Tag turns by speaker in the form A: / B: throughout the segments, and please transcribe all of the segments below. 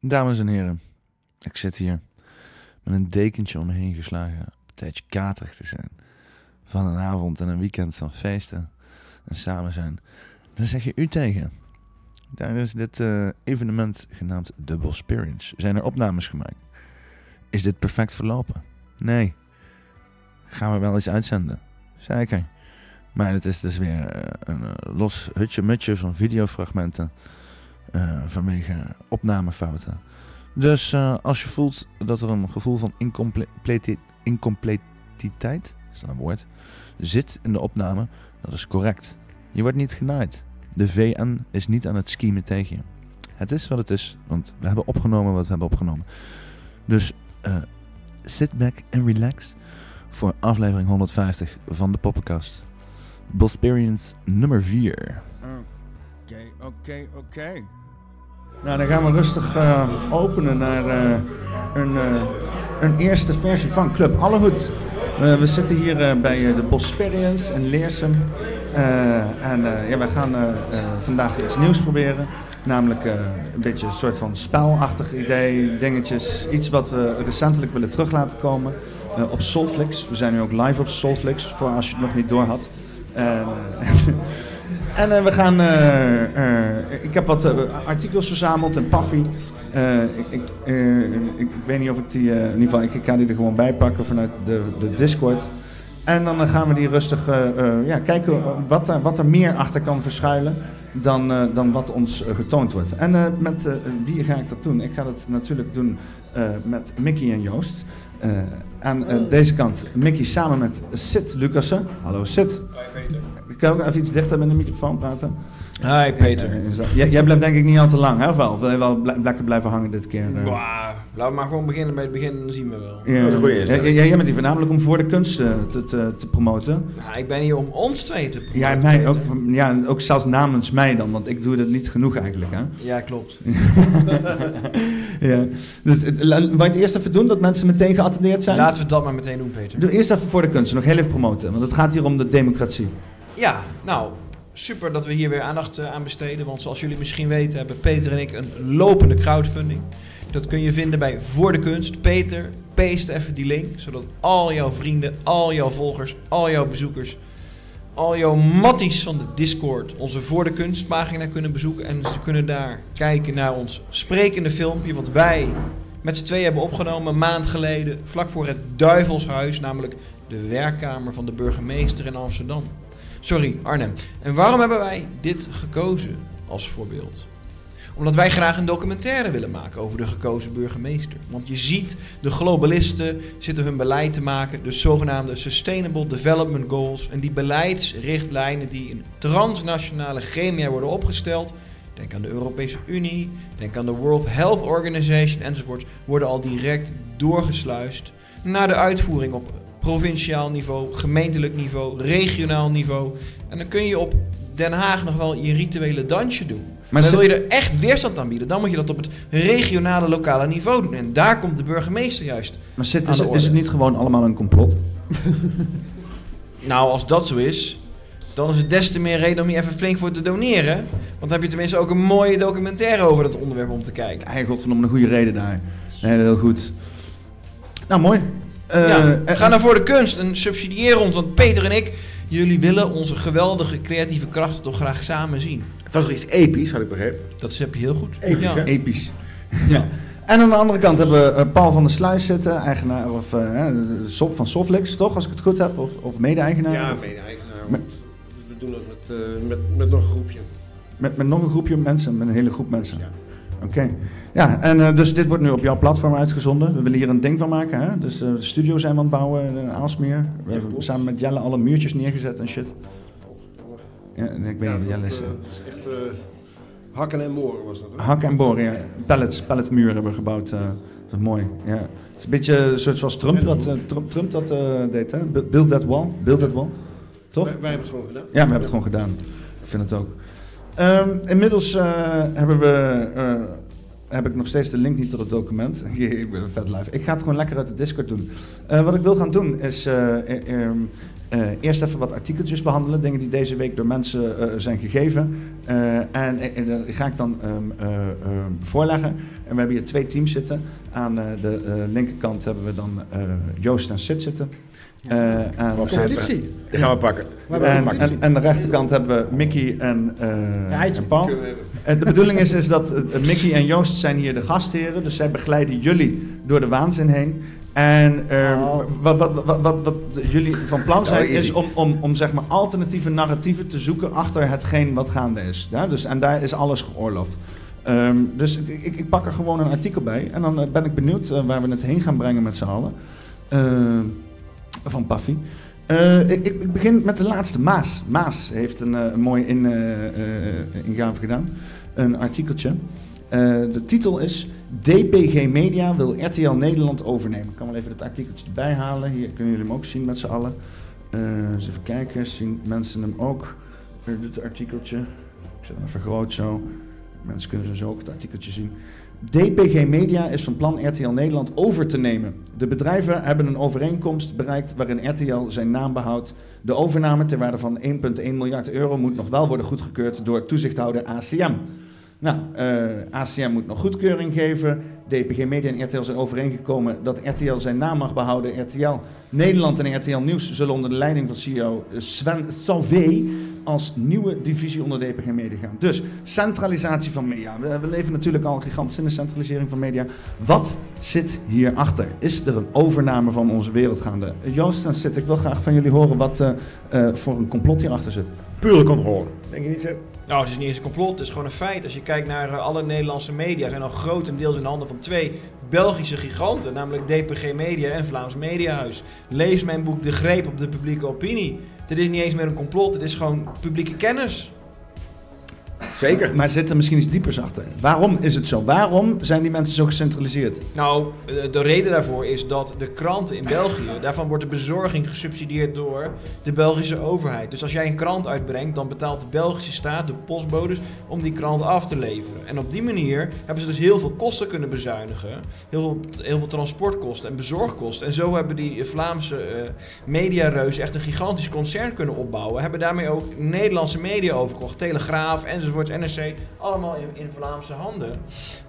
A: Dames en heren, ik zit hier met een dekentje om me heen geslagen. Een tijdje katerig te zijn. Van een avond en een weekend van feesten en samen zijn. Dan zeg je u tegen. Tijdens dit eh, evenement genaamd Double Experience zijn er opnames gemaakt. Is dit perfect verlopen? Nee. Gaan we wel eens uitzenden? Zeker. Maar het is dus weer eh, een eh, los hutje-mutje van videofragmenten eh, vanwege opnamefouten. Dus eh, als je voelt dat er een gevoel van incompleti- incompletiteit, is dat een woord, zit in de opname, dat is correct. Je wordt niet genaaid. De VN is niet aan het schiemen tegen je. Het is wat het is, want we hebben opgenomen wat we hebben opgenomen. Dus eh, sit back and relax voor aflevering 150 van de Poppenkast. Bosperience nummer 4.
B: Oké, oké, oké. Nou, dan gaan we rustig eh, openen naar eh, een, eh, een eerste versie van Club Allehoed. Eh, we zitten hier eh, bij eh, de Bosperians in Leersum. Eh, en eh, ja, wij gaan eh, eh, vandaag iets nieuws proberen. Namelijk eh, een beetje een soort van spelachtig idee, dingetjes. Iets wat we recentelijk willen terug laten komen eh, op Soulflix. We zijn nu ook live op Soulflix, voor als je het nog niet door had. Eh, En eh, we gaan. eh, eh, ik heb wat eh, artikels verzameld en Paffy. Eh, ik, ik, eh, ik, ik weet niet of ik die. eh, in ieder geval, ik, ik ga die er gewoon bij pakken vanuit de, de Discord. En dan eh, gaan we die rustig eh, eh, ja, kijken wat, er- wat er meer achter kan verschuilen. Dan, eh, dan wat ons eh, getoond wordt. En eh, met eh, wie ga ik dat doen? Ik ga dat natuurlijk doen eh, met Mickey en Joost. Eh, aan eh, deze kant Mickey samen met Sid Lucassen. Hallo Sid. Ik kan ook even iets dichter met de microfoon praten.
C: Hi Peter.
B: Eh, zo. Jij, jij blijft denk ik niet al te lang, hè? Of wel? Of wil je wel bl- lekker blijven hangen dit keer? eh?
C: Bah, laten we maar gewoon beginnen bij het begin, dan zien we wel.
B: Ja.
D: Dat is een goeie, is dat?
B: Ja, ja, jij bent hier voornamelijk om voor de kunst eh, te, te, te promoten.
C: Nou, ik ben hier om ons twee te
B: Ja, en
C: promoten,
B: mij
C: Peter.
B: ook, ja, ook zelfs namens mij dan, want ik doe dat niet genoeg eigenlijk. Hè?
C: Ja, klopt.
B: ja. Dus, eh, la- wil je het eerst even doen dat mensen meteen geattendeerd zijn?
C: Laten we dat maar meteen doen, Peter.
B: Doe eerst even voor de kunst, nog heel even promoten, want het gaat hier om de democratie.
C: Ja, nou, super dat we hier weer aandacht eh, aan besteden. Want zoals jullie misschien weten, hebben Peter en ik een lopende crowdfunding. Dat kun je vinden bij Voor de Kunst. Peter, paste even die link, zodat al jouw vrienden, al jouw volgers, al jouw bezoekers, al jouw matties van de Discord onze Voor de Kunst pagina kunnen bezoeken. En ze kunnen daar kijken naar ons sprekende filmpje, wat wij met z'n twee hebben opgenomen een maand geleden, vlak voor het Duivelshuis, namelijk de werkkamer van de burgemeester in Amsterdam. Sorry, Arnhem. En waarom hebben wij dit gekozen als voorbeeld? Omdat wij graag een documentaire willen maken over de gekozen burgemeester. Want je ziet, de globalisten zitten hun beleid te maken, de zogenaamde Sustainable Development Goals. En die beleidsrichtlijnen die in transnationale gremia worden opgesteld, denk aan de Europese Unie, denk aan de World Health Organization enzovoort, worden al direct doorgesluist naar de uitvoering op provinciaal niveau, gemeentelijk niveau, regionaal niveau. En dan kun je op Den Haag nog wel je rituele dansje doen.
B: Maar
C: Maar
B: zit-
C: wil je er echt weerstand aan bieden, dan moet je dat op het regionale, lokale niveau doen. En daar komt de burgemeester juist.
B: Maar zit,
C: Aan
B: is,
C: de
B: het- is het
C: orde.
B: niet gewoon allemaal een complot?
C: Nou, als dat zo is, dan is het des te meer reden om hier even flink voor te doneren. Want dan heb je tenminste ook een mooie documentaire over dat onderwerp om te kijken.
B: Hij god van om een goede reden daar. Nee, heel goed. Nou, mooi. Eh,
C: ja,
B: eh,
C: ga naar voor de kunst en subsidieer ons, want Peter en ik, jullie willen onze geweldige creatieve krachten toch graag samen zien.
D: Het was nog iets episch, had ik begrepen.
C: Dat heb je heel goed.
D: Episch,
C: ja.
D: hè?
B: Episch. Ja. En aan de andere kant hebben we eh, Paul van der Sluis zitten, eigenaar of, eh, eh, Sof- van Soflix, toch? Als ik het goed heb, of, of mede-eigenaar.
E: Ja, mede-eigenaar. want We doen het met, eh, met, met nog een groepje.
B: Met, met nog een groepje mensen, met een hele groep mensen.
E: Ja.
B: Oké. Ja, en eh, dus dit wordt nu op jouw platform uitgezonden. We willen hier een ding van maken, hè? Dus eh, de studio zijn we aan het bouwen in eh, Aalsmeer. We
E: Ja,
B: hebben
E: klopt. Oh,
B: samen met Jelle alle muurtjes neergezet en shit. Ja, en ik weet
E: Ja,
B: niet,
E: dat
B: Jelle is...
E: eh,
B: eh,
E: is echt eh, hakken en moren was dat. Hè?
B: Hak en boren, ja. Pallets, palletmuren hebben we gebouwd. eh. dat is mooi, ja. Het is een beetje een soort zoals Trump dat, eh, Trump, Trump dat eh, deed, hè? Bu- Build that wall, build that wall. Toch?
E: Wij, wij hebben het gewoon gedaan.
B: Ja, we hebben het gewoon gedaan. Ik vind het ook. Ehm, inmiddels eh, hebben we... eh, heb ik nog steeds de link niet tot het document. Jee, ik ben een vet live. Ik ga het gewoon lekker uit de Discord doen. Eh, wat ik wil gaan doen is... eh, eh, ehm, eh, eerst even wat artikeltjes behandelen. Dingen die deze week door mensen eh, zijn gegeven. Eh, en eh, eh, die ga ik dan ehm, eh, ehm, voorleggen. En we hebben hier twee teams zitten. Aan eh, de eh, linkerkant hebben we dan eh, Joost en Sid zitten. Eh, en-
E: Competitie.
D: Die gaan we pakken.
E: Waar hebben we
B: en, en,
E: competitie?
B: en de rechterkant hebben we Mickey en, eh,
F: Heitje.
B: en Paul.
C: Kunnen we hebben.
B: Eh, de bedoeling is, is dat eh, Mickey en Joost zijn hier de gastheren. Dus zij begeleiden jullie door de waanzin heen. En eh,
F: Oh.
B: wat, wat, wat, wat, wat jullie van plan zijn
D: easy.
B: is om, om, om zeg maar alternatieve narratieven te zoeken achter hetgeen wat gaande is. Ja, dus, en daar is alles geoorloofd. Ehm, dus ik, ik ik pak er gewoon een artikel bij. En dan eh, ben ik benieuwd eh, waar we het heen gaan brengen met z'n allen. Ehm, van Paffy. Eh, ik, ik ik begin met de laatste. Maas. Maas heeft een, eh, een mooie in, eh, eh, ingave gedaan. Een artikeltje. Eh, de titel is DPG Media wil RTL Nederland overnemen. Ik kan wel even het artikeltje erbij halen. Hier kunnen jullie hem ook zien met z'n allen. Eh, eens even kijken. Zien mensen hem ook? Eh, dit artikeltje. Ik zet hem even groot zo. Mensen kunnen dus ook het artikeltje zien. DPG Media is van plan RTL Nederland over te nemen. De bedrijven hebben een overeenkomst bereikt waarin RTL zijn naam behoudt. De overname ter waarde van 1,1 miljard euro moet nog wel worden goedgekeurd door toezichthouder ACM. Nou, eh, ACM moet nog goedkeuring geven. DPG Media en RTL zijn overeengekomen dat RTL zijn naam mag behouden. RTL Nederland en RTL Nieuws zullen onder de leiding van CEO Sven Sauvé als nieuwe divisie onder DPG Media gaan. Dus centralisatie van media. We, we leven natuurlijk al gigantisch in de centralisering van media. Wat zit hierachter? Is er een overname van onze wereld gaande? Eh, Joost en Sid, ik wil graag van jullie horen wat eh, eh, voor een complot hierachter zit.
D: Pure controle. Denk je niet zo?
C: Nou, het is niet eens een complot, het is gewoon een feit. Als je kijkt naar eh, alle Nederlandse media, zijn al grotendeels in de handen van twee Belgische giganten, namelijk DPG Media en Vlaams Mediahuis. Lees mijn boek De Greep op de publieke opinie. Dit is niet eens meer een complot, dit is gewoon publieke kennis.
D: Zeker.
B: Maar zit er misschien iets diepers achter? Waarom is het zo? Waarom zijn die mensen zo gecentraliseerd?
C: Nou, eh, de reden daarvoor is dat de kranten in België, daarvan wordt de bezorging gesubsidieerd door de Belgische overheid. Dus als jij een krant uitbrengt, dan betaalt de Belgische staat de postbodes om die krant af te leveren. En op die manier hebben ze dus heel veel kosten kunnen bezuinigen. Heel veel, heel veel transportkosten en bezorgkosten. En zo hebben die Vlaamse eh mediareuzen echt een gigantisch concern kunnen opbouwen. Hebben daarmee ook Nederlandse media overkocht. Telegraaf, enzovoort, NRC. Allemaal in, in Vlaamse handen.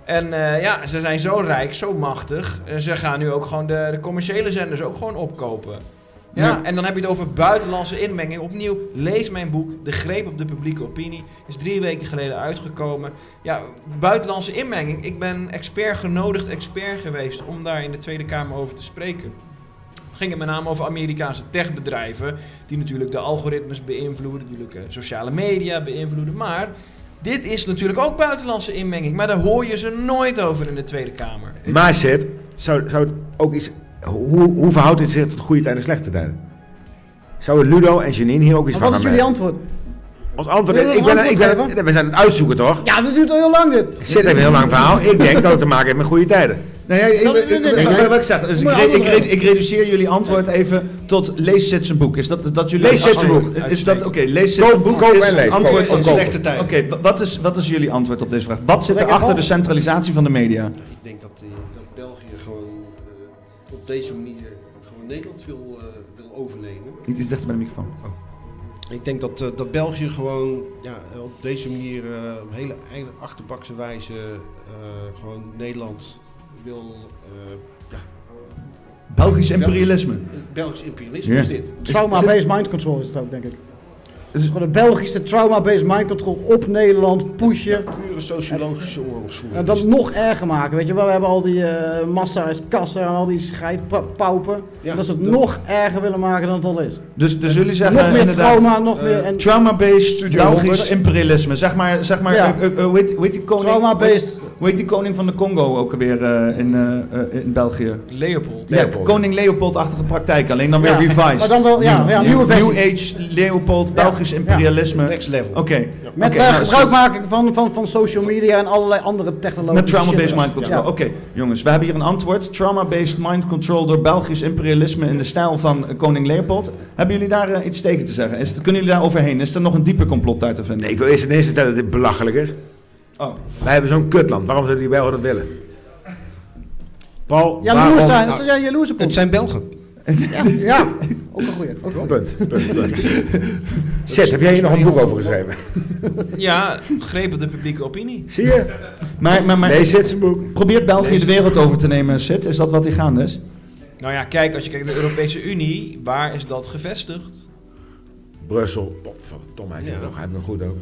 C: En eh, ja, ze zijn zo rijk, zo machtig. Eh, ze gaan nu ook gewoon de, de commerciële zenders ook gewoon opkopen. Ja,
B: Ja.
C: en dan heb je het over buitenlandse inmenging. Opnieuw, lees mijn boek De Greep op de Publieke Opinie. Is drie weken geleden uitgekomen. Ja, buitenlandse inmenging. Ik ben expert genodigd, expert geweest om daar in de Tweede Kamer over te spreken. Het ging met name over Amerikaanse techbedrijven. Die natuurlijk de algoritmes beïnvloeden, natuurlijk eh, sociale media beïnvloeden. Maar dit is natuurlijk ook buitenlandse inmenging, maar daar hoor je ze nooit over in de Tweede Kamer.
D: Maar Sid, zou, zou het ook iets... Hoe, hoe verhoudt dit zich tot goede tijden en slechte tijden? Zouden Ludo en Janine hier ook iets
F: Maar
D: van
F: wat is
D: gaan
F: jullie
D: merken?
F: antwoord?
D: Ons antwoord is...
F: Wil je
D: Ik
F: een
D: ben, ik
F: antwoord
D: ben,
F: geven?
D: we zijn aan het uitzoeken, toch?
F: Ja, dat duurt al heel lang dit.
D: Sid heeft een heel lang verhaal. Ik denk dat het te maken heeft met goede tijden.
B: Nee, nee,
F: Dat is-
B: ik- ik-
F: nee, nee,
B: wat-
F: nee.
B: wat ik zeg, dus ik,
F: Moet je
B: re- ik,
F: antwoord
B: re- ik reduceer jullie antwoord even tot lees Sid zijn boek. Is dat, dat jullie
D: Lees Sid zijn boek.
B: Is dat, oké, lees Sid
D: Koop-
B: zijn boek
D: koop
B: is
D: en lees.
B: het antwoord
D: Koop.
B: van
E: Een
B: kopen.
E: slechte tijd.
B: Oké, wa- wat, is, wat is jullie antwoord op deze vraag? Wat zit er
F: Lekker
B: achter de
F: bal.
B: centralisatie van de media?
E: Ik denk dat, eh, dat België gewoon eh, op deze manier gewoon Nederland wil, eh, wil overnemen.
B: Niet iets dichter bij de microfoon.
E: Ik denk dat, eh, dat België gewoon ja, op deze manier eh, op hele eigen- achterbakse wijze eh, gewoon Nederland wil. eh,
B: Belgisch imperialisme.
E: het Belgisch imperialisme
B: Ja.
E: is dit.
F: Trauma-based mind control is het ook, denk ik. Het is gewoon een Belgische trauma-based mind control op Nederland pushen.
E: Pure sociologische oorlogsvoering.
F: En dat nog erger maken, weet je wel. We hebben al die eh massa is kassa en al die scheidpaupen.
E: Ja,
F: dat ze het
E: dat-
F: nog erger willen maken dan het al is.
B: Dus, dus jullie zeggen
F: Nog meer
B: inderdaad...
F: trauma, nog
E: eh,
F: meer... En
B: Trauma-based
E: Studio
B: Belgisch
E: 100.
B: imperialisme. Zeg maar, zeg maar
F: Ja.
B: eh, eh, eh, hoe, heet, hoe heet die koning...
F: trauma-based...
B: Hoe heet die koning van de Congo ook alweer eh, in, eh, eh, in België?
C: Leopold.
B: Ja,
D: Leopold.
B: koning Leopold-achtige praktijk, alleen dan weer
F: Ja,
B: revised.
F: Maar dan wel, ja, ja, nieuwe versie.
B: New Age, Leopold, Belgisch
F: ja.
B: imperialisme.
E: Next level.
B: Oké.
F: Met
B: Oké,
F: eh,
B: nou,
F: gebruikmaking van, van, van social media en allerlei andere technologische
B: Met trauma-based
F: shit.
B: mind control.
F: Ja.
B: Oké, jongens, we hebben hier een antwoord. Trauma-based mind control door Belgisch imperialisme in de stijl van eh, koning Leopold. Hebben jullie daar eh, iets tegen te zeggen? Is, kunnen jullie daar overheen? Is er nog een dieper complot uit te vinden?
D: Nee, ik wil eerst in eerste tijd dat dit belachelijk is.
B: Oh.
D: Wij hebben zo'n kutland. Waarom zouden die Belgen dat willen? Paul,
F: Jaloers
D: waarom...
B: Nou-
F: zijn, dat is een jaloerse
E: Het
F: pot.
E: zijn Belgen.
F: Ja, Ook een goeie. Ook een goeie.
D: Punt. punt, punt. Zet, heb jij hier nog een boek over geschreven?
C: Ja, grepen de publieke opinie.
D: Zie je?
B: Maar, maar, maar
D: Nee, Zet zijn boek.
B: probeert België de wereld over te nemen, Sid? Is dat wat hier gaande is?
C: Nou ja, kijk, als je kijkt naar de Europese Unie, waar is dat gevestigd?
D: Brussel. Potverdomme, hij zit er nog. Hij heeft nog goed ook.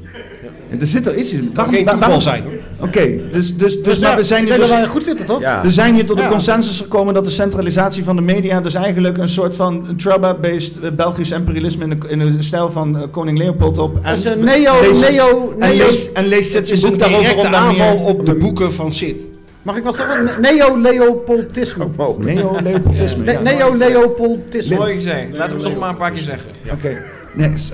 B: Er zit er iets in.
E: Kan
B: Waarom-
E: geen
B: waar-
E: toeval
B: waarom-
E: zijn hoor.
B: Oké, dus, dus, dus
F: Dus
B: maar
F: ja,
B: we zijn
F: ik
B: hier
F: denk dat
B: dus...
F: wij goed zitten, toch?
D: Ja.
B: We zijn hier tot de
F: Ja.
B: consensus gekomen dat de centralisatie van de media dus eigenlijk een soort van trauma-based eh, Belgisch imperialisme in de, in de stijl van eh, koning Leopold op.
E: Dus
F: Dat is een neo,
B: lees-
F: neo,
B: en
F: neo,
B: lees, en lees
E: Het
B: zit
E: is
B: zijn
E: een
B: boek daarover om
E: directe
B: daar meer-
E: aanval op de boeken van Sid.
F: mag ik wat zeggen? Neo-Leopoldisme.
D: Mogelijk.
B: Neo-Leopoldisme.
F: Le-
B: ja.
F: Neo-Leopoldisme.
C: Mooi gezegd. Laten we het nog maar een paar keer zeggen.
B: Oké, nee, s-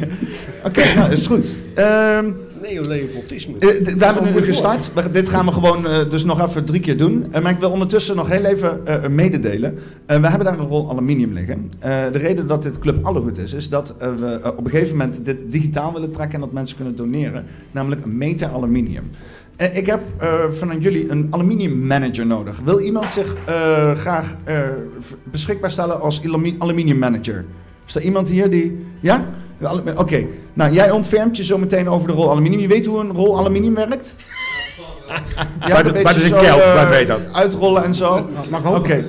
B: Oké, nou, is goed. Ehm,
E: Neoleopoldisme.
B: Eh, d- we hebben nu gestart. We- dit gaan we gewoon eh, dus nog even drie keer doen. Eh, maar ik wil ondertussen nog heel even eh, mededelen. Eh, we hebben daar een rol aluminium liggen. Eh, de reden dat dit Club Allegoed is, is dat eh, we eh, op een gegeven moment dit digitaal willen trekken en dat mensen kunnen doneren. Namelijk een meter aluminium. Eh, ik heb eh, van jullie een aluminium manager nodig. Wil iemand zich eh, graag eh, v- beschikbaar stellen als alumi- aluminium manager? Is er iemand hier die... Ja? Alu- Oké, nou jij ontfermt je zo meteen over de rol aluminium. Je weet hoe een rol aluminium werkt? Ja,
D: Bart- Bart is een kelp,
B: eh,
D: Bart weet dat.
B: Uitrollen en zo.
F: Mag
B: Oké.
F: hopen.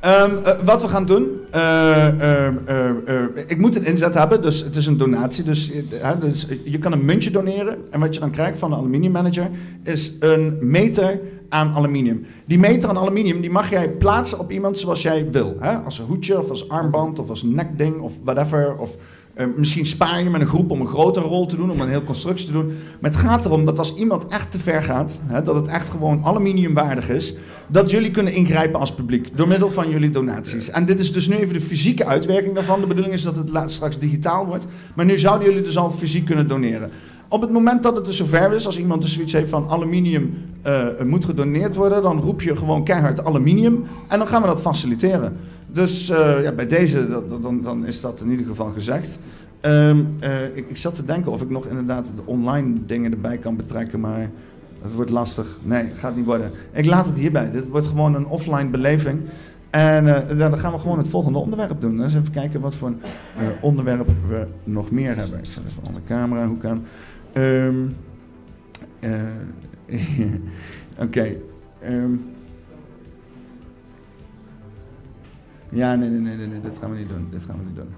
B: Ehm, eh, wat we gaan doen, eh, eh, eh, eh, ik moet een inzet hebben, dus het is een donatie. Dus, eh, hè, dus je kan een muntje doneren en wat je dan krijgt van de aluminium manager is een meter aan aluminium. Die meter aan aluminium die mag jij plaatsen op iemand zoals jij wil. Hè? Als een hoedje of als armband of als nekding of whatever. Of, eh, misschien spaar je met een groep om een grotere rol te doen, om een heel constructie te doen. Maar het gaat erom dat als iemand echt te ver gaat, hè, dat het echt gewoon aluminiumwaardig is, dat jullie kunnen ingrijpen als publiek door middel van jullie donaties. En dit is dus nu even de fysieke uitwerking daarvan. De bedoeling is dat het la- straks digitaal wordt. Maar nu zouden jullie dus al fysiek kunnen doneren. Op het moment dat het dus zover is, als iemand dus zoiets heeft van aluminium eh, moet gedoneerd worden, dan roep je gewoon keihard aluminium en dan gaan we dat faciliteren. Dus eh, ja, bij deze, dat- dat- dan, dan is dat in ieder geval gezegd. Ehm, eh, ik, ik zat te denken of ik nog inderdaad de online dingen erbij kan betrekken, maar het wordt lastig. Nee, gaat niet worden. Ik laat het hierbij. Dit wordt gewoon een offline beleving. En eh, dan gaan we gewoon het volgende onderwerp doen. Eens even kijken wat voor een eh, onderwerp we nog meer hebben. Ik zet even een andere camera, hoe kan. Ehm, eh, Oké. ehm. ja, nee, nee, nee, nee, nee, dit gaan we niet doen. Dit gaan we niet doen.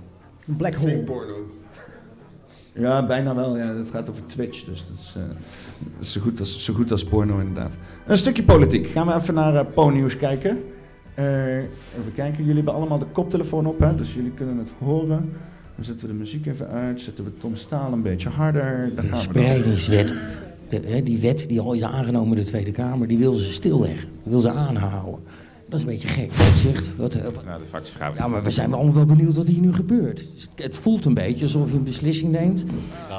F: Een black hole.
E: porno.
B: Ja, bijna wel. Ja, dat gaat over Twitch, dus dat is, eh, dat is zo, goed als, zo goed als porno inderdaad. Een stukje politiek. Gaan we even naar eh Po-nieuws kijken. Eh, even kijken. Jullie hebben allemaal de koptelefoon op, hè? dus jullie kunnen het horen. Dan zetten we de muziek even uit. Zetten we Tom Staal een beetje harder. Daar
G: De
B: gaan we dan.
G: spreidingswet, de, hè, die wet die al is aangenomen door de Tweede Kamer, die wil ze stilleggen, wil ze aanhouden. Dat is een beetje gek. Wat zegt, wat, eh, wat-
H: Nou, de fractievergadering.
G: ja, maar we zijn allemaal wel benieuwd wat hier nu gebeurt. Dus Het voelt een beetje alsof je een beslissing neemt.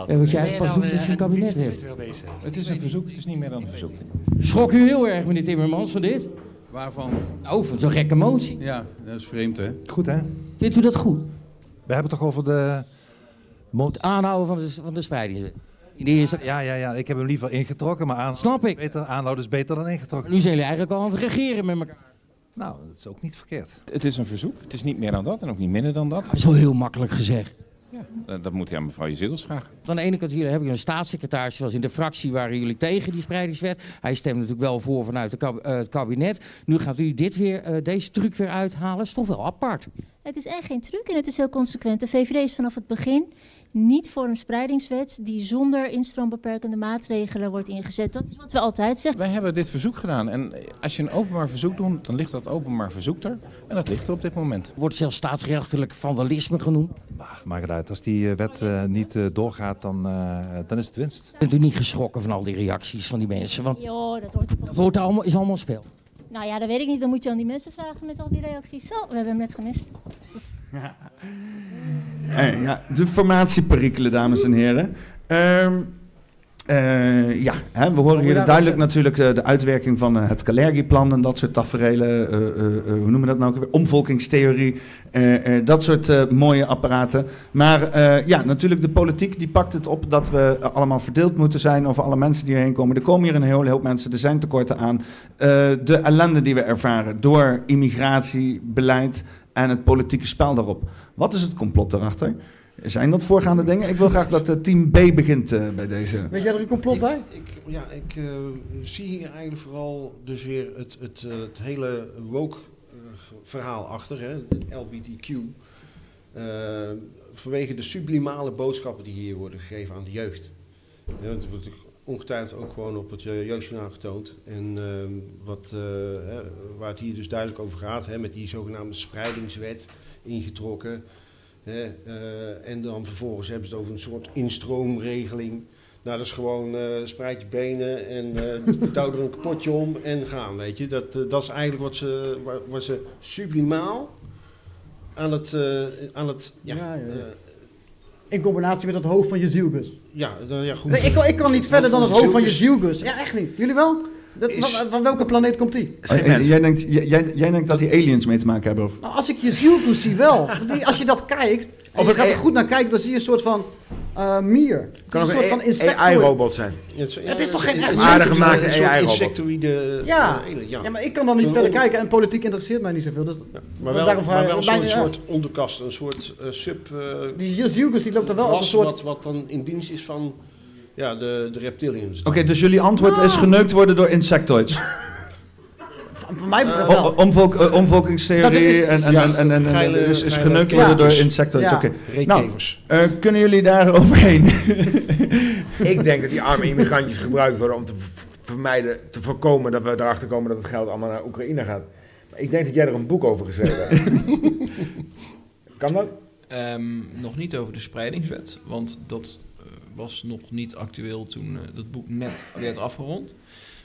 G: En wat jij
H: nou,
G: pas doet
H: eh,
G: dat je een kabinet hebt.
H: Het is een verzoek, het is niet meer dan een verzoek.
G: Schrok u heel erg, meneer Timmermans, van dit?
I: Waarvan?
G: Oh, van zo'n gekke motie.
I: Ja, dat is vreemd, hè?
H: Goed hè?
G: Vindt u dat goed?
H: We hebben het toch over de. mot-
G: Het aanhouden van de, van de spreidingswet. In de eerste...
H: Ja, ja, ja. Ik heb hem liever ingetrokken, maar aan...
G: Snap ik.
H: Beter, aanhouden is beter dan ingetrokken.
G: Nu zijn jullie eigenlijk al aan het regeren met elkaar.
H: Nou, dat is ook niet verkeerd.
I: Het is een verzoek. Het is niet meer dan dat en ook niet minder dan dat.
G: Dat is wel heel makkelijk gezegd.
I: Eh, Dat moet je aan mevrouw Jezils vragen.
G: Aan de ene kant hier heb ik een staatssecretaris, zoals in de fractie waren jullie tegen die spreidingswet. Hij stemt natuurlijk wel voor vanuit de kab- eh, het kabinet. Nu gaat u dit weer, eh, deze truc weer uithalen. is toch wel apart.
J: Het is echt geen truc en het is heel consequent. De VVD is vanaf het begin niet voor een spreidingswet die zonder instroombeperkende maatregelen wordt ingezet. Dat is wat we altijd zeggen.
I: Wij hebben dit verzoek gedaan en eh, als je een openbaar verzoek doet, dan ligt dat openbaar verzoek er. En dat ligt er op dit moment.
G: Er wordt zelfs staatsrechtelijk vandalisme genoemd.
H: Maar Ah, maakt het uit. Als die eh, wet eh, niet eh, doorgaat, dan, eh, dan is het winst.
G: Bent u niet geschrokken van al die reacties van die mensen? Want
J: Ja, dat hoort er toch.
G: het wordt allemaal, is allemaal spel.
J: Nou ja, dat weet ik niet. Dan moet je aan die mensen vragen met al die reacties. Zo, we hebben hem net gemist.
B: Eh, ja, de formatieperikelen, dames en heren. Ehm, eh, ja, hè, we horen hier duidelijk natuurlijk eh, de uitwerking van eh, het Kalergi-plan en dat soort taferelen. eh, eh, eh, hoe noemen we dat nou ook weer? Omvolkingstheorie. eh, eh, dat soort eh, mooie apparaten. Maar eh, ja, natuurlijk de politiek die pakt het op dat we eh, allemaal verdeeld moeten zijn over alle mensen die hierheen komen. Er komen hier een hele hoop mensen, er zijn tekorten aan. Eh, de ellende die we ervaren door immigratiebeleid en het politieke spel daarop. Wat is het complot daarachter? Zijn dat voorgaande dingen? Ik wil graag dat eh, team B begint eh, bij deze.
F: Weet jij er een complot bij?
K: Ik, ja, ik eh, zie hier eigenlijk vooral dus weer het, het, eh, het hele woke eh, ge- verhaal achter, hè, LBTQ. Eh, vanwege de sublimale boodschappen die hier worden gegeven aan de jeugd. Ja, het wordt ongetwijfeld ook gewoon op het eh, jeugdjournaal getoond. En eh, wat, eh, hè, waar het hier dus duidelijk over gaat, hè, met die zogenaamde spreidingswet ingetrokken. Hè, eh, en dan vervolgens hebben ze het over een soort instroomregeling. Nou, dat is gewoon eh spreid je benen en eh touw er een kapotje om en gaan, weet je. Dat, eh, dat is eigenlijk wat ze, wa- wat ze sublimaal aan het, eh, aan het ja,
F: Ja, ja.
K: eh,
F: In combinatie met het hoofd van je zielgus.
K: ja, dan- ja, goed.
F: Nee, ik, kan, ik kan niet verder dan het hoofd van je
K: Jezus.
F: zielgus. Ja, echt niet. Jullie wel? Dat,
K: Is-
F: van, van welke planeet komt die?
B: Eh, eh, jij, denkt, jij, jij, jij denkt dat die aliens mee te maken hebben? Of?
F: Nou, als ik je zielgus zie wel. Want die- als je dat kijkt, of je gaat er goed naar kijken, dan zie je een soort van eh, mier. Het is
D: Kan
F: een
D: ook
F: soort
D: een
F: van
D: A-
F: insectoid.
D: AI-robot zijn.
K: Het,
F: Het is toch geen echt
D: Aardig
K: een
D: gemaakte
K: soort
D: AI-robot.
K: insectoïde
F: Ja.
K: eh, alien,
F: ja. maar ik kan dan niet
K: Een
F: verder
K: onder-
F: kijken en politiek interesseert mij niet zoveel. Dus,
K: Maar wel,
F: daarom vraag
K: maar
F: ik-
K: wel een
F: mijn-
K: soort,
F: ja.
K: soort onderkast, een soort eh, sub... eh,
F: Die Jezielkus die loopt er wel als een
K: ras
F: soort...
K: Wat, wat dan in dienst is van ja, de, de reptilians.
B: Oké, dus jullie antwoord
F: Ah.
B: is geneukt worden door insectoids.
F: Voor mij betreft
B: O-
F: wel.
B: o- omvolk- eh,
F: Dat
B: omvolkingstheorie
F: is-
B: en, en,
K: ja,
B: en, en, en-
K: geile-
B: is, is
K: geile
B: geneukt worden door
F: kleertjes.
B: insectoids.
F: Ja.
B: Oké. Nou,
K: Reetkevers.
B: eh, kunnen jullie daar overheen?
D: Ik denk dat die arme immigrantjes gebruikt worden om te v- vermijden, te voorkomen dat we erachter komen dat het geld allemaal naar Oekraïne gaat. Maar ik denk dat jij er een boek over geschreven hebt. kan dat?
C: Ehm, nog niet over de spreidingswet, want dat eh, was nog niet actueel toen eh, dat boek net werd afgerond.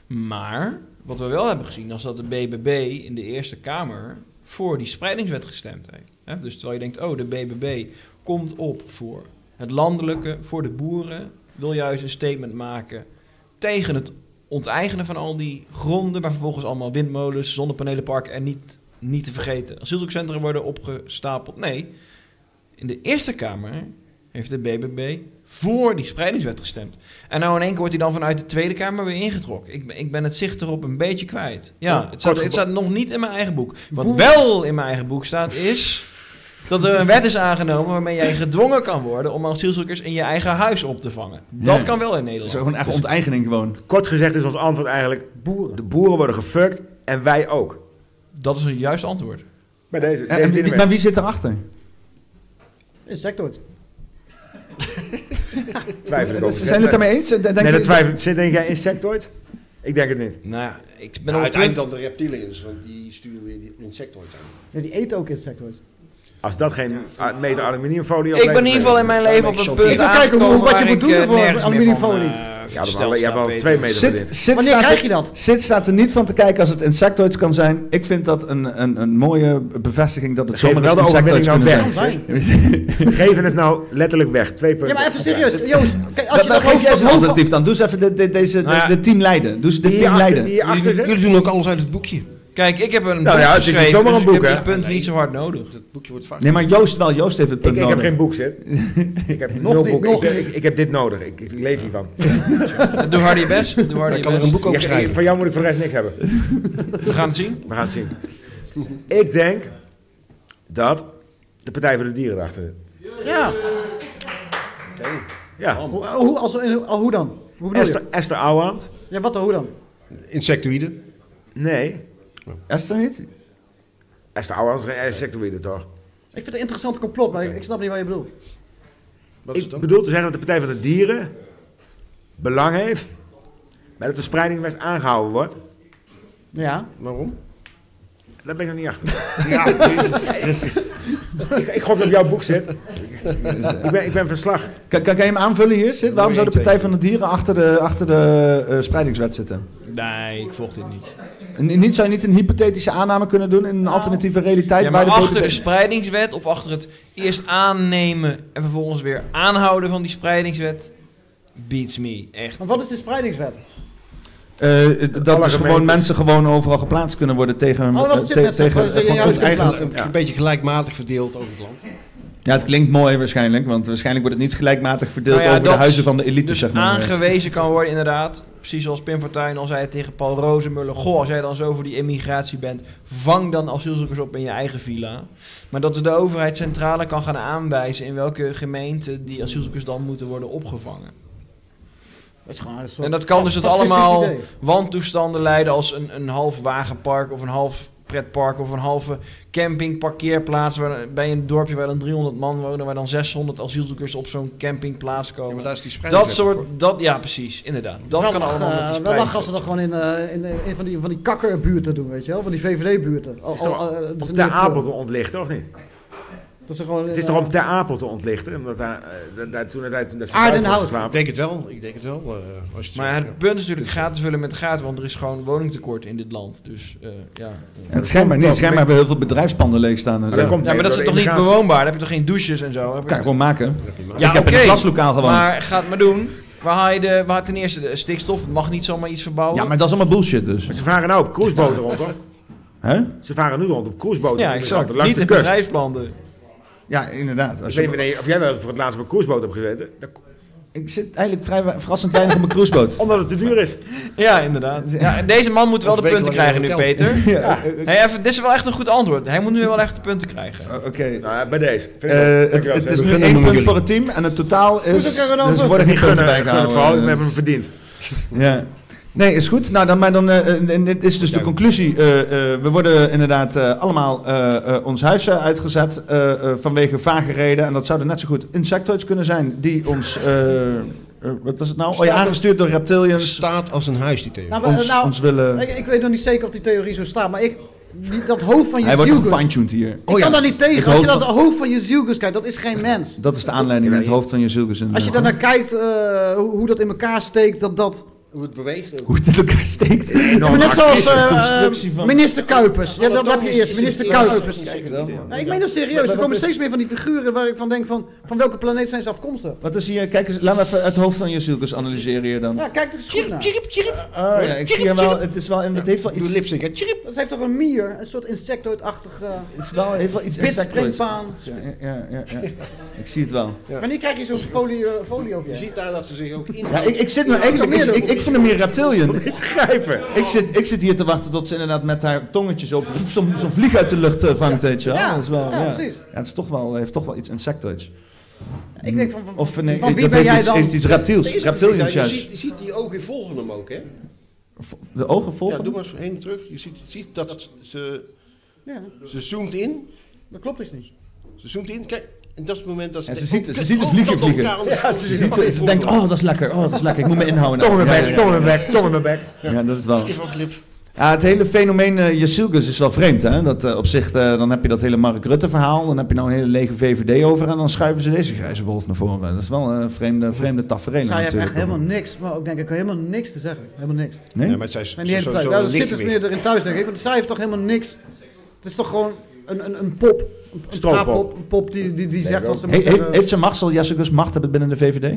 C: Maar wat we wel hebben gezien, was dat de BBB in de Eerste Kamer voor die spreidingswet gestemd heeft. Hè, Dus terwijl je denkt, oh, de BBB komt op voor het landelijke, voor de boeren, wil juist een statement maken tegen het onteigenen van al die gronden, waar vervolgens allemaal windmolens, zonnepanelenparken en niet, niet te vergeten asielzoekcentra worden opgestapeld. Nee, in de Eerste Kamer heeft de BBB voor die spreidingswet gestemd. En nou in één keer wordt hij dan vanuit de Tweede Kamer weer ingetrokken. Ik, ben- ik ben het zicht erop een beetje kwijt. Ja, het staat, het staat nog niet in mijn eigen boek. Wat wel in mijn eigen boek staat is... dat er een wet is aangenomen waarmee jij gedwongen kan worden... om asielzoekers in je eigen huis op te vangen. Dat
B: Ja.
C: kan wel in Nederland. Dus
B: Zo gewoon echt onteigening gewoon.
D: Kort gezegd is ons antwoord eigenlijk:
F: Boeren.
D: dus- de boeren worden gefuckt en wij ook.
C: Dat is een juist antwoord.
D: Bij deze.
B: eh, En-
D: deze
B: en wie-
D: dinner
B: maar wie zit erachter?
F: Insectoid.
D: twijfel ik over.
F: dus
B: Zijn jullie het daarmee eens? Denk
D: Nee,
B: je-
D: dat twijfel ik. Zit- Denk jij insectoid? Ik denk het niet.
C: Nou ja,
K: Nou,
C: ik ben op het punt...
K: uiteindelijk dan de reptilians, want die sturen weer die insectoid aan.
F: Ja, die eten ook insectoids.
D: Als dat geen a- meter aluminiumfolie
C: Ik ben in ieder geval in mijn leven op
K: Daarmee
C: het
K: choqueer.
C: punt
F: Even kijken hoe-
C: aangekomen
F: wat je moet
C: waar ik,
F: doen
C: eh,
F: voor
C: nergens meer
F: aluminiumfolie.
C: van, eh,
D: Ja,
C: versteld
D: je hebt
C: sta,
D: al
C: Peter.
D: twee meter
B: Zit,
D: van dit.
B: zit,
F: Wanneer
B: staat
F: krijg
B: er-
F: je dat?
B: Zit staat er niet van te kijken als het insectoids kan zijn. Ik vind dat een, een, een mooie bevestiging dat het
D: Geef
B: zomaar
D: wel de
B: eens
D: overwinning
B: insectoids
D: nou
B: kunnen zijn.
D: weg.
F: zijn.
D: We geven het nou letterlijk weg. Twee
F: Ja,
D: punten.
F: maar even serieus. Joost, kijk, als
B: Dat,
F: je
B: dan
F: dat
B: geef
F: hoofd
B: jij
F: dat
B: ze
F: hoofd van...
B: alternatief dan. Doe eens even de, de, deze,
C: Nou ja.
B: de, de team leiden. Doe ze de
D: Die
B: team
D: hierachter,
B: leiden.
D: die hierachter
K: Jullie,
D: zit.
K: jullie doen ook alles uit het boekje.
C: Kijk, ik heb
D: Nou
C: een punt
D: ja, het is niet
C: geschreven,
D: zomaar een
C: dus
D: boek,
C: ik
D: hè?
C: heb dit punt niet zo hard nodig.
K: Dat boekje wordt vaak...
B: Nee, maar Joost wel. Joost heeft het punt
D: Ik, ik heb
B: nodig.
D: geen boek zit. Ik heb
F: Nog
D: nul
F: niet,
D: boek.
F: nog
D: ik,
F: niet.
D: ik, ik heb dit nodig. Ik, ik leef hiervan.
C: Doe harder je best, doe harder
K: Ik
C: je
K: kan er een
C: best.
K: boek
D: Ik-
K: over
D: ik-
K: schrijven.
D: van jou moet ik voor de rest niks hebben.
C: We gaan het zien.
D: We gaan het zien. Ik denk dat de Partij voor de Dieren erachter zit.
F: Ja,
D: Ja.
F: hoe, hoe, als, in- al hoe dan? Hoe bedoel
D: Esther,
F: je?
D: Esther Ouwehand?
F: Ja, wat dan, hoe dan?
K: Insectoïden. Oh.
D: Nee.
B: Esther niet?
D: Esther Ouwehand is geen insectoïde, toch?
F: Ik vind het een interessant complot, maar ik, ik snap niet wat je bedoelt.
K: Wat is het
D: Ik
K: dan?
D: bedoel te zeggen dat de Partij van de Dieren belang heeft, maar dat de spreiding best aangehouden wordt.
F: Ja,
K: Waarom?
D: Daar ben ik nog niet achter. Ja, Ik, ik gok dat op jouw boek zit. Ik ben, ik ben verslag.
B: Kan, kan, kan je hem aanvullen hier, Sid? Waarom zou de Partij van de Dieren achter de, achter de eh, spreidingswet zitten?
C: Nee, ik volg dit niet.
B: En Niet, zou je niet een hypothetische aanname kunnen doen in een alternatieve realiteit?
C: Nou. Ja, maar
B: waar de
C: achter de
B: BBB
C: spreidingswet of achter het eerst aannemen en vervolgens weer aanhouden van die spreidingswet, beats me, echt.
F: maar wat is de spreidingswet?
B: Eh, eh, dat
D: Alle
B: dus gewoon
D: gemeentes.
B: mensen gewoon overal geplaatst kunnen worden tegen hun
F: Oh, dat
B: eh,
F: is
B: te-
F: het net,
B: tegen
F: dat is
B: van
F: in je
B: ons
F: huis kunnen
B: eigen.
F: plaatsen.
K: Een, een beetje gelijkmatig verdeeld over het land.
B: Ja, het klinkt mooi waarschijnlijk, want waarschijnlijk wordt het niet gelijkmatig verdeeld
C: Nou ja,
B: over de
C: dat
B: huizen van de elite,
C: Dus
B: zeg maar.
C: aangewezen kan worden inderdaad precies zoals Pim Fortuyn al zei tegen Paul Rozemuller. Goh, als jij dan zo voor die immigratie bent, vang dan asielzoekers op in je eigen villa. Maar dat de overheid centrale kan gaan aanwijzen in welke gemeente die asielzoekers dan moeten worden opgevangen.
F: Dat is gewoon een soort
C: En dat kan dus het
F: fascistisch
C: allemaal
F: idee.
C: wantoestanden leiden als een, een half wagenpark of een half pretpark of een halve campingparkeerplaats waar, bij een dorpje waar dan 300 man wonen, waar dan 600 asielzoekers op zo'n campingplaats komen.
E: maar daar is die spreiding
C: dat soort, dat, ja precies, inderdaad. Dat
F: Wel
C: kan
F: lachen,
C: allemaal met
F: eh,
C: die
F: Wel lachen
C: spreiding.
F: als ze dat gewoon in, eh, in, in van die, van die kakkerbuurten doen, weet je wel? Van die VVD-buurten. Al-
D: Is toch
F: al, eh, dat
D: Om
F: ze
D: Ter
F: niet-
D: Apel te ontlichten, of niet?
F: Dat ze gewoon,
D: Het is
F: eh,
D: toch om Ter Apel te ontlichten? Omdat daar, eh, dat- dat- toen dat- toen dat ze
F: Aardenhout.
D: buiten
E: Ik
D: slapen.
E: denk het wel, ik denk het wel. eh, als je het
C: Maar
E: zegt,
C: het punt is natuurlijk gaten vullen met gaten, want er is gewoon woningtekort in dit land. Dus eh, ja.
B: Het schijnbaar niet. Het schijnbaar hebben heel veel bedrijfspanden leeg staan. en
D: Maar dat
B: zo.
D: komt
C: Ja, maar dat
D: door
C: is
D: de
C: toch niet
D: immigratie.
C: bewoonbaar? Dan heb je toch geen douches en zo? Heb je-
B: Kan je gewoon maken.
C: Ja,
B: ik heb in
C: oké,
B: een klaslokaal gewoond.
C: Maar ga het maar doen. Waar haal je de, waar ten eerste de stikstof? Het mag niet zomaar iets verbouwen.
B: Ja, maar dat is allemaal bullshit dus.
D: Maar ze varen nou op cruiseboten rond, hoor.
B: Hè?
D: Ze varen nu rond op cruiseboten.
C: Ja,
D: in
C: exact.
D: Nederland, Langs
C: niet
D: de
C: in
D: kust.
C: bedrijfsplannen.
B: Ja, inderdaad. Als je-
D: Ik weet niet wanneer- of jij wel eens voor het laatst op een cruiseboot hebt gezeten. Dat-
B: ik zit eigenlijk vrij we- verrassend weinig op mijn cruiseboot.
D: Omdat het te duur is.
C: Ja, inderdaad. Ja, en deze man moet wel
E: Of
C: de punten
E: wekenlang
C: krijgen
E: in
C: nu,
E: een
C: Peter. Hey, even, dit is wel echt een goed antwoord. Hij moet nu wel echt de punten krijgen.
B: Eh, Oké.
D: Nou, ja, bij deze. Vind ik wel.
B: Eh,
D: Dank
B: het,
D: je wel,
B: het
D: Sven.
B: is
D: We
B: nu
D: gunnen
B: één
D: hem
B: punt
D: jullie.
B: voor het team en het totaal is... Dus
F: elkaar een
B: er
F: antwoord.
B: worden
D: Ik
B: geen
D: gun
B: punten
D: hem, ik gun hem Paul, ik
B: bijgehouden.
D: heb hem verdiend.
B: Ja. Nee, is goed. Nou, dan, maar dan eh, eh, en dit is dus de conclusie. Eh, eh, we worden inderdaad eh, allemaal eh, eh, ons huis eh, uitgezet eh, eh, vanwege vage reden. En dat zouden net zo goed insectoids kunnen zijn die ons... eh, eh, wat was het nou? Oh ja, aangestuurd door reptilians.
E: staat als een huis die tegen.
F: Nou, maar, eh,
B: Ons,
F: nou,
B: ons willen...
F: ik, ik weet nog niet zeker of die theorie zo staat, maar ik, die, dat hoofd van
B: Hij
F: je
B: wordt nog
F: zielgus...
B: gefine-tuned hier.
C: Oh
E: Oh
F: Ik kan daar niet
B: Het
F: tegen. Als je
B: hoofd
F: naar het hoofd van je zielgus kijkt, dat is geen mens.
B: Dat is de aanleiding in het hoofd van je zulkus.
F: Als je daarnaar kijkt, eh, hoe, hoe dat in elkaar steekt, dat dat...
E: Hoe het beweegt.
B: Hoe het in elkaar steekt.
F: Maar net zoals eh,
B: constructie van-
F: minister Kuipers. Ja, dat heb je eerst. Minister Kuipers.
E: dan.
F: Nou, ik meen dat serieus. Er komen steeds meer van die figuren waar ik van denk van... van welke planeet zijn ze afkomstig?
B: Wat is hier? Kijk eens, laat me even het hoofd van je zulkus analyseren hier dan.
F: Ja, kijk er eens goed naar.
B: Oh ja, ik zie hem wel. Het is wel, het heeft wel
E: Doe
B: iets,
E: lipstick. hè. Tjirip.
F: Dat heeft toch een mier? Een soort insectoidachtig... eh
B: het is wel, heeft wel iets
F: Spits,
B: insectoids.
F: springpaan.
B: Ja, ja, ja, ja. Ik zie het wel.
F: Wanneer krijg je zo'n folie, eh, folie over je?
E: Je ziet daar dat ze zich ook in.
B: Ja, ik, ik zit nu eigenlijk, ik, ik, ik vind hem meer reptilian.
D: Niet grijpen.
B: Ik zit, ik zit hier te wachten tot ze inderdaad met haar tongetjes op zo'n zo'n vlieg uit de lucht eh, vangt, weet je wel.
F: Ja,
B: Dat is wel,
F: ja, precies.
B: Ja, het is toch wel, heeft toch wel iets insectoids.
F: Ik denk van, van,
B: Of eh, nee,
F: van wie
B: dat
F: ben
B: heeft
F: jij
B: iets,
F: dan?
B: heeft iets reptiels, reptilians
E: Je
B: juist.
E: ziet, je ziet die ogen volgen hem ook, hè?
B: De ogen
E: Ja,
B: volgen?
E: doe maar eens heen en terug. Je ziet, ziet dat ze,
F: Ja,
E: ze zoomt in.
F: dat klopt dus niet.
E: Ze zoomt in. Kijk, en dat is het moment dat ze...
B: En ze
E: denkt,
B: ziet-
E: oh,
B: ze
E: kut,
B: ziet de
E: oh,
B: vliegen
E: dat op
B: vliegen.
E: elkaar om-
D: Ja, ze
B: Ze,
D: ziet-
B: ziet, ze, ze denkt, oh dat is lekker, oh dat is lekker, ik moet me inhouden.
D: Tong in
B: Ja,
D: mijn
B: ja,
D: bek,
B: ja.
D: tong in mijn bek, tong in mijn bek.
B: Ja, dat is wel.
E: Stief op lip.
B: Ja, het hele fenomeen uh, Jasilgus is wel vreemd. Hè? Dat, eh, op zich, eh, dan heb je dat hele Mark Rutte verhaal. Dan heb je nou een hele lege VVD over. En dan schuiven ze deze grijze wolf naar voren. Dat is wel een vreemde, vreemde tafereel
F: Zij heeft
B: natuurlijk.
F: echt helemaal niks, maar ook denk ik helemaal niks te zeggen. Helemaal niks.
B: Nee?
E: Ja, maar zij is
F: Nee, die hele tijd.
E: sowieso
F: Ja,
E: een
F: dat zit dus
E: lichtgewicht.
F: meer erin thuis, denk ik. Want zij heeft toch helemaal niks. Het is toch gewoon een, een, een pop. Een, een
D: Stroompop.
F: praappop, Een pop die, die, die zegt wat ze
B: He-
F: moet
B: heeft,
F: zeggen.
B: heeft ze Marcel Jasilgus macht hebben binnen de VVD?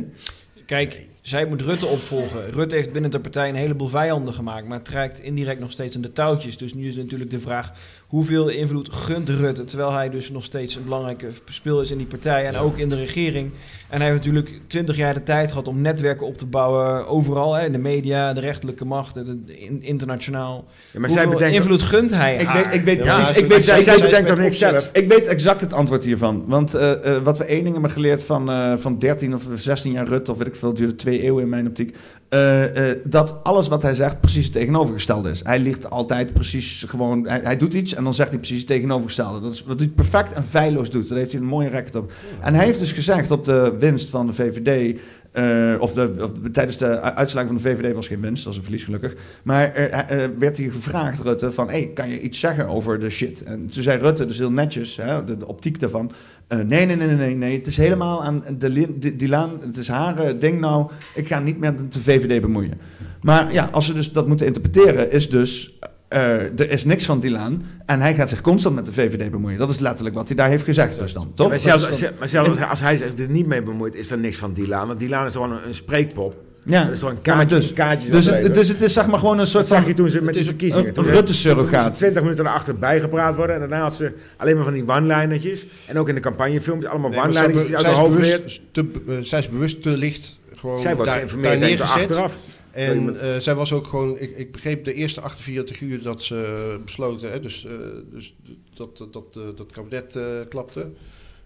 C: Kijk, zij moet Rutte opvolgen. Rutte heeft binnen de partij een heleboel vijanden gemaakt, maar trekt indirect nog steeds aan de touwtjes. Dus nu is natuurlijk de vraag, hoeveel invloed gunt Rutte, terwijl hij dus nog steeds een belangrijke speel is in die partij en ook in de regering. En hij heeft natuurlijk twintig jaar de tijd gehad om netwerken op te bouwen, overal, hè, in de media, de rechterlijke macht, en de- in- internationaal.
D: Ja, maar zij
C: Hoeveel
D: bedenkt,
C: invloed gunt hij
B: Ik
C: haar?
B: weet, ik weet
E: Ja,
B: precies.
E: ze-
B: Ik weet,
E: zij-
B: ik
D: zij
B: weet-
D: bedenkt dat niks zelf.
B: Ik weet exact het antwoord hiervan. Want eh, eh, wat we één ding hebben geleerd van, eh, van 13 of 16 jaar Rutte, of weet ik veel, het duurde twee eeuwen in mijn optiek. eh, eh, dat alles wat hij zegt precies het tegenovergestelde is. Hij ligt altijd precies gewoon. Hij, hij doet iets en dan zegt hij precies het tegenovergestelde. Dat is wat hij perfect en feilloos doet. Daar heeft hij een mooie record op. En hij heeft dus gezegd op de winst van de VVD. eh, of, de, of tijdens de u- uitslag van de VVD was geen winst, dat was een verlies gelukkig. Maar er, eh, eh, werd hij gevraagd, Rutte, van... Hey, kan je iets zeggen over de shit? En toen zei Rutte, dus heel netjes, hè, de, de optiek daarvan... eh, nee, nee, nee, nee, nee, nee, het is helemaal aan de, li- di- die laan, het is haar eh, ding nou... ik ga niet meer met de VVD bemoeien. Maar ja, als ze dus dat moeten interpreteren, is dus... eh, er is niks van die laan en hij gaat zich constant met de VVD bemoeien. Dat is letterlijk wat hij daar heeft gezegd dus dan, toch?
D: maar
B: Dat
D: zelfs,
B: is dan-
D: ze- maar zelfs als hij zich er niet mee bemoeit, is er niks van Dylan. Want Dylan is gewoon een, een spreekpop.
B: ja.
D: Dat is gewoon een
B: Ja, maar
D: kaartje.
B: dus,
D: een kaartje
B: dus, het,
D: dat levert.
B: dus het is zeg maar gewoon een soort
D: dat zag
B: van...
D: je toen ze met de
B: een
D: verkiezingen. Toen
B: Rutte-surrogaat.
D: toen moest ze 20 minuten erachter bijgepraat worden. En daarna had ze alleen maar van die one-linertjes. En ook in de campagnefilms allemaal
E: Nee, maar zij
D: one-linertjes
E: be-
D: uit
E: zij
D: haar
E: is
D: hoofd
E: bewust
D: leert.
E: te- eh, Zij is bewust te licht gewoon
D: Zij wordt
E: daar, daar
D: geïnformeerd denk ik,
E: neergezet.
D: achteraf.
K: En eh, zij was ook gewoon, ik, ik begreep de eerste 48 uur dat ze eh, besloten, hè, dus, eh, dus d- dat, dat, dat, eh, dat kabinet eh, klapte,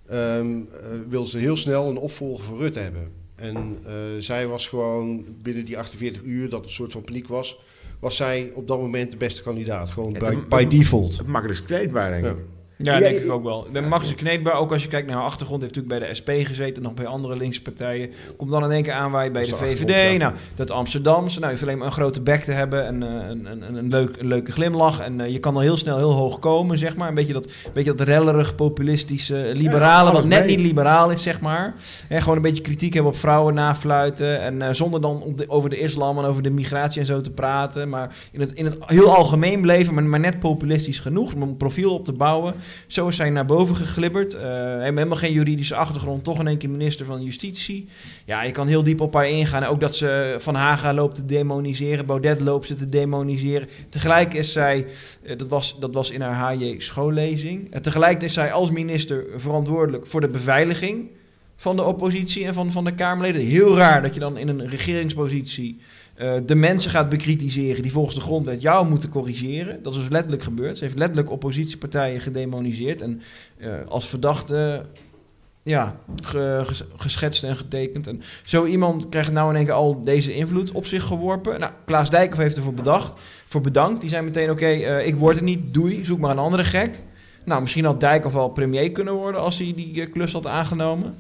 K: ehm eh, wil ze heel snel een opvolger voor Rutte hebben. En eh, zij was gewoon binnen die 48 uur, dat een soort van paniek was, was zij op dat moment de beste kandidaat. Gewoon
D: Ja,
K: by,
D: het-
K: by default.
D: Het makkelijkst kleedbaar, denk ik.
C: Ja,
D: Ja,
C: denk
D: ik-
C: ik ook wel. De Max de Kneedbaar, ook als je kijkt naar haar achtergrond, heeft natuurlijk bij de SP gezeten, nog bij andere linkse partijen. Komt dan in één keer aanwaaien bij
K: Dat
C: de
K: is de
C: VVD.
K: achtergrond, ja.
C: Nou, dat Amsterdamse. Nou, je hoeft alleen maar een grote bek te hebben en eh, een, een, een, een leuk, een leuke glimlach. En eh, je kan al heel snel heel hoog komen, zeg maar. Een beetje dat, een beetje dat rellerig, eh, populistische, liberale,
D: alles
C: wat net
D: mee.
C: niet liberaal is, zeg maar. En gewoon een beetje kritiek hebben op vrouwen nafluiten. En eh, zonder dan op de- over de islam en over de migratie en zo te praten. Maar in het, in het heel algemeen bleven, maar, maar net populistisch genoeg om een profiel op te bouwen. Zo is zij naar boven geglibberd. Eh, helemaal geen juridische achtergrond, toch in één keer minister van Justitie. Ja, je kan heel diep op haar ingaan. En Ook dat ze Van Haga loopt te demoniseren, Baudet loopt ze te demoniseren. Tegelijk is zij, eh, dat, was, dat was in haar HJ schoollezing. En tegelijk is zij als minister verantwoordelijk voor de beveiliging van de oppositie en van, van de Kamerleden. Heel raar dat je dan in een regeringspositie eh, de mensen gaat bekritiseren die volgens de grondwet jou moeten corrigeren. Dat is dus letterlijk gebeurd. Ze heeft letterlijk oppositiepartijen gedemoniseerd en eh, als verdachte ja, ge- ges- geschetst en getekend. En zo iemand krijgt nou in één keer al deze invloed op zich geworpen. Nou, Klaas Dijkhoff heeft ervoor bedacht, voor bedankt. Die zei meteen, oké, eh, ik word het niet, doei, zoek maar een andere gek. Nou, misschien had Dijkhoff wel premier kunnen worden als hij die eh, klus had aangenomen.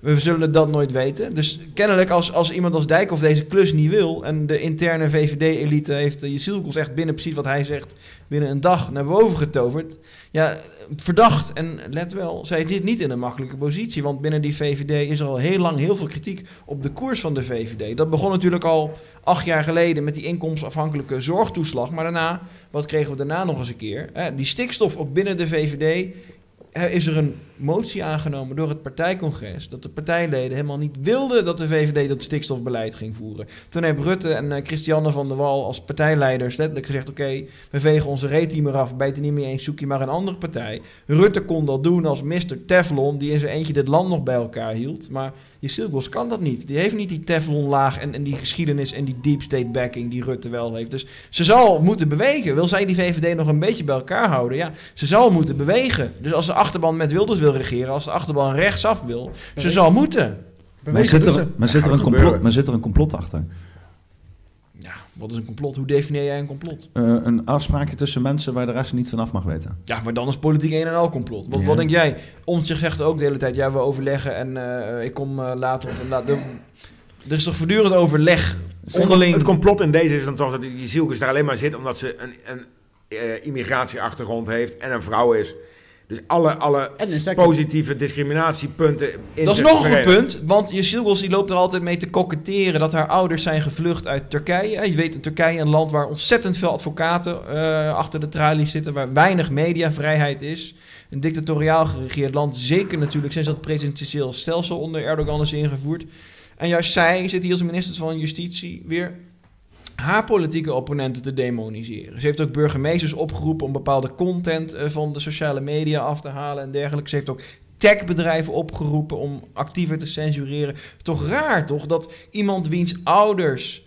C: We zullen het dat nooit weten. Dus kennelijk als, als iemand als Dijkhoff deze klus niet wil... en de interne VVD-elite heeft je zielkost echt binnen precies wat hij zegt... binnen een dag naar boven getoverd. Ja, verdacht. En let wel, zij zit niet in een makkelijke positie. Want binnen die VVD is er al heel lang heel veel kritiek op de koers van de VVD. Dat begon natuurlijk al acht jaar geleden met die inkomensafhankelijke zorgtoeslag. Maar daarna, wat kregen we daarna nog eens een keer? Hè, die stikstof ook binnen de VVD er is er een motie aangenomen door het partijcongres dat de partijleden helemaal niet wilden dat de VVD dat stikstofbeleid ging voeren. Toen hebben Rutte en eh, Christiane van der Wal als partijleiders letterlijk gezegd: oké, we vegen onze reet hier maar af, bij het er niet mee eens, zoek je maar een andere partij. Rutte kon dat doen als Mr. Teflon, die in zijn eentje dit land nog bij elkaar hield, maar Silbos kan dat niet. Die heeft niet die Teflon-laag en, en die geschiedenis en die deep state backing die Rutte wel heeft. Dus ze zal moeten bewegen. Wil zij die VVD nog een beetje bij elkaar houden? Ja, ze zal moeten bewegen. Dus als de achterban met Wilders wil regeren, als de achterban rechtsaf wil, ze zal moeten.
B: Maar
F: Bewegen
B: zit, er,
F: Rutte.
B: maar, zit er
D: Gaat
B: een complot,
D: gebeuren.
B: maar zit er een complot achter?
C: Ja, wat is een complot? Hoe definieer jij een complot?
B: Eh, een afspraakje tussen mensen waar de rest niet vanaf mag weten.
C: Ja, maar dan is politiek een en al complot. Want
B: Ja.
C: wat denk jij? Omtzigt zegt ook de hele tijd, ja, we overleggen en eh, ik kom eh, later op. En laat, er, er is toch voortdurend overleg onderling.
D: Het complot in deze is dan toch dat die die Zielkes daar alleen maar zit omdat ze een, een eh, immigratieachtergrond heeft en een vrouw is. Dus alle, alle
F: En een second-
D: positieve discriminatiepunten. in
C: Dat is
D: zich
C: nog een
D: verenigd.
C: punt, want Yeşilgöz die loopt er altijd mee te koketteren dat haar ouders zijn gevlucht uit Turkije. En Je weet, in Turkije een land waar ontzettend veel advocaten eh, achter de tralies zitten, waar weinig mediavrijheid is. Een dictatoriaal geregeerd land, zeker natuurlijk sinds dat presidentieel stelsel onder Erdogan is ingevoerd. En juist zij zit hier als minister van Justitie weer haar politieke opponenten te demoniseren. Ze heeft ook burgemeesters opgeroepen om bepaalde content eh, van de sociale media af te halen en dergelijke. Ze heeft ook techbedrijven opgeroepen om actiever te censureren. Toch raar toch dat iemand wiens ouders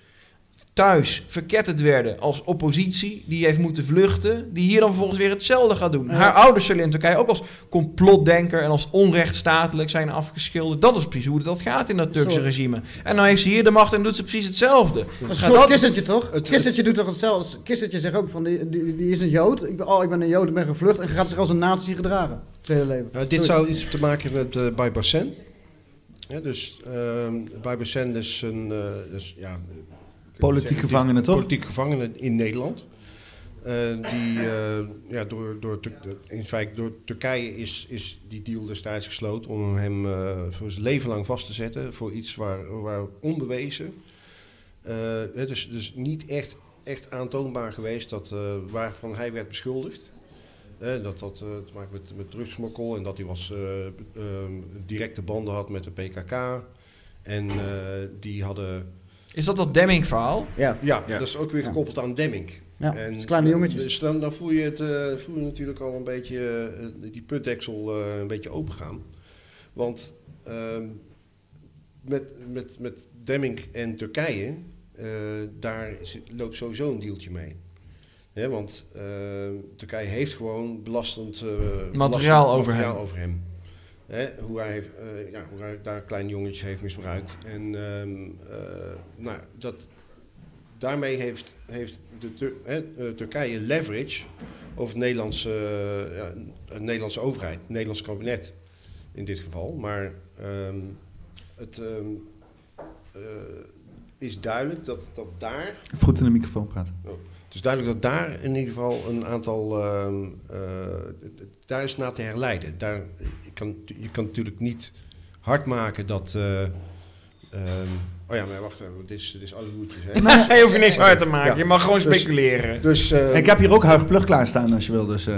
C: thuis verketterd werden als oppositie, die heeft moeten vluchten, die hier dan vervolgens weer hetzelfde gaat doen.
F: Ja.
C: Haar ouders zullen in Turkije ook als complotdenker en als onrechtstatelijk zijn afgeschilderd. Dat is precies hoe dat gaat in dat Turkse
F: Sorry.
C: regime. En dan heeft ze hier de macht en doet ze precies hetzelfde.
F: Dat is
C: Gaat
F: een soort
C: dat-
F: kissertje toch?
K: het-
F: kissertje doet toch hetzelfde? Kissertje zegt ook van die, die, die is een jood. Ik ben, oh, ik ben een jood, ik ben gevlucht. En gaat zich als een nazi gedragen. Het hele leven.
K: Nou, dit
F: Sorry.
K: zou iets te maken hebben met eh Bij Bassen. Ja, dus ehm Bij Bassen is een eh, dus, ja, kun je
B: Politiek
K: zeggen,
B: gevangene,
K: die-
B: toch?
K: Politiek gevangene in Nederland. Eh, die eh, ja, door, door, Tur- in feite door Turkije is, is die deal destijds gesloten om hem eh, voor zijn leven lang vast te zetten voor iets waar, waar onbewezen. eh, hè, dus, dus niet echt, echt aantoonbaar geweest dat, eh, waarvan hij werd beschuldigd. Eh, dat dat eh, te maken met, met drugsmokkel en dat hij was, eh, ehm, directe banden had met de PKK. En eh, die hadden.
C: Is dat dat Demming-verhaal?
F: Ja.
K: Ja,
D: Ja.
K: dat is ook weer gekoppeld aan Demming.
F: Ja,
K: en,
F: dat is kleine jongetjes.
K: Dus dan, dan voel, je het, eh, voel je natuurlijk al een beetje eh, die putdeksel eh, een beetje opengaan. Want ehm, met, met, met Demming en Turkije eh, eh, daar zit- loopt sowieso een deeltje mee. Hè, want eh, Turkije heeft gewoon belastend, eh, belastend
C: Materiaal over
K: materiaal
C: hem.
K: over hem. Hè, hoe, hij, heeft, eh, ja, hoe hij daar kleine jongetjes heeft misbruikt. En ehm, eh, nou, dat, daarmee heeft, heeft de Tur- hè, eh, Turkije leverage over de Nederlandse, eh, ja, de Nederlandse overheid, het Nederlands kabinet in dit geval. Maar ehm, het ehm, eh, is duidelijk dat, dat daar
B: Even goed in de microfoon praten.
D: Oh,
K: het is duidelijk dat daar in ieder geval een aantal. ehm, eh, daar is naar te herleiden. Daar, je, kan, je kan natuurlijk niet hard maken dat. eh, ehm, oh ja, maar wacht even, dit is, dit is alle hoedjes. hè.
C: Nee, je hoeft er niks hard te maken.
K: Ja.
C: Je mag gewoon
K: Dus-
C: speculeren.
K: Dus, eh,
B: Ik heb hier ook Huig Plug klaarstaan als je wil, dus... eh.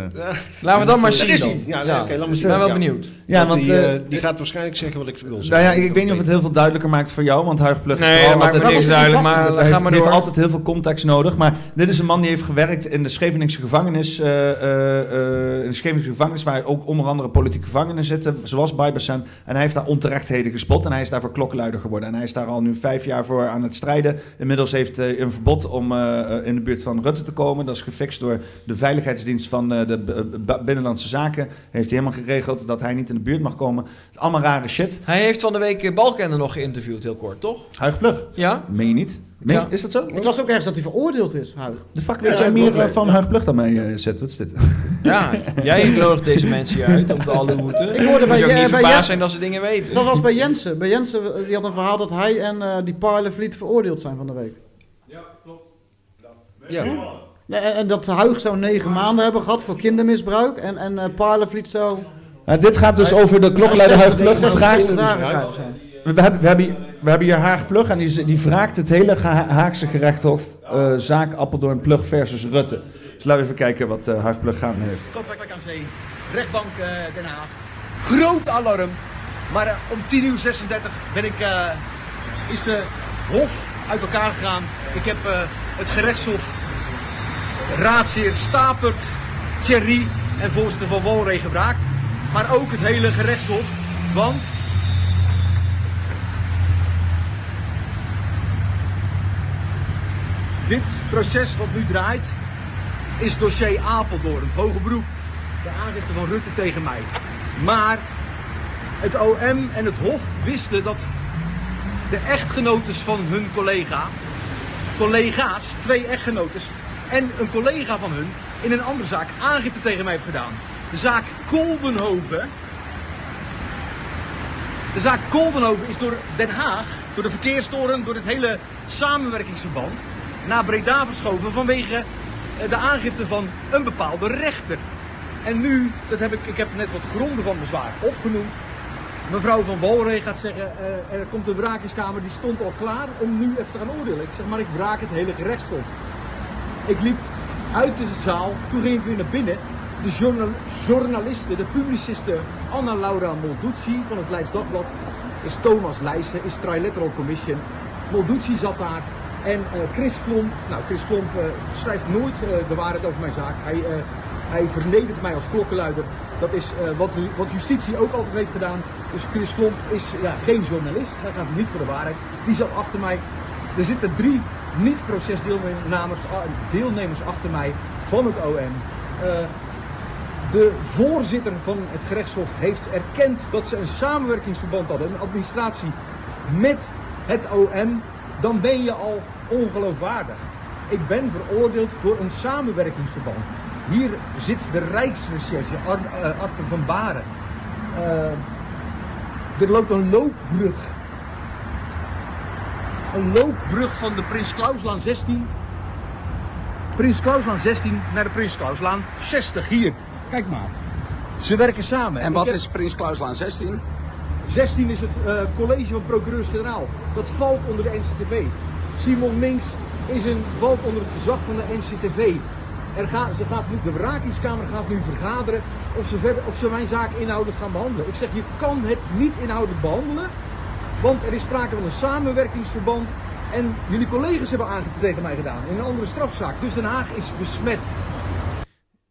C: Laten we dan maar
K: dus, Daar
C: zien.
K: is
C: dan.
K: hij. Ja,
C: Ja.
K: oké, laat maar
C: Ik
K: zien.
C: ben wel
K: Ja.
C: benieuwd.
B: ja, want...
K: die, eh,
B: eh,
K: die gaat waarschijnlijk zeggen wat ik wil zeggen.
B: nou ja,
K: Dat
B: ik weet niet of het
K: weet
B: heel veel duidelijker maakt voor jou, want Huig Plug
C: Nee,
B: is
C: dat
B: vooral
C: maakt me
B: altijd...
C: niks duidelijk, maar
B: dat
C: ga
B: heeft,
C: maar
B: die heeft
C: door.
B: altijd heel veel context nodig, maar dit is een man die heeft gewerkt in de Scheveningse gevangenis, eh, eh, eh, in de Scheveningse gevangenis waar ook onder andere politieke gevangenen zitten, zoals Bijbersen, en hij heeft daar onterechtheden gespot en hij is daarvoor klokkenluider geworden en hij is daar al nu vijf jaar voor aan het strijden. Inmiddels heeft hij een verbod om eh, eh, in de buurt van Rutte te komen, dat is gefixt door de veiligheidsdienst van eh, de B- B- Binnenlandse Zaken, heeft hij helemaal geregeld dat hij niet in de buurt mag komen. Allemaal rare shit.
C: Hij heeft van de week eh, Balkenende nog geïnterviewd, heel kort, toch?
B: Huig Plug.
C: Ja?
B: Meen je niet? Meen-
C: Ja.
B: Is dat zo?
F: Ik las ook ergens dat hij veroordeeld is, Huig.
B: De fuck weet
K: Ja,
B: jij
K: ik
B: meer
K: ook,
B: eh,
K: nee.
B: van Huig Plug dan mij, eh, Zet? Wat is dit?
C: Ja, jij nodigt deze mensen hier uit om te alle hoeten.
F: Ik hoorde bij
C: eh, Moet je ook
F: je-
C: niet
F: bij
C: verbaasd
F: je-
C: zijn dat ze dingen weten.
F: Dat was bij Jensen. Bij Jensen eh, die had een verhaal dat hij en eh, die Parlevliet veroordeeld zijn van de week.
K: ik. Ja.
F: Nee, En, en dat Huig zou negen maanden hebben gehad voor kindermisbruik. En, en eh, Parlevliet zou...
B: dit gaat dus over de klokkenluider Huig Plug.
F: zou
B: Vraagt,
F: 60 dagen
K: misbruik.
F: krijgen zijn.
B: we, we hebben, we, hebben, hier- we hebben hier Haag Plug en die, z- die vraagt het hele Ga- Haagse gerechtshof eh, zaak Appeldoorn Plug versus Rutte. Dus laten we even kijken wat eh Huig Plug gaan heeft.
L: Katwijk aan Zee, rechtbank eh, Den Haag. Groot alarm, maar eh, om 10 uur 36 ben ik, eh, is de hof uit elkaar gegaan. Ik heb eh, het gerechtshof, raadsheer Stapert, Thierry en voorzitter van Walree gevraagd. Maar ook het hele gerechtshof, want dit proces wat nu draait is dossier Apeldoorn, het hoge beroep. De aangifte van Rutte tegen mij. Maar het OM en het Hof wisten dat de echtgenotes van hun collega, collega's, twee echtgenotes en een collega van hun in een andere zaak aangifte tegen mij heeft gedaan. De zaak Koldenhoven. De zaak Koldenhoven is door Den Haag, door de verkeerstoren, door het hele samenwerkingsverband naar Breda verschoven vanwege eh, de aangifte van een bepaalde rechter. En nu, dat heb ik, ik heb net wat gronden van bezwaar opgenoemd. Mevrouw van Walree gaat zeggen, eh, er komt een wraakingskamer, die stond al klaar om nu even te gaan oordelen. Ik zeg maar, ik wraak het hele gerechtshof. Ik liep uit de zaal, toen ging ik weer naar binnen. De journal journaliste, de publiciste Anna Laura Molducci van het Leids Dagblad is Thomas Leijsen, is Trilateral Commission. Molducci zat daar en eh, Chris Klomp, nou Chris Klomp eh, schrijft nooit eh, de waarheid over mijn zaak. Hij, eh, hij vernedert mij als klokkenluider. Dat is eh, wat, de- wat justitie ook altijd heeft gedaan. Dus Chris Klomp is ja, geen journalist, hij gaat niet voor de waarheid. Die zat achter mij. Er zitten drie niet-procesdeelnemers deelnemers achter mij van het OM. Eh, de voorzitter van het gerechtshof heeft erkend dat ze een samenwerkingsverband hadden, een administratie met het OM. Dan ben je al ongeloofwaardig. Ik ben veroordeeld door een samenwerkingsverband. Hier zit de Rijksrecherche, Ar eh, Arthur van Baren. Eh, er loopt een loopbrug een loopbrug van de Prins Klauslaan 16. Prins Klauslaan 16 naar de Prins Klauslaan 60 hier. Kijk maar. Ze werken samen. En wat is Prins Klauslaan 16? 16 is het eh, college van procureurs-generaal. Dat valt onder de NCTV. Simon Minks is een, valt onder het gezag van de NCTV. Er gaat, ze gaat nu, de berakingskamer gaat nu vergaderen of ze, verder, of ze mijn zaak inhoudelijk gaan behandelen. Ik zeg, je kan het niet inhoudelijk behandelen. Want er is sprake van een samenwerkingsverband. En jullie collega's hebben aangifte tegen mij gedaan in een andere strafzaak. Dus Den Haag is besmet.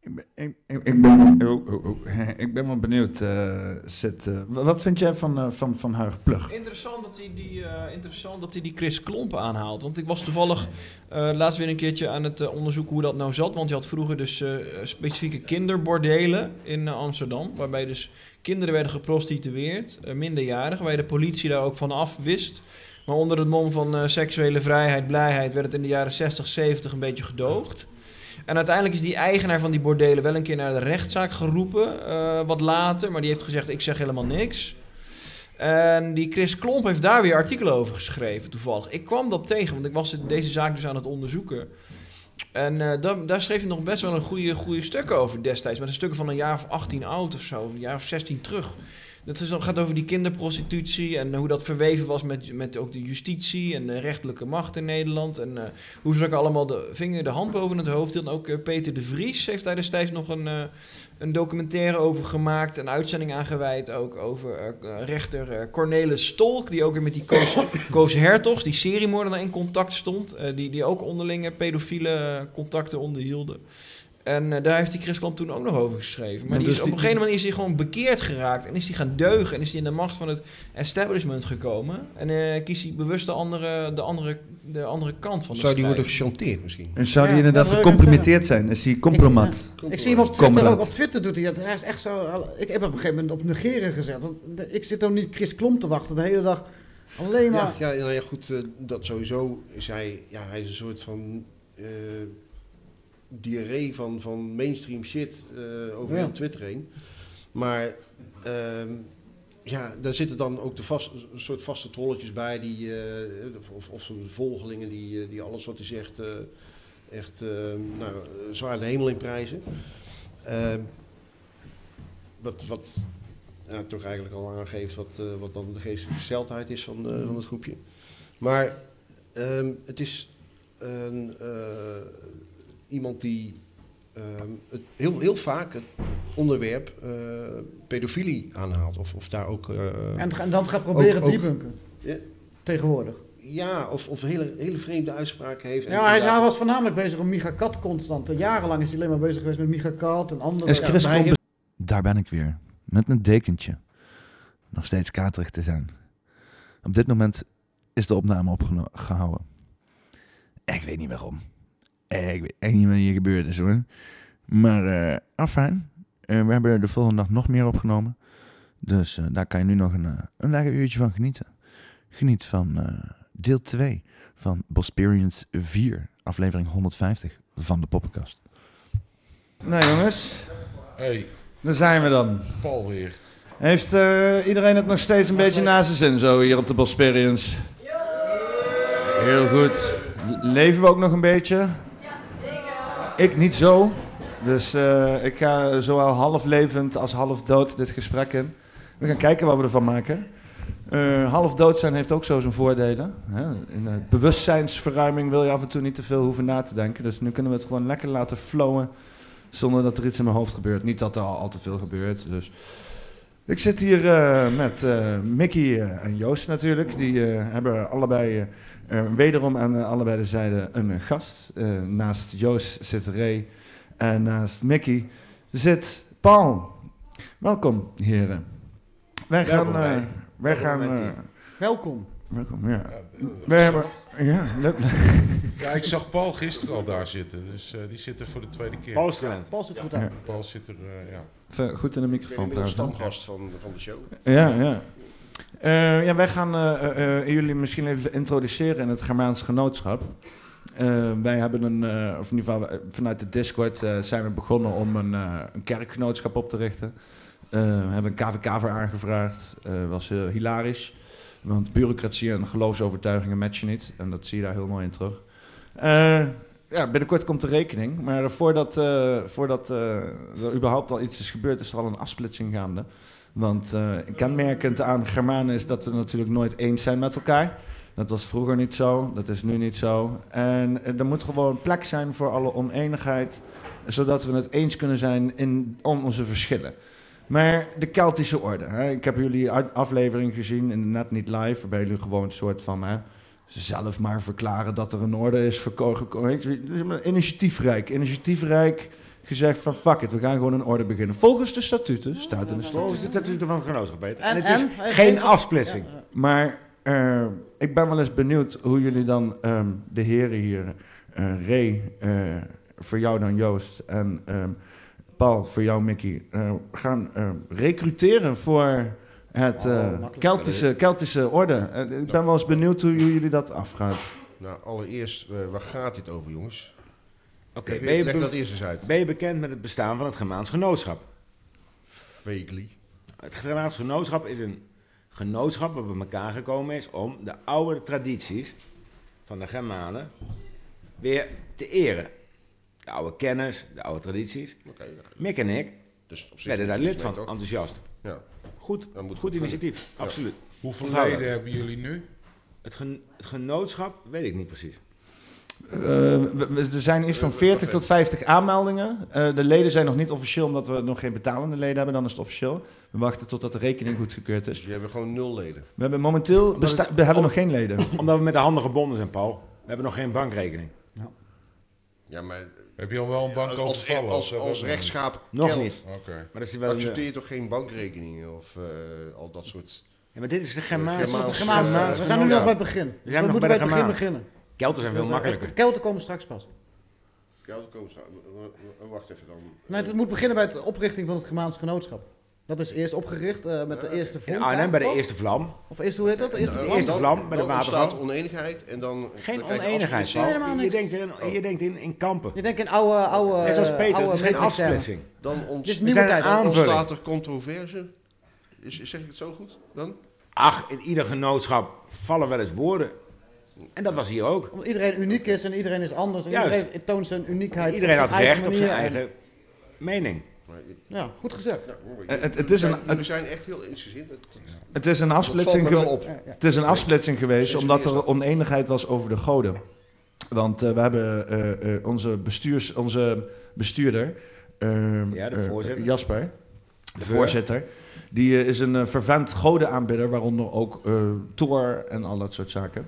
B: Ik ben, ik, ik, ik ben, oh, oh, oh. ik ben wel benieuwd, eh, Sid. eh, wa- wat vind jij van, eh, van, van Huig Plug?
C: Interessant dat, hij die, eh, interessant dat hij die Chris Klomp aanhaalt. Want ik was toevallig eh, laatst weer een keertje aan het eh, onderzoeken hoe dat nou zat. Want je had vroeger dus eh, specifieke kinderbordelen in eh, Amsterdam. Waarbij dus kinderen werden geprostitueerd, eh, minderjarigen. Waar je de politie daar ook van af wist. Maar onder het mom van eh, seksuele vrijheid, blijheid... werd het in de jaren 60, 70 een beetje gedoogd. En uiteindelijk is die eigenaar van die bordelen wel een keer naar de rechtszaak geroepen. eh, wat later, maar die heeft gezegd, ik zeg helemaal niks. En die Chris Klomp heeft daar weer artikelen over geschreven, toevallig. Ik kwam dat tegen, want ik was dit- deze zaak dus aan het onderzoeken. En eh, daar, daar schreef hij nog best wel een goede, goede stukken over destijds. Met een stuk van een jaar of 18 oud of zo, of een jaar of 16 terug. Dat is, dat gaat over die kinderprostitutie en hoe dat verweven was met, met ook de justitie en de rechterlijke macht in Nederland. En eh, hoe ze ook allemaal de vinger de hand boven het hoofd hielden. Ook eh, Peter de Vries heeft daar destijds nog een, eh, een documentaire over gemaakt. Een uitzending aangeweid ook over eh, eh, rechter eh, Cornelis Stolk. Die ook weer met die Koos, Koos Hertogs, die seriemoordenaar in contact stond. eh, die, die ook onderlinge pedofiele eh, contacten onderhielden. En eh, daar heeft die Chris Klamp toen ook nog over geschreven. Maar
B: Ja,
C: die
B: dus
C: is, op
B: die-
C: een gegeven moment is hij gewoon bekeerd geraakt. En is hij gaan deugen. En is hij in de macht van het establishment gekomen. En eh, kiest hij bewust de andere, de andere, de andere kant van de
E: Zou die
C: strijd.
E: worden gechanteerd misschien?
B: En zou die
F: Ja,
B: inderdaad
F: dat wil ik net
B: gecompromitteerd zijn? Is hij compromat?
F: Ik zie hem op Twitter ook.
B: Comrade.
F: Op Twitter doet hij dat. Hij is echt zo... Ik heb hem op een gegeven moment op negeren gezet. Want ik zit ook niet Chris Klom te wachten de hele dag. Alleen maar...
E: Ja, ja, nou ja goed, eh, dat sowieso is hij, ja, hij is een soort van eh diarree van, van mainstream shit eh, over
F: Ja.
E: heel Twitter heen. Maar ehm, ja, daar zitten dan ook de vast, een soort vaste trolletjes bij, die, eh, of, of zo'n volgelingen die, eh, die alles wat hij zegt eh, echt eh, nou, zwaar de hemel in prijzen. Eh, wat, wat ja, toch eigenlijk al aangeeft wat, eh, wat dan de geestelijke gesteldheid is van,
F: Mm-hmm.
E: eh, van het groepje. Maar ehm, het is een, eh, iemand die ehm, het heel, heel vaak het onderwerp eh, pedofilie aanhaalt. Of, of daar ook... eh,
F: En, en dan gaat proberen
E: ook- ook-
F: debunken.
E: Ja.
F: Tegenwoordig.
E: Ja, of, of hele, hele vreemde uitspraken heeft. En
F: Ja, hij,
E: inderdaad-
F: hij was voornamelijk bezig om Micha Kat constant. En Jarenlang is hij alleen maar bezig geweest met Micha Kat en andere.
A: Is
F: Ja,
A: Chris
F: maar
A: Klomp
F: hij-
A: bes- Daar ben ik weer. Met mijn dekentje. Nog steeds katerig te zijn. Op dit moment is de opname opgehouden. Ik weet niet waarom. Eh, Ik weet echt niet wat hier gebeurd is hoor. Maar eh, afijn. Eh, we hebben er de volgende dag nog meer opgenomen. Dus eh, daar kan je nu nog een, eh, een lekker uurtje van genieten. Geniet van eh, deel 2 van Bosperience 4, aflevering 150 van de Poppenkast.
B: Nou jongens,
M: Hey,
B: daar zijn we dan.
M: Paul weer.
B: Heeft eh, iedereen het nog steeds een beetje na zijn zin zo hier op de Bosperians? Heel goed. L- Leven we ook nog een beetje? Ik niet zo. Dus eh, ik ga zowel half levend als half dood dit gesprek in. We gaan kijken wat we ervan maken. Eh, half dood zijn heeft ook zo zijn voordelen. Hè? In eh, bewustzijnsverruiming wil je af en toe niet te veel hoeven na te denken. Dus nu kunnen we het gewoon lekker laten flowen zonder dat er iets in mijn hoofd gebeurt. Niet dat er al, al te veel gebeurt. Dus. Ik zit hier eh, met eh, Mickey eh, en Joost natuurlijk. Die eh, hebben allebei, eh, eh, wederom aan eh, allebei de zijde een eh, gast. Eh, naast Joost zit Ray en naast Mickey zit Paul. Welkom, heren. Wij gaan...
F: Welkom,
B: eh,
F: Ray.
B: wij
F: Welkom,
B: gaan...
F: Mattie.
B: eh,
F: Welkom.
B: welkom, ja. Wij hebben... Ja, leuk.
M: Ja, ik zag Paul gisteren al daar zitten, dus eh, die zit er voor de tweede keer.
E: Paul is gewend. Paul zit goed aan.
M: Ja, Paul zit er, eh, ja.
B: Even goed in de
E: Ik ben
B: microfoon
E: inmiddels
B: praten.
E: stamgast van, van de show.
B: Ja, ja. Eh, ja, wij gaan eh, eh, eh, jullie misschien even introduceren in het Germaans Genootschap. Eh, wij hebben een, eh, of in ieder geval eh, vanuit de Discord eh, zijn we begonnen om een, eh, een kerkgenootschap op te richten. Eh, we hebben een KVK voor aangevraagd. Eh was heel hilarisch. Want bureaucratie en geloofsovertuigingen matchen niet. En dat zie je daar heel mooi in terug. Eh, ja, binnenkort komt de rekening. Maar eh, voordat, eh, voordat eh, er überhaupt al iets is gebeurd, is er al een afsplitsing gaande. Want eh, kenmerkend aan Germanen is dat we natuurlijk nooit eens zijn met elkaar. Dat was vroeger niet zo, dat is nu niet zo. En eh, er moet gewoon plek zijn voor alle oneenigheid, zodat we het eens kunnen zijn in, om onze verschillen. Maar de Keltische orde. Hè? Ik heb jullie uit- aflevering gezien, en net niet live, waarbij jullie gewoon een soort van... Hè, zelf maar verklaren dat er een orde is verkozen. Initiatiefrijk, initiatiefrijk gezegd van fuck it, we gaan gewoon een orde beginnen. Volgens de statuten staat in de statuten.
D: Volgens de statuten van genootschap, Peter. En,
B: En-
D: het is
B: en? Hij
D: geen
B: geeft-
D: afsplitsing.
B: Maar eh, ik ben wel eens benieuwd hoe jullie dan ehm, de heren hier, eh Ray, eh, voor jou dan Joost en ehm, Paul, voor jou Mickey, eh, gaan ehm, recruteren voor het eh,
K: makkelijk.
B: Keltische, Keltische orde. Eh, ik ben wel eens benieuwd hoe jullie dat afgaat.
E: Nou, allereerst, eh, waar gaat dit over, jongens?
D: Oké,
E: Leg-
D: ben je
E: leg
D: be-
E: dat eerst eens uit.
D: Ben je bekend met het bestaan van het Germaans Genootschap?
E: Vaguely.
D: Het Germaans Genootschap is een genootschap wat bij elkaar gekomen is om de oude tradities van de Germanen weer te eren. De oude kennis, de oude tradities. Mick en ik
E: Dus
D: werden daar lid van, enthousiast. Goed, goed initiatief,
M: Ja.
D: absoluut.
M: Hoeveel
D: Onthouden.
M: leden hebben jullie nu?
D: Het, gen- het genootschap weet ik niet precies.
B: Eh, we- we- er zijn iets van 40 tot 50 aanmeldingen. Eh, de leden zijn nog niet officieel, omdat we nog geen betalende leden hebben. Dan is het officieel. We wachten totdat de rekening goedgekeurd is.
E: We Dus hebben gewoon nul leden.
B: We hebben momenteel besta- we hebben nog geen leden.
D: Omdat we met de handen gebonden zijn, Paul. We hebben nog geen bankrekening.
E: Ja, maar...
M: Heb je al wel een bank
E: als,
M: overvallen? of
E: Als,
M: zo?
E: als,
M: Dat weet ik
E: rechtschaap
D: Nog
E: Kelt,
D: niet. Oké. Maar dat is wel een- eh,
E: accepteer je toch geen bankrekeningen of eh, al dat soort...
D: Ja, maar dit is de
E: eh,
D: Germaanse-
E: Germaanse-
D: Germaanse-
E: Germaanse-
D: We
F: We zijn nu
E: Ja.
F: nog bij het begin.
D: We zijn
F: we
D: nog
F: moeten bij
D: bij de
F: het begin
D: Germanen.
F: beginnen.
D: Kelten zijn veel
F: Echt,
D: makkelijker.
F: Kelten komen straks pas.
E: Kelten komen straks- w- w- Wacht even dan. eh,
F: Nee, het moet beginnen bij de oprichting van het Germaans Genootschap. Dat is eerst opgericht eh, met de eerste
D: In
F: vlam.
D: Arnhem bij de Eerste Vlam.
F: Of eerst, hoe heet dat? De eerste
E: Nou,
F: vlam?
D: Eerste
E: dan-
D: vlam bij de
E: dan
D: waterval.
E: ontstaat oneenigheid en dan...
D: Geen
E: dan krijg je
D: oneenigheid,
E: afsplitsing.
D: Paul. Je denkt, in, je denkt in, in kampen.
F: Je denkt in oude... oude
D: Net zoals Peter, het
F: oude
D: is geen
F: matrixtermen.
D: afsplitsing.
E: Dan ont-
F: Dit is nieuwe tijd.
E: Dan
D: aanvulling.
E: ontstaat er controverse. Is, zeg ik het zo goed dan?
D: Ach, in ieder genootschap vallen wel eens woorden. En dat was hier ook.
F: Omdat iedereen uniek is en iedereen is anders. En
D: Juist.
F: iedereen toont zijn uniekheid.
D: Iedereen
F: op
D: had
F: zijn eigen
D: recht op zijn
F: manier.
D: eigen mening.
F: Ja, goed gezegd.
B: Eh, het- het is een-
E: We zijn echt heel eensgezind. Dat- dat-
B: Het is een
E: dat
B: afsplitsing,
E: valt me
B: gewe-
E: wel op.
B: Het is een afsplitsing geweest
E: Sinds
B: omdat
E: wanneer
B: er oneenigheid was over de goden. Want eh, we hebben eh, eh, onze, bestuurs, onze bestuurder, ehm,
D: Ja, de
B: eh,
D: voorzitter.
B: Jasper, de
D: De
B: voorzitter, die eh, is een eh, vervent godenaanbidder, waaronder ook eh Thor en al dat soort zaken.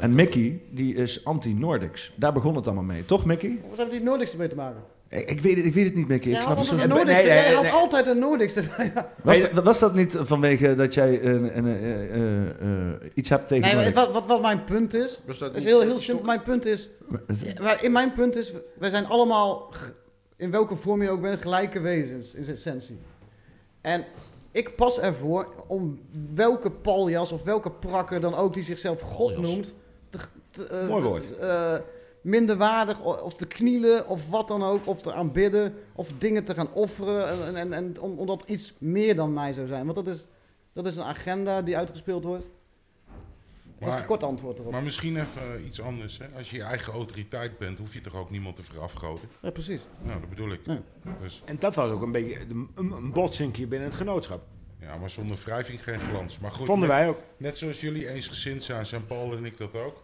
B: En Mickey, die is anti-Noordics. Daar begon het allemaal mee, toch Mickey?
F: Wat hebben die Noordics ermee te maken?
B: Ik, ik weet, het, ik weet het niet, Mickey. Ik
F: Jij
B: snap
F: had,
B: het
F: altijd
B: zo-
F: een Noordics,
D: Nee, nee,
F: jij had
D: nee.
F: altijd een Noordics erbij.
B: Was, dat- was dat niet vanwege dat jij een, een, eh, eh, eh, iets hebt tegen
F: Nee, maar
B: Noordics?
F: wat, wat, wat mijn punt is,
E: Was dat
F: is
E: niet-
F: heel, heel simpel. Mijn punt is,
D: Dus-
F: waar- in mijn punt is, wij zijn allemaal, g- in welke vorm je ook bent, gelijke wezens in zijn essentie. En ik pas ervoor om welke paljas of welke prakker dan ook die zichzelf God noemt, te, te, eh,
D: Mooi woord.
F: eh, minderwaardig o- of te knielen of wat dan ook, of te aanbidden of dingen te gaan offeren en, en, en, en om- omdat iets meer dan mij zou zijn. Want dat is, dat is een agenda die uitgespeeld wordt. Dat is
M: Maar-
F: een kort antwoord erop.
M: Maar misschien even eh, iets anders. Hè? Als je je eigen autoriteit bent, hoef je toch ook niemand te verafgoden?
F: Ja, precies.
M: Nou, dat bedoel ik. Dus,
D: En dat was ook een beetje een, een botsinkje binnen het genootschap.
M: ja, maar zonder wrijving geen glans. Maar goed,
D: Vonden
M: net-
D: wij ook.
M: Net zoals jullie eensgezind zijn, zijn Paul en ik dat ook.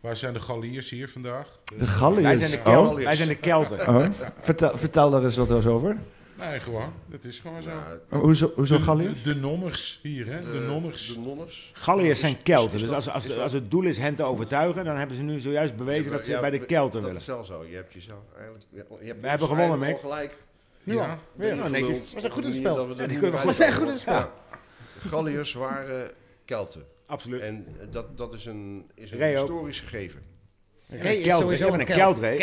M: Wij zijn de Galliërs hier vandaag. Dus-
B: De Galliërs?
M: Wij zijn de
B: Oh.
M: Kelten. Wij zijn de Kelten.
B: Oh. Vertel, vertel daar eens wat over.
M: Nee, gewoon. Dat is gewoon zo.
B: Oh, hoezo- hoezo
M: De-
B: Galliërs?
M: De, de nonners hier, hè? De,
E: De-
M: nonners.
E: de nonners.
D: Galliërs zijn Kelten.
E: is
D: Dus
E: dat-
D: als, als,
E: is dat-
D: als het doel is hen te overtuigen, dan hebben ze nu zojuist bewezen dat ze
E: Ja,
D: bij de
E: we-
D: Kelten
E: dat
D: willen.
E: is wel zo. Je hebt jezelf eigenlijk... Je hebt ons
D: hebben gewonnen,
E: eigenlijk
D: Mick.
E: al gelijk.
D: Ja. Ja,
E: Weer
D: nou,
E: geluld.
D: netjes.
F: We zijn goed in het
E: Op de manier
F: spel.
E: dat we
F: Ja,
E: er
F: die
E: nu
F: kunnen we
E: uit
F: goed- we zijn
E: zijn.
F: goed in het spel.
E: Ja. De Galliërs waren Kelten.
D: Absoluut.
E: En eh, dat, dat is een, is een
D: Ray ook.
E: historisch gegeven.
F: Ray is sowieso een Kelt. Kelt, Ray,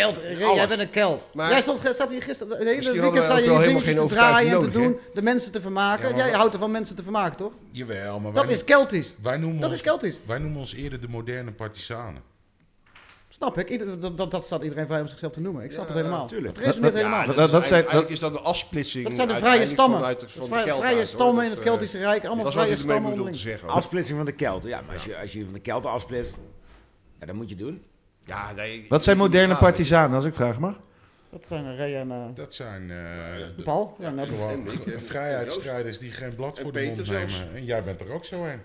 F: jij bent een Kelt.
E: Maar-
F: jij stond, zat hier gisteren, de
E: Misschien hadden
F: hele weekend
E: wij
F: sta je
E: ook
F: je
E: wel
F: dingetjes te
E: helemaal geen
F: draaien en te doen,
E: overtuiging
F: de mensen te vermaken.
M: Ja, maar-
F: jij houdt ervan mensen te vermaken, toch?
M: Jawel, maar
F: Dat
M: wij-
F: is Keltisch.
M: Wij noemen
F: Dat
M: ons-
F: is Keltisch.
M: Wij noemen ons eerder de moderne partisanen.
F: Snap ik. Ieder- dat, dat, dat staat iedereen vrij om zichzelf te noemen. Ik snap het helemaal.
M: tuurlijk.
F: Het resoneert
M: Dat- dat-
F: helemaal.
M: dat- dat- dat zijn-
E: Eigenlijk is dat de afsplitsing.
F: Dat zijn de vrije
E: uiteindelijk
F: stammen.
E: vanuit-
F: De
E: van de
F: vrije-
E: Kelten
F: vrije
E: uit, hoor.
F: stammen in
E: Dat,
F: het
E: eh,
F: Keltische Rijk, allemaal
E: dat is wat
F: vrije
E: ik ermee
F: stammen
E: bedoel te
F: onderling.
E: zeggen. hoor.
D: Afsplitsing van de Kelten. Ja, maar als je, als je van de Kelten afsplitst, ja, dan moet je doen.
E: Ja, nee,
B: Wat zijn moderne
E: partisanen?
B: partizanen, als ik vraag mag?
F: Dat zijn Ray en... eh,
M: Dat zijn eh
F: Paul? Ja, net.
M: gewoon
E: En ik, en-
M: vrijheidsstrijders die geen blad
E: En
M: voor de
E: Peter
M: mond
E: zelfs.
M: nemen. En jij bent er ook zo een.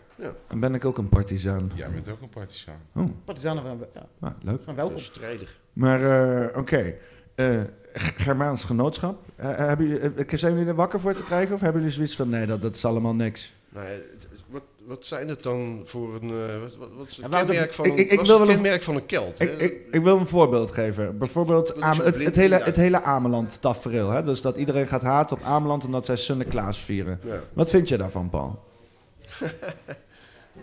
B: Dan ben ik ook een partizaan.
M: Jij bent ook een partisaan.
B: Oh,
F: Partizanen van... Ja.
B: nou, leuk.
F: Van welkom.
E: Strijdig.
B: Maar eh, oké, Eh, G- Germaans genootschap. Eh, hebben jullie, eh, zijn jullie er wakker voor te krijgen of hebben jullie zoiets van nee, dat, dat is allemaal niks?
E: Nou, ja, het- het- wat,
K: wat zijn het dan voor een... eh, wat, wat, wat is
B: Ja,
K: het
B: Wouter,
K: kenmerk van,
B: ik- ik- ik
K: wat is
B: wil
K: het
B: wel een-
K: kenmerk van een kelt?
B: Ik,
K: hè?
B: ik, ik wil een voorbeeld geven. Bijvoorbeeld Aam- het, het hele, het hele Ameland-tafereel. Hè? Dus dat iedereen gaat haten op Ameland omdat zij Sunne Klaas vieren.
K: Ja.
B: Wat vind je daarvan, Paul?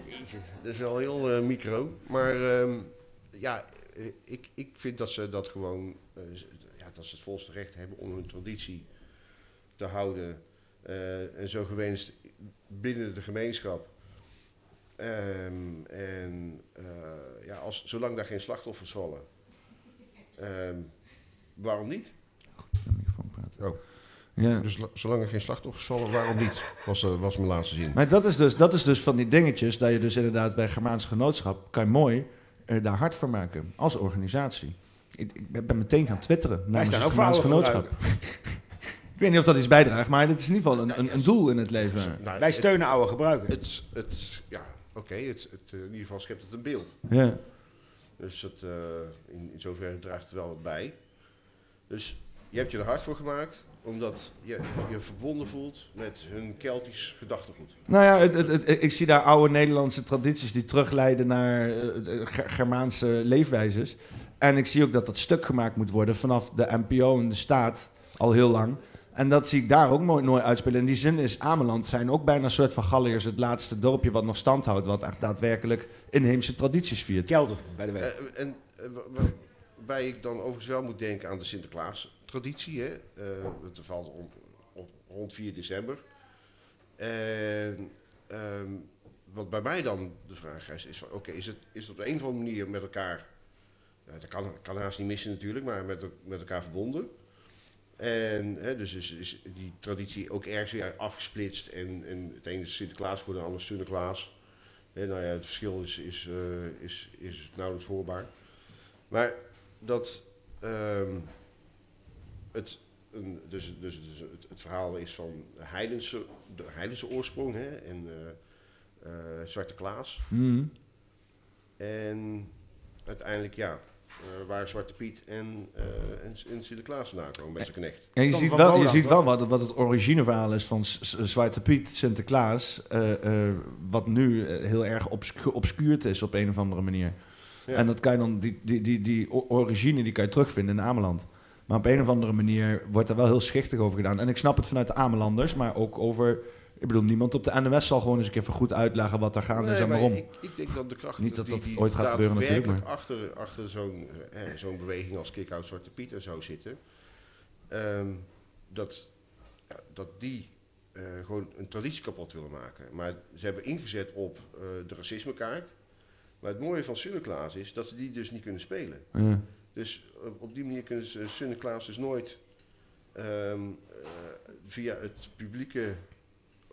K: Jeetje, dat is wel heel eh, micro. Maar ehm, ja, eh, ik, ik vind dat ze dat gewoon, eh, z- ja, dat ze het volste recht hebben om hun traditie te houden. eh, en zo gewenst binnen de gemeenschap. Ehm, en eh, ja, als, zolang daar geen slachtoffers vallen, ehm, waarom niet? Oh.
B: Ja.
K: Dus la- zolang er geen slachtoffers vallen, waarom niet? Was, eh, was mijn laatste zin.
B: Maar dat is, dus, dat is dus van die dingetjes dat je dus inderdaad bij Germaans Genootschap kan je mooi eh, daar hard voor maken als organisatie. Ik, ik ben- ben meteen gaan twitteren namens
D: staan
B: het
D: ook
B: Germaans
D: vrouwen
B: Genootschap. ik weet niet of dat iets bijdraagt, maar dit is in ieder geval een, een, een doel in het leven.
K: Nou,
D: Wij
K: het-
D: steunen oude gebruikers.
K: Het, het, ja, oké. het, het, eh, in ieder geval schept het een beeld.
B: Ja.
K: Dus het, eh, in, in zoverre draagt het wel wat bij. Dus je hebt je er hard voor gemaakt, omdat je je verbonden voelt met hun Keltisch gedachtegoed.
B: Nou ja, het, het, het- ik zie daar oude Nederlandse tradities die terugleiden naar eh, eh, Ger- Germaanse leefwijzes. En ik zie ook dat dat stuk gemaakt moet worden vanaf de NPO en de staat al heel lang. En dat zie ik daar ook mooi, nooit uitspelen. In die zin is Ameland zijn ook bijna een soort van Galliërs het laatste dorpje wat nog stand houdt. Wat echt daadwerkelijk inheemse tradities viert.
D: Kelder, bij de weg.
K: Eh, en eh, wa- wa- waarbij ik dan overigens wel moet denken aan de Sinterklaas-traditie. Hè? Eh, het valt om, op, rond 4 december. En ehm, wat bij mij dan de vraag is, is van, oké, is het is het op een of andere manier met elkaar... Nou, dat kan, kan haast niet missen natuurlijk, maar met, met elkaar verbonden. En hè, dus is, is die traditie ook ergens weer afgesplitst. En, en het ene is Sinterklaas geworden, het andere is Sinterklaas. Hè, nou ja, het verschil is, is, eh, is, is nauwelijks hoorbaar. Maar dat ehm, het, een, dus, dus, dus het, het verhaal is van heidense, de heidense oorsprong hè, en eh, eh, Zwarte Klaas.
B: Mhm.
K: En uiteindelijk, ja, eh, waar Zwarte Piet en, eh en, en Sinterklaas vandaan komen met zijn knecht.
B: En je ziet wel, je ziet wel wat, het- wat het origineverhaal is van S- S- Zwarte Piet, Sinterklaas. eh, eh, wat nu eh, heel erg obscu- obscuurd is op een of andere manier.
K: Ja.
B: En dat kan je dan, die, die, die, die o- origine die kan je terugvinden in Ameland. Maar op een of andere manier wordt daar wel heel schichtig over gedaan. En ik snap het vanuit de Amelanders, maar ook over... Ik bedoel, niemand op de NOS zal gewoon eens een keer goed uitleggen wat daar gaande is
K: Nee,
B: en
K: maar
B: waarom.
K: Ik, ik denk dat de kracht
B: Niet dat
K: die-
B: dat
K: die
B: ooit gaat gebeuren natuurlijk,
K: daadwerkelijk achter, achter zo'n eh, eh, zo'n beweging als Kick-Out Zwarte Piet en zo zitten. ehm, dat, ja, dat die eh, gewoon een traditie kapot willen maken. Maar ze hebben ingezet op eh, de racismekaart. Maar het mooie van Sinterklaas is dat ze die dus niet kunnen spelen.
B: Ja.
K: Dus op, op die manier kunnen ze Sinterklaas dus nooit ehm, eh, via het publieke...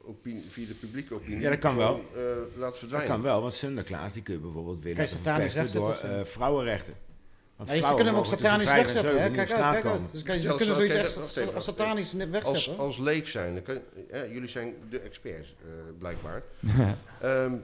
K: opinie- via de publieke opinie.
D: Ja, dat kan wel.
K: gewoon, eh, laten
D: Dat
K: verdwijnen.
D: kan wel, want Sinterklaas die kun je bijvoorbeeld winnen
K: Kijk,
D: te
K: satanisch
D: verpesten door
K: wegzetten of zo.
D: eh, vrouwenrechten.
F: Ja,
D: Want
F: je- ze
D: vrouwen
F: kunnen hem ook
D: mogen
F: satanisch
D: tussen vijf en
F: wegzetten.
D: zeven
F: Hè?
D: niet
F: Kijk
D: op
F: uit,
D: straat
F: kijk uit.
D: komen.
F: Dus kan je- ze
K: Zelfs-
F: kunnen
K: oké,
F: zoiets echt
K: dat- wacht
F: sa-
K: even,
F: als
K: wacht
F: satanisch
K: even.
F: ne- wegzetten.
K: Als, als leek zijn, dan kan, hè, jullie zijn de experts, eh, blijkbaar.
B: Ja.
K: Ehm,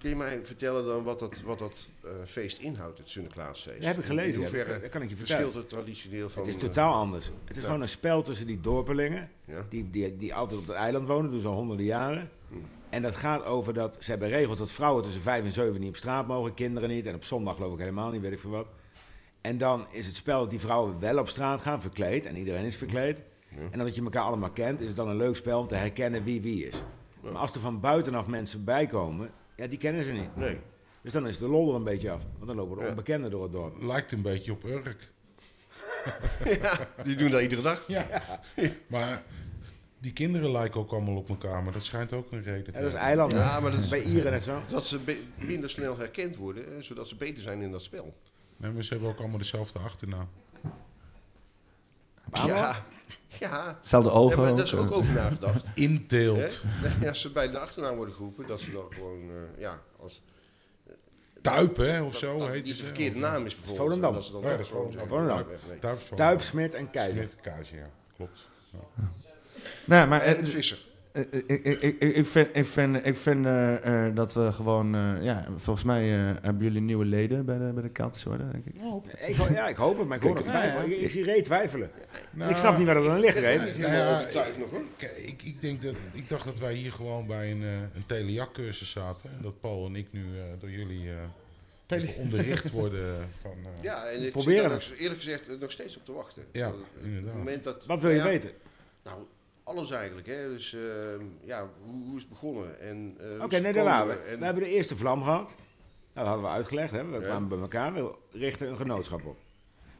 K: kun je mij vertellen dan wat dat, wat dat eh, feest inhoudt, het Sinterklaasfeest?
D: Dat heb ik gelezen,
K: In
D: ja,
K: hoeverre
D: dat kan ik je
K: verschilt
D: vertellen.
K: het traditioneel van...
D: Het is
K: eh,
D: totaal anders. Het is
K: ja.
D: gewoon een spel tussen die dorpelingen,
K: Ja.
D: die, die, die altijd op het eiland wonen, dus al honderden jaren.
K: Mhm.
D: En dat gaat over dat ze hebben regels dat vrouwen tussen vijf en zeven niet op straat mogen, kinderen niet. En op zondag geloof ik helemaal niet, weet ik veel wat. En dan is het spel dat die vrouwen wel op straat gaan, verkleed. En iedereen is verkleed. En omdat je elkaar allemaal kent, is het dan een leuk spel om te herkennen wie wie is. Maar als er van buitenaf mensen bij komen, ja, die kennen ze niet.
K: Nee.
D: Dus dan is de lol er een beetje af. Want dan lopen er
K: Ja.
D: onbekenden door het dorp.
M: Lijkt een beetje op Urk.
K: Ja, die doen dat iedere dag.
M: Ja. Maar die kinderen lijken ook allemaal op elkaar, maar dat schijnt ook een reden te
D: Ja, dat is
M: hebben.
D: eiland.
K: Ja, maar dat is-
D: Bij Ieren en zo.
K: Dat ze be- minder snel herkend worden, eh, zodat ze beter zijn in dat spel.
M: Nee, maar ze hebben ook allemaal dezelfde achternaam.
K: Ja. Ja.
B: Hetzelfde ogen
K: Ja, maar dat
B: ook,
K: is ook
B: eh.
K: over nagedacht.
M: Inteelt.
K: Hè? Als ze bij de achternaam worden geroepen, dat ze dan gewoon, eh, ja, als...
M: Tuip, hè, of zo,
K: dat
M: heet
K: die
M: ze,
K: verkeerde
M: of-
K: naam is bijvoorbeeld.
D: Volendam.
K: en Dat ze dan
M: Ja, dat is
K: gewoon
M: Volendam.
K: zeggen,
D: Volendam.
K: nee, nee.
M: Tuip is van-
D: Tuip, Smit en Keizer.
M: Smit, Keizer, ja. Klopt. Ja.
B: Nou, maar,
K: En
B: eh,
K: Visser.
B: eh,
J: ik, ik, ik, ik vind, ik vind, ik vind eh, eh, dat we gewoon... eh, ja, volgens mij eh, hebben jullie nieuwe leden bij de, bij de Keltische Orde, denk ik.
D: Ik, ho- ja, ik hoop het, maar ik hoor nog
J: Ja,
D: twijfelen.
J: ja.
D: Ik, ik zie Ray twijfelen.
M: Nou,
D: ik snap niet waar dat aan ligt, Ray.
M: nou ik, ik, ik denk dat, ik dacht dat wij hier gewoon bij een, eh een telejac-cursus zaten. En dat Paul en ik nu eh, door jullie eh,
K: Tele-
M: even onderricht worden van... eh,
K: Ja, en ik
M: proberen
K: zit daar
M: het.
K: ook eerlijk gezegd eh, nog steeds op te wachten.
M: Ja,
K: Eh, op het
M: inderdaad.
K: moment dat-
M: Wat wil je
K: nou ja,
M: weten?
K: Nou, alles eigenlijk. Hè. Dus ehm, ja, hoe, hoe is het begonnen? en, eh, hoe is
D: Oké,
K: het
D: nee, daar
K: gekomen?
D: waren we.
K: En-
D: We hebben de eerste vlam gehad. Nou, dat hadden we uitgelegd. Hè. We kwamen bij elkaar, we richten een genootschap op.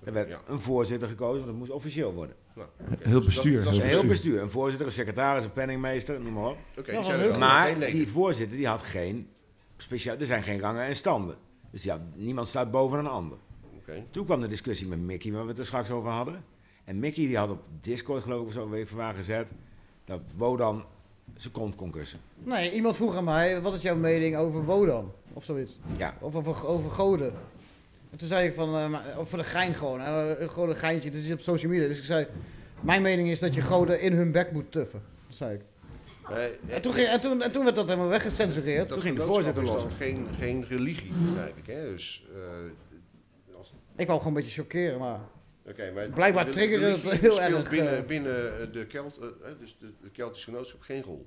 D: Er werd een voorzitter gekozen, want dat moest officieel worden.
K: Nou,
B: Heel bestuur.
D: Dat, was een heel bestuur. Een voorzitter, een secretaris, een penningmeester, noem maar op.
K: die Ja, zijn er wel.
D: maar
K: één leger.
D: die voorzitter die had geen speciaal... Er zijn geen rangen en standen. Dus ja, niemand staat boven een ander.
K: Oké.
D: Toen kwam de discussie met Mickey, waar we het er straks over hadden. En Mickey die had op Discord geloof ik of zo weet ik van waar gezet... dat Wodan zijn kont kon kussen.
F: Nee, iemand vroeg aan mij, wat is jouw mening over Wodan? Of zoiets.
D: Ja.
F: Of over, over goden. En toen zei ik van, eh, maar- of voor de gein gewoon, hè, eh, gewoon een geintje, het is op social media. Dus ik zei, mijn mening is dat je goden in hun bek moet tuffen. Dat zei ik.
K: Eh,
F: En toen, ging- en toen, en toen werd dat helemaal weggecensureerd.
K: Dat genootschap is dan Geen, geen religie, begrijp ik. Hè? Dus, eh, als-
F: Ik wou gewoon een beetje choqueren, maar...
K: Oké, maar
F: Blijkbaar
K: de
F: triggerde
K: religie
F: het heel
K: speelt
F: erg,
K: Binnen,
F: eh,
K: binnen eh, de, Kelt, eh, eh, dus de, de Keltische genootschap geen rol.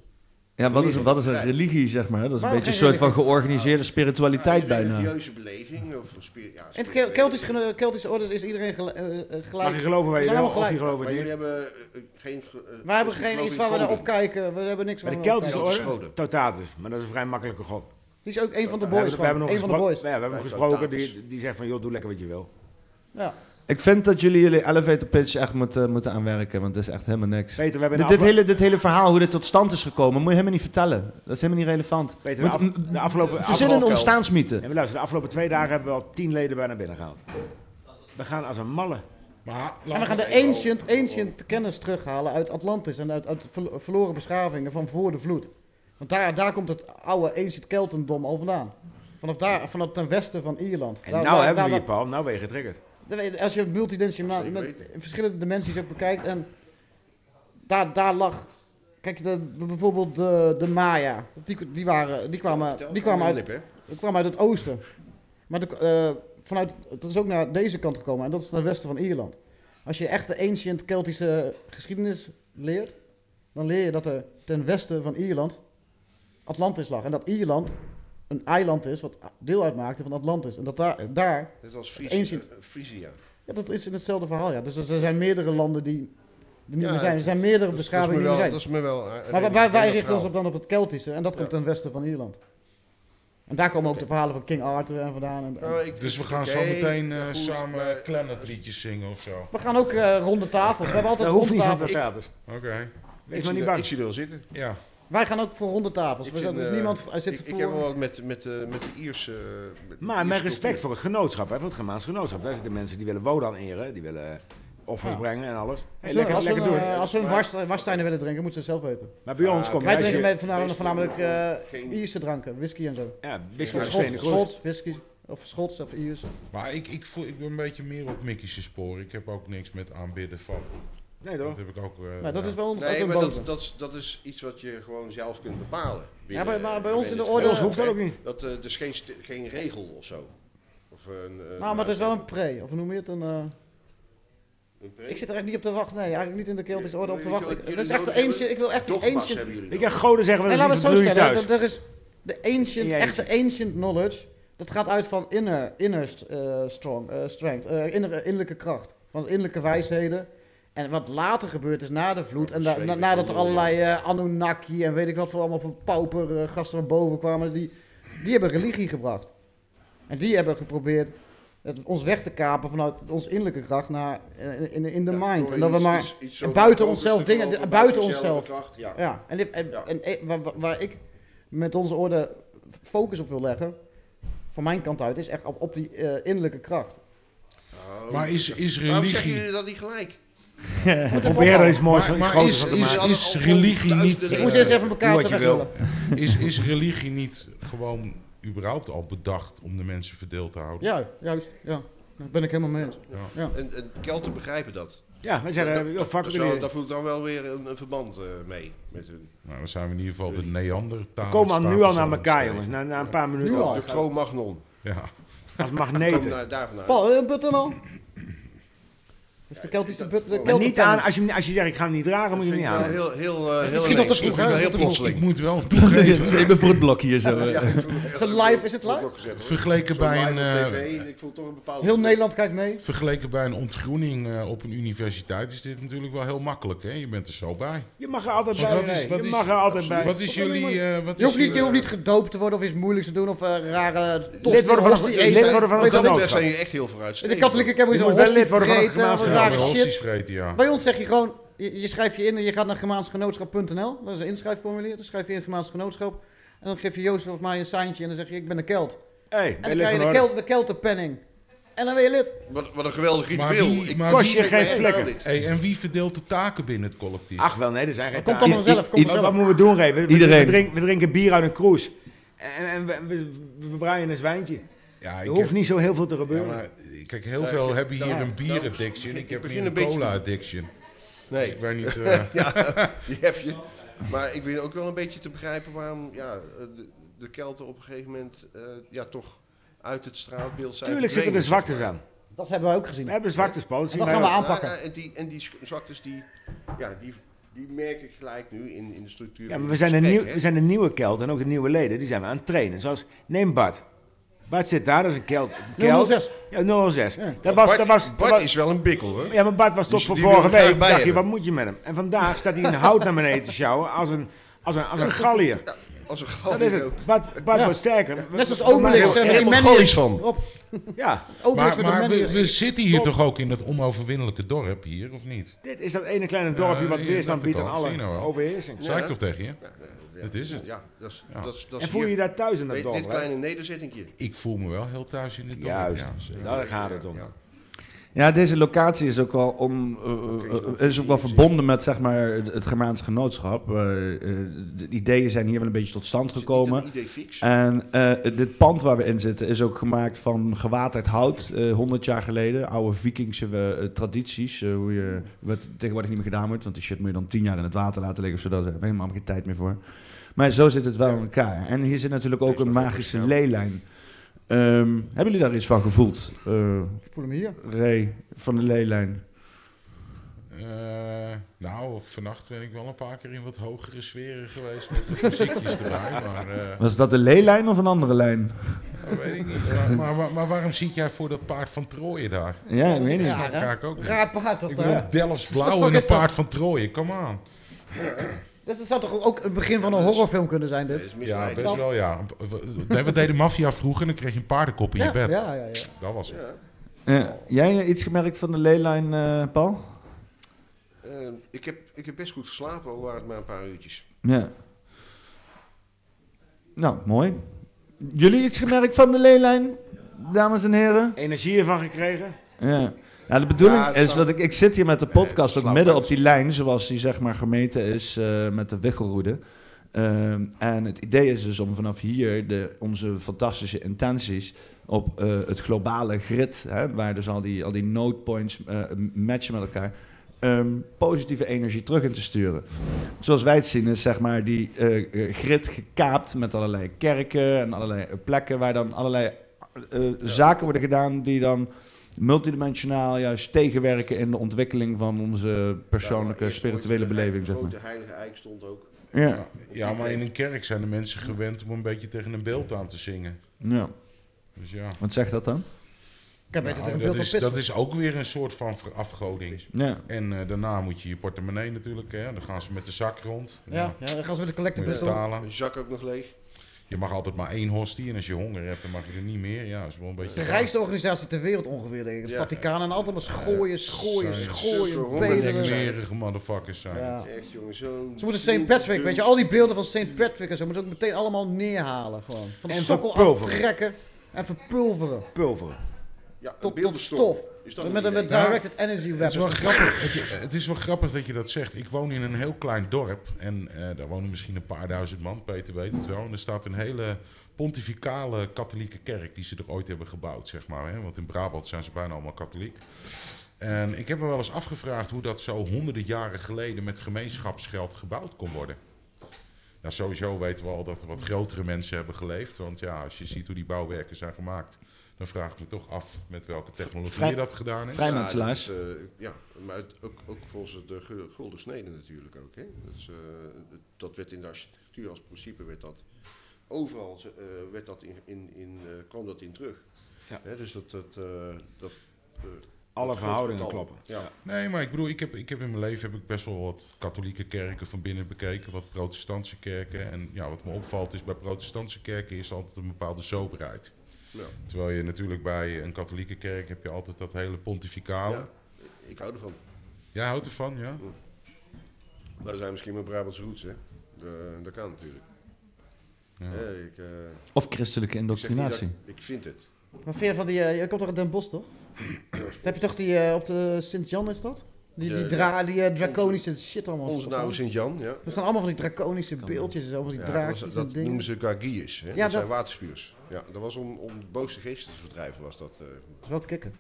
B: Ja, wat is, wat is een
K: Nee.
B: religie, zeg maar? Dat is een
K: Waarom
B: beetje een
K: geen
B: soort van
K: religie?
D: Ah.
B: georganiseerde spiritualiteit
K: Een
B: bijna.
K: religieuze beleving of een spiri- ja,
F: In het Kel- Keltisch, geno- Keltische orders is iedereen gel- eh, eh, gelijk.
D: Mag je geloven waar je
F: Zijn
D: wil,
F: allemaal
D: of
F: gelijk.
D: je
K: Maar
D: gelooft het niet.
K: jullie hebben eh, eh, geen... ge- eh,
F: Wij hebben
K: dus ik
F: geen
K: geloof
F: iets
K: in
F: waar we naar
K: goden.
F: opkijken. We hebben niks
D: Bij
F: waar
D: de
F: we naar
D: Keltische
F: opkijken.
D: orde, Totatus. Maar dat is een vrij makkelijke god.
F: Die is ook een van de
D: We
F: boys.
D: hebben- we hebben nog
F: een van de
D: gespro-
F: boys.
D: Ja, we hebben hem gesproken. Die, die zegt van, joh, doe lekker wat je wil.
F: Ja.
B: Ik vind dat jullie jullie elevator pitch echt moeten, moeten aanwerken, want dat is echt helemaal niks.
D: Peter, we hebben
B: dit,
D: de
B: dit,
D: afge-
B: hele, dit hele verhaal, hoe dit tot stand is gekomen, moet je helemaal niet vertellen. Dat is helemaal niet relevant.
D: Peter, de,
B: Want,
D: af-
B: mm,
D: de afgelopen...
B: Verzin een
D: afgelopen-
B: ontstaansmythe.
D: En we luisteren, de afgelopen twee dagen hebben we al tien leden bijna binnen gehaald. We gaan als een malle.
F: En we gaan de ancient, ancient kennis terughalen uit Atlantis en uit, uit ver- verloren beschavingen van voor de vloed. Want daar, daar komt het oude ancient Keltendom al vandaan. Vanaf daar, vanaf ten westen van Ierland.
D: En
F: Daar-
D: nou
F: daar-
D: hebben we
F: daar-
D: je, Paul. Nou ben je getriggerd.
F: daar- weet je, Als je multidimensionaal, met verschillende dimensies ook bekijkt en daar, daar lag... Kijk, de, bijvoorbeeld de, de Maya, die, die, waren, die kwamen, die kwamen, uit, die kwamen uit het oosten. Maar de, eh, vanuit, het is ook naar deze kant gekomen en dat is naar het westen van Ierland. Als je echt de ancient Keltische geschiedenis leert, dan leer je dat er ten westen van Ierland Atlantis lag. En dat Ierland een eiland is wat deel uitmaakte van Atlantis. En dat daar, daar
K: Dat is als
F: het
K: Fries-
F: ancient-
K: eh, Frisia.
F: ja, dat is in hetzelfde verhaal, ja. Dus er zijn meerdere landen die er niet
K: Ja,
F: meer zijn. Er
K: het-
F: zijn meerdere
K: dat is me
F: beschavingen die er
K: wel-
F: zijn.
K: dat is me wel, eh,
F: maar wij,
K: redelijk
F: wij, wij
K: bekend
F: richten ons
K: verhaal.
F: op dan op het Keltische en dat komt ten westen van Ierland. En daar komen ook de verhalen van King Arthur en vandaan. En, en-
K: Nou, ik-
M: Dus we gaan
K: Oké,
M: zo meteen eh,
K: ja, goed,
M: samen Clannad liedjes zingen of zo.
F: We gaan ook eh, ronde tafels. We hebben altijd
D: Dat hoeft
F: ronde
D: niet van
F: tafels. Ik-
D: Totatus.
M: Oké.
D: Wees maar niet bang.
K: Ik zie er wel zitten.
M: Ja.
F: wij gaan ook voor ronde tafels.
K: Ik
F: We
K: vind,
F: zijn, dus
K: eh,
F: niemand hij zit
K: ik, ik
F: voor.
K: heb wel wat met, met, eh, met de Ierse... eh, met de
D: Maar met
K: Ierse
D: respect voor
K: cultuur.
D: het genootschap, hè, voor het Germaans genootschap. Daar zitten mensen die willen Wodan eren, die willen eh, offers
F: Ja.
D: brengen en alles. Hey,
F: Als we-
D: lekker,
F: als,
D: lekker
F: we,
D: doen.
F: eh, als we een was- wasstijnen willen drinken, moeten ze het zelf weten.
D: Maar bij ons kom
F: Wij
D: je als
F: drinken
D: je-
F: met voornamelijk, voornamelijk eh,
K: Geen-
F: Ierse dranken, whisky en zo.
D: Ja, whisky
F: Of
D: met
F: Schots,
D: Stenen Kroes.
F: Schots, whisky. Of Schots of Iers.
M: Maar ik, ik, voel, ik ben een beetje meer op Mickey's spoor. Ik heb ook niks met aanbidden van.
D: Nee, toch?
M: Dat heb ik ook... eh,
F: Maar dat
M: ja.
F: is bij ons ook
K: Nee,
F: een
K: maar dat,
F: boze.
K: dat, is- dat is iets wat je gewoon zelf kunt bepalen.
F: Ja, maar- maar bij ons in de
K: binnen het
F: orde- Bij ons
D: hoeft dat ook niet.
K: Dat, eh, dus geen, st- geen regel of zo. Of een, eh,
F: Nou, maar het is wel een pre. Of hoe noem je het? Een, eh,
K: een pre-
F: ik zit er echt niet op te wachten. Nee, eigenlijk niet in de Keltische orde op te
K: Weet je
F: wachten.
K: wat
F: Ik, het
K: jullie
F: is echt de
K: nodig hebben?
F: ancient. Ik wil echt die
K: Dogma's
F: ancient.
K: hebben jullie
D: Ik ga goden zeggen,
F: Nee,
D: maar dat
F: laten
D: is
F: we
D: iets wat
F: het
D: doe
F: zo
D: je
F: stellen.
D: thuis.
F: Er, er is de ancient,
D: Ja,
F: echte ancient knowledge. Dat gaat uit van inner, inner st- eh, strong, eh, strength, eh, inner- innerlijke kracht. Van innerlijke wijsheden. En wat later gebeurt is na de vloed. En da- na- nadat er allerlei eh, Anunnaki en weet ik wat voor allemaal voor pauper eh, gasten van boven kwamen. Die, die hebben religie gebracht. En die hebben geprobeerd het, ons weg te kapen vanuit ons innerlijke kracht naar in, in, in de mind.
K: door
F: En dat we
K: iets-
F: maar
K: iets- iets zo
F: buiten
K: te
F: onszelf
K: geloven,
F: dingen,
K: buiten
F: buiten
K: jezelf
F: onszelf.
K: de kracht, ja.
F: Ja, en, dit- en,
K: Ja.
F: en eh, waar, waar- waar ik met onze orde focus op wil leggen, van mijn kant uit, is echt op, op die eh, innerlijke kracht.
K: Nou,
M: Maar is- is
K: Waarom zeggen
M: religie-
K: jullie dat niet gelijk?
D: We proberen er iets moois van, iets
M: Maar
D: groters
M: is,
D: van te
M: is,
D: maken.
M: is religie niet... eh,
F: Ik moest eerst even elkaar
D: doe wat je wil.
F: terugrollen.
M: Is, is religie niet gewoon überhaupt al bedacht om de mensen verdeeld te houden?
F: Ja, juist. Ja, daar ben ik helemaal mee eens. Ja.
K: En, en Kelten begrijpen dat.
D: Ja, wij zijn, eh, heel vaak
K: Zo,
D: weer-
K: daar voel ik dan wel weer een, een verband eh, mee met hun.
M: Nou, dan zijn we in ieder geval de Neandertaler.
K: We
D: komen al- nu al naar elkaar, jongens. Na, na een paar minuten
K: Nu al.
D: al.
K: De Cro-Magnon.
M: Ja.
D: Als
K: Kom
D: magneten.
F: eh,
K: daar- eh, daar vandaan.
F: Paul, een button al? Dat is de Keltische but. De
D: Maar
F: Keltische
D: niet aan, als je, hem- als je zegt ik ga hem niet dragen, moet je hem niet
K: vind ik
D: aan.
K: wel heel, heel,
F: heel
K: eh,
F: ineens. Misschien
K: Vroeger heel plotseling.
M: Ik moet wel
B: Dit is
M: toegeven.
B: even voor het blok hier zo. eh.
K: Ja, ik voel-
F: Is het live? Is het live?
M: Vergeleken
K: Zo'n
M: bij een,
K: live op
M: eh,
K: TV, ik voel toch een bepaalde...
F: Heel Nederland kijkt mee.
M: Vergeleken bij een ontgroening eh, op een universiteit is dit natuurlijk wel heel makkelijk. Hè? Je bent er zo bij.
D: Je mag er altijd
M: Want
D: bij.
M: wat is-
D: je
M: wat is-
D: mag er altijd
M: absoluut.
D: bij.
M: Wat is jullie... eh, wat
F: je hoeft
M: is
F: niet, je
M: jullie-
F: hoeft niet gedoopt te worden of iets moeilijks te doen of eh, rare tosti-
D: Lid worden van een-
F: hostie
D: lid
F: eten.
D: worden van een
F: Weet je wel,
K: Wat dat
D: genootschap.
K: betreft zijn jullie echt heel
F: in
K: vooruitstrevend.
F: de katholieke kerk moet je
D: Je
F: zo'n
D: moet wel
F: hostie
D: lid worden van een
F: vreten,
D: gemeenschap.
F: rare
M: Ja, hosties
F: shit.
M: vreten, ja.
F: Bij ons zeg je gewoon, je, je schrijft je in en je gaat naar gemaansgenootschap.nl. Dat is een inschrijfformulier. Dan schrijf je in gemaansgenootschap. En dan geef je Jozef of mij een seintje en dan zeg je ik ben een Kelt.
D: Hey,
F: En
D: ben
F: dan
D: lid
F: krijg
D: van
F: je de,
D: de orde.
F: Kelt, de Keltenpenning. En dan ben je lid.
K: Wat, wat een geweldig
M: Maar
K: ritueel.
M: wie,
K: Ik-
M: maar
D: kost
M: wie-
D: je geen
K: ik-
D: flikker.
K: ik-
M: Hey, en wie verdeelt de taken binnen het collectief?
D: Ach wel, nee, er zijn geen
F: komt
D: taken.
F: allemaal zelf,
D: I-
F: komt
D: i-
F: zelf.
D: Wat moeten we doen, Ray? We, we-
B: Iedereen.
D: We, drinken, we drinken bier uit een cruise. En, en we, we, we braaien een zwijntje.
M: ja,
D: Er
M: ik
D: hoeft
M: heb-
D: niet zo heel veel te
M: ja,
D: gebeuren.
M: maar, kijk, heel veel hebben hier een bier-addiction.
K: ik-
M: Ik
K: ik
M: heb
K: begin
M: hier
K: een
M: een
K: beetje-
M: cola-addiction.
K: Nee,
M: Ik weet niet... eh,
K: die heb je. Maar ik ben ook wel een beetje te begrijpen waarom ja, eh, de, de Kelten op een gegeven moment eh, ja, toch uit het straatbeeld zijn
D: Tuurlijk zitten er
K: verdwenen,
D: zwaktes
K: zeg maar.
D: aan.
F: Dat hebben we ook
D: We
F: gezien.
D: hebben zwaktes, Paul. Dat zien
F: En dat
D: wij
F: gaan we
D: ook.
F: aan- aanpakken.
K: Ja, ja, en die, en die sch- zwaktes, die, ja, die, die merk ik gelijk nu in, in de structuur.
D: Ja,
K: van
D: maar we
K: dit
D: zijn, een
K: gesprek,
D: nieuw,
K: hè.
D: we zijn een nieuwe Kelt en ook de nieuwe leden. Die zijn we aan het trainen. Zoals, neem Bart. Bart zit daar, dat is een Kelt. een Kelt.
F: 006.
D: Ja, 006.
F: Ja.
D: Dat was,
K: Bart,
D: dat was, dat
K: Bart
D: was-
K: is wel een bikkel, hoor.
D: Ja, maar Bart was
K: Die-
D: tot voor
K: die wil
D: vorige
K: we graag
D: week.
K: bij
D: Dacht je,
K: hebben.
D: wat moet je met hem? En vandaag staat hij in hout naar beneden te sjouwen als een, als een, als een gallier.
K: Ja, als een gal.
D: Dat is het. Bart, Bart
F: Ja.
D: wordt sterker. We-
F: Net zoals
D: we- we-
F: Obelix
K: heel-
F: en
K: helemaal
F: Mennius.
K: gallisch van.
F: Rob,
D: Ja,
F: Obelix
M: Maar,
F: met de
M: maar we,
F: Mennius.
M: we zitten hier toch ook in dat onoverwinnelijke dorp hier, of niet?
D: dit is dat ene kleine dorpje
M: Ja,
D: wat
M: ja,
D: weerstand
M: dat
D: biedt aan
M: ook. Zie
D: alle
M: je nou wel.
D: overheersing.
M: Zei ik toch tegen je? Dat is het.
K: Ja, dat is, dat is, dat is
D: En voel je
K: hier.
D: je daar thuis in dat
K: Weet-
D: dorp?
K: Dit
D: hè?
K: kleine nederzettingje.
M: Ik voel me wel heel thuis in dit dorp.
D: Juist,
M: ja. Zeker.
D: daar gaat het om.
B: Ja, deze locatie is ook wel, om, eh, eh, is ook wel verbonden met zeg maar, het Germaans genootschap. Eh, eh, de idee zijn hier wel een beetje tot stand gekomen.
K: Is het niet een idee fix?
B: En eh, dit pand waar we in zitten is ook gemaakt van gewaterd hout, eh 100 jaar geleden. Oude Vikingse eh, tradities, eh, hoe je, wat tegenwoordig niet meer gedaan wordt. Want die shit moet je dan 10 jaar in het water laten liggen, zodat er helemaal geen tijd meer voor. Maar zo zit het wel in elkaar. En hier zit natuurlijk ook een magische leelijn. Ehm, hebben jullie daar iets van gevoeld? Eh
F: Ik voel hem hier.
B: Ray van de leelijn.
M: Eh, nou, vannacht ben ik wel een paar keer in wat hogere sferen geweest met wat muziekjes erbij, maar eh,
B: Was dat de leelijn of een andere lijn?
M: dat weet ik niet. Maar, maar, maar, maar waarom zit jij voor dat paard van Trooien daar?
B: Ja, ik weet niet.
F: Ja,
M: Dat
F: hè?
M: ga ik ook niet.
F: Raar paard toch
M: Ik
F: daar?
M: bedoel, Delfts
F: Wat
M: Blauw
F: voor
M: en
F: is
M: een
F: dat?
M: paard van Trooien, come on.
F: Dus dat zou toch ook het begin van een horrorfilm kunnen zijn,
K: Dat
F: dit?
K: is
M: Ja,
K: misleidend.
M: best wel, ja. Nee, wat deed de maffia vroeger? En dan kreeg je een paardenkop in je
F: Ja,
M: bed.
F: ja, ja, ja.
M: Dat was het.
B: Ja, jij eh, iets gemerkt van de leelijn, eh, Paul?
K: Eh, ik, heb, ik heb best goed geslapen, al waren het maar een paar uurtjes.
B: Ja. Nou, mooi. Jullie iets gemerkt van de leelijn, dames en heren?
D: Energie ervan gekregen.
B: Ja. Ja, de bedoeling
K: Ja, dat
B: is,
K: zou-
B: want ik, ik zit hier met de podcast ook
K: slaap
B: midden
K: wel
B: op die lijn, zoals die zeg maar gemeten is eh, met de wichelroede. Ehm, en het idee is dus om vanaf hier de, onze fantastische intenties op eh, het globale grid, hè, waar dus al die, al die node points eh, matchen met elkaar, ehm, positieve energie terug in te sturen. Zoals wij het zien is zeg maar die eh, eh, grid gekaapt met allerlei kerken en allerlei eh, plekken waar dan allerlei eh, zaken worden gedaan die dan multidimensionaal juist tegenwerken in de ontwikkeling van onze persoonlijke spirituele beleving, zeg maar.
K: De heilige eik stond ook.
B: Ja,
M: Ja, maar in een kerk zijn de mensen gewend om een beetje tegen een beeld aan te zingen.
B: ja.
M: Dus ja.
B: Wat zegt dat dan?
F: Ik heb
M: Nou,
F: beter tegen
M: dat,
F: beeld van
M: is,
F: pissen.
M: dat is ook weer een soort van verafgoding.
B: Ja.
M: En eh, daarna moet je je portemonnee natuurlijk, hè, dan gaan ze met de zak rond.
F: Ja, ja, dan gaan ze met de collector
M: Moet je
F: bus door.
M: betalen.
K: Mijn zak ook nog leeg.
M: Je mag altijd maar één hostie en als je honger hebt, dan mag je er niet meer. Ja, dat is wel een
F: Het
M: beetje...
F: is de rijkste organisatie ter wereld ongeveer, denk ik. Het
K: Ja.
F: Vaticaan en altijd maar schooien, schooien,
M: Zijn
F: schooien,
K: super
F: bedelen.
K: hondenlekkers.
M: Smerige motherfuckers zijn
F: Ja.
M: het.
K: Echt jongen, zo'n...
F: Ze moeten St. Patrick, weet je, al die beelden van St. Patrick en zo moeten ze ook meteen allemaal neerhalen. Gewoon. Van de
D: En
F: sokkel
D: verpulveren.
F: aftrekken en verpulveren.
D: Pulveren.
K: Ja, een
F: Tot, tot
K: beeldenstorm.
F: stof.
K: Is dat
F: Met een
K: een
F: met
K: idee?
F: directed energy
M: Het is, wel
F: weapon.
M: grappig, het, het is wel grappig dat je dat zegt. Ik woon in een heel klein dorp en eh, daar wonen misschien een paar duizend man, Peter weet het wel. En er staat een hele pontificale katholieke kerk die ze er ooit hebben gebouwd, zeg maar. Hè? Want in Brabant zijn ze bijna allemaal katholiek. En ik heb me wel eens afgevraagd hoe dat zo honderden jaren geleden met gemeenschapsgeld gebouwd kon worden. Ja, sowieso weten we al dat er wat grotere mensen hebben geleefd. Want ja, als je ziet hoe die bouwwerken zijn gemaakt, dan vraag ik me toch af met welke technologie
N: vrij-
M: je dat gedaan heeft.
N: vrijmetselaars.
K: Ja, dat is, eh, ja, maar het- ook, ook volgens de gu- gulden snede natuurlijk ook. Hè? Dat, is, eh, dat werd in de architectuur als principe werd dat overal eh, werd dat in, in, in, eh, kwam dat in terug. Hè, dus dat, dat, eh, dat eh,
D: Alle
K: dat
D: verhoudingen
K: getal.
D: kloppen.
K: Ja.
M: Nee, maar ik bedoel, ik heb, ik heb in mijn leven heb ik best wel wat katholieke kerken van binnen bekeken, wat protestantse kerken. En ja, wat me opvalt is, bij protestantse kerken is altijd een bepaalde soberheid.
K: Ja.
M: Terwijl je natuurlijk bij een katholieke kerk heb je altijd dat hele pontificale.
K: Ja. Ik hou ervan.
M: Jij houdt ervan, ja?
K: Maar er zijn misschien mijn Brabantse roots, hè? De, dat kan natuurlijk. Hè, ik, eh,
B: Of christelijke
K: ik zeg niet dat-
B: indoctrinatie.
K: Ik vind het.
F: Wat vind je van die... eh, je komt toch uit Den Bosch, toch? Dan heb je toch die... eh, op de Sint-Jan is dat? Die, die,
K: Ja,
F: dra die eh, draconische shit allemaal.
K: Ons
F: Of zo.
K: nou Sint-Jan, ja.
F: Er staan allemaal van die draconische beeldjes en zo. Van die
K: Ja,
F: draakjes
K: dat, was-
F: en
K: dat
F: dingen.
K: noemen ze gargilles. Hè?
F: Ja,
K: dat, zijn
F: dat-
K: waterspuurs. Ja, dat was om, om de boosste geesten te verdrijven, was dat. eh.
F: Dat is wel kicken.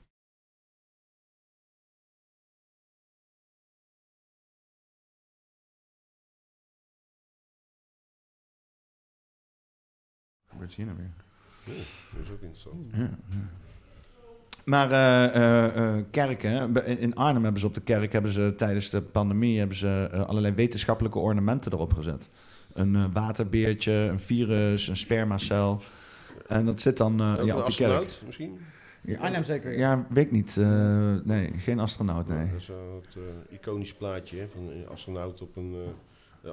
B: gebeurt hier nou weer?
K: Ja, dat is ook interessant.
B: Maar eh, eh, eh, kerken, hè, bij- in Arnhem hebben ze op de kerk hebben ze, tijdens de pandemie hebben ze, eh, allerlei wetenschappelijke ornamenten erop gezet. Een eh, waterbeertje, een virus, een spermacel. En dat zit dan eh,
K: Ook
B: ja,
K: een
B: op die kerk.
K: astronaut misschien?
B: Ja,
F: Arnhem zeker.
B: Ja, weet ik niet. Eh, nee, geen astronaut, nee.
K: Dat is wel het eh, iconisch plaatje hè, van een astronaut op een. eh,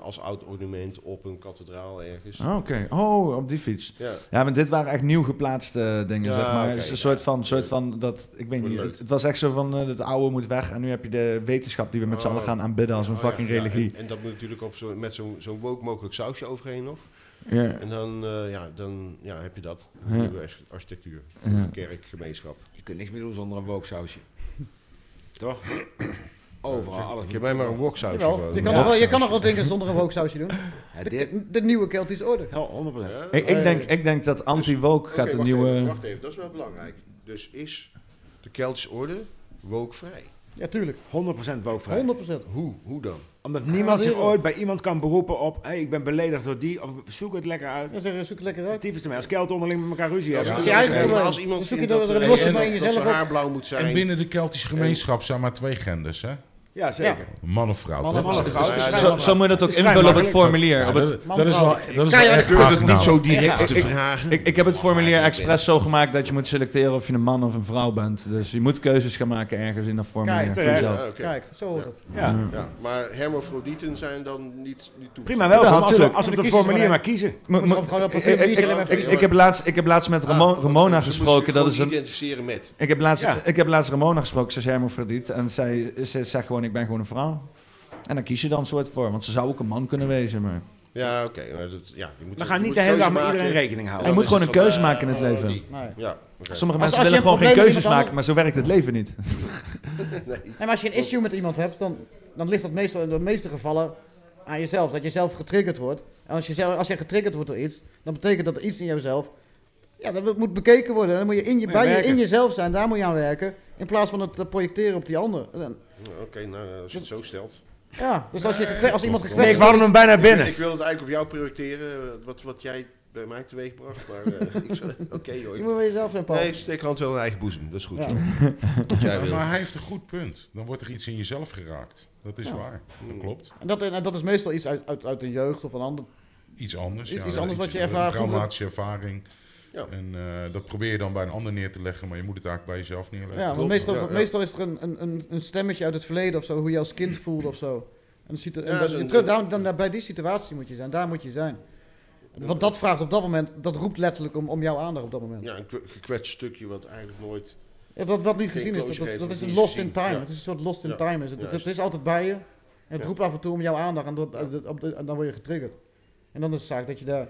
K: als oud ornament op een kathedraal ergens.
B: Ah, Oké, oh, op die fiets.
K: Ja.
B: Ja, maar dit waren echt nieuw geplaatste dingen,
K: Ja,
B: zeg maar.
K: oké,
B: dus een
K: ja.
B: soort van, soort van dat, ik weet niet, het, het was echt zo van, eh, het oude moet weg en nu heb je de wetenschap die we met z'n allen
K: Oh.
B: gaan aanbidden als een
K: Oh, ja,
B: fucking
K: ja,
B: religie.
K: en, en dat moet natuurlijk op zo, met zo'n zo'n woke mogelijk sausje overheen nog.
B: Ja.
K: En dan, eh, ja, dan ja, heb je dat.
B: Ja.
K: Nieuwe arch- architectuur,
B: Ja.
K: kerk, gemeenschap.
D: Je kunt niks meer doen zonder een woksausje. Toch? Overal alles.
K: Ik heb mij maar een woksausje
F: Jawel, je kan, nog wel, Oh, je kan nog wat dingen zonder een wooksausje doen.
D: Ja,
F: De-
D: dit-
F: de nieuwe Keltische orde.
D: Ja, 100%.
B: Ik, ik, denk, ik denk dat anti-woke
K: Dus- Oké,
B: gaat een
K: wacht
B: nieuwe...
K: Even, wacht even, dat is wel belangrijk. Dus is de Keltische orde woke-vrij?
F: Ja, tuurlijk.
D: 100% wookvrij.
F: 100%.
K: Hoe? Hoe dan?
D: Omdat
F: Ja,
D: niemand zich
F: wereld.
D: ooit bij iemand kan beroepen op... Hey, ik ben beledigd door die, of zoek het lekker uit.
F: Ja, zeg, zoek het lekker uit.
D: Typisch ermee, als kelten onderling met elkaar ruzie
K: Ja,
D: hebben.
O: Dus
K: dat is je eigen probleem. Als iemand
F: Dan zoek je dat
K: vindt dat
F: er een
K: de-
F: losse
K: en
F: bij
K: dat
F: jezelf
K: ze
F: op-
K: haar blauw moet zijn.
M: En binnen de Keltische gemeenschap zijn maar twee genders, hè?
D: Ja, zeker.
M: Man of vrouw.
D: Man
M: toch?
D: of vrouw.
M: Dat is-
D: Het is
M: dat is-
B: Zo, zo moet je dat ook
M: is vrij
B: invullen op het
M: makkelijk.
B: formulier.
M: Ja,
B: Op
M: dat,
B: het-
M: dat is wel, dat is wel echt aangenaam.
B: Ik, ik, ik heb het formulier expres zo gemaakt dat je moet selecteren of je een man of een vrouw bent. Dus je moet keuzes gaan maken ergens in dat formulier
F: Kijk,
B: voor
F: terecht.
B: jezelf.
K: Ja, oké.
F: Kijk, zo hoort het.
D: Ja.
K: Ja. maar hermafrodieten zijn dan niet, niet toegestaan.
D: Prima wel,
B: Ja,
D: als, we,
B: natuurlijk.
D: als we op
F: Dan
D: het
F: kiezen ze maar
D: formulier maar kiezen.
B: Mo- mo-
F: Gewoon op een
B: ik- ik- ik-
F: formulier alleen maar
B: ik-
F: kiezen.
B: Ik heb laatst- ik heb laatst met Ramo- Ramona gesproken. Dat is een,
K: identificeren met.
B: Ik heb laatst,
D: Ja.
B: ik heb laatst Ramona gesproken, ze is hermafrodiet. En zij, ze zegt gewoon, ik ben gewoon een vrouw. En dan kies je dan een soort voor, want ze zou ook een man kunnen wezen. Maar...
K: Ja, oké. maar dat- ja, je moet-
D: We
K: je
D: gaan
K: moet
D: niet de hele
K: keuze
D: dag met
K: maken.
D: iedereen rekening
B: Je
D: houden.
K: Dan
B: moet
K: is
B: gewoon
F: dus
K: het
B: een
K: van,
B: keuze
K: eh,
B: maken in het
K: oh,
B: leven.
K: die.
F: Nee.
K: Ja, oké.
B: Sommige
F: Als-
B: mensen
F: als je
B: willen
F: een
B: gewoon geen
F: probleem
B: keuzes
F: met iemand
B: maken, maar zo werkt het leven niet.
K: Nee.
F: En als je een issue met iemand hebt, dan, dan ligt dat meestal in de meeste gevallen aan jezelf. Dat je zelf getriggerd wordt. En als je, zelf, als je getriggerd wordt door iets, dan betekent dat er iets in jezelf... Ja, dat moet bekeken worden. Dan moet je in, je,
D: Moet je
F: bij je,
D: werken.
F: in jezelf zijn, daar moet je aan werken. In plaats van het te projecteren op die ander. En-
K: Ja, Oké, nou, als je het zo stelt.
F: Ja, dus als, je gekwe- als iemand
D: Nee,
F: gekwetst
D: ik wou hem bijna binnen.
K: Ik wil het eigenlijk op jou projecteren, eh, wat, wat jij bij mij teweeg bracht. Maar eh, ik zal- oké hoor.
F: Je moet bij jezelf zijn, Paul.
K: Nee, steek hand wel in eigen boezem, dat is goed.
F: Ja.
K: zo. Wat jij wil.
M: Maar hij heeft een goed punt. Dan wordt er iets in jezelf geraakt. Dat is
F: Ja.
M: waar.
K: Hmm.
M: Dat klopt.
F: En, dat, en dat is meestal iets uit, uit, uit de jeugd of een ander.
M: Iets anders.
F: I-
M: ja.
F: iets anders wat je
M: een
F: ervaart vroeger.
M: traumatische ervaring.
K: Ja.
M: En eh, dat probeer je dan bij een ander neer te leggen, maar je moet het eigenlijk bij jezelf neerleggen.
F: Ja, want
K: klopt.
F: meestal,
K: Ja, ja.
F: meestal is er een, een- een, een stemmetje uit het verleden of zo, hoe je als kind voelde of zo. En, dan ziet er, en
K: Ja,
F: dat-
K: zo'n-
F: je terug- daar- dan, daar- bij die situatie moet je zijn, daar moet je zijn. Want dat vraagt op dat moment, dat roept letterlijk om, om jouw aandacht op dat moment.
K: Ja, een kwe- gekwetst stukje wat eigenlijk nooit...
F: Ja, dat wat niet
K: Geen
F: gezien is, dat,
K: closure
F: dat,
K: geven,
F: dat is
K: dat
F: een
K: niet
F: lost in
K: gezien.
F: time.
K: Ja.
F: Het is een soort lost in
K: Ja,
F: time. Is het. Het,
K: juist.
F: het is altijd bij je. En het
K: Ja.
F: roept af en toe om jouw aandacht en, dat, dat- op de- en dan word je getriggerd. En dan is het zaak dat je daar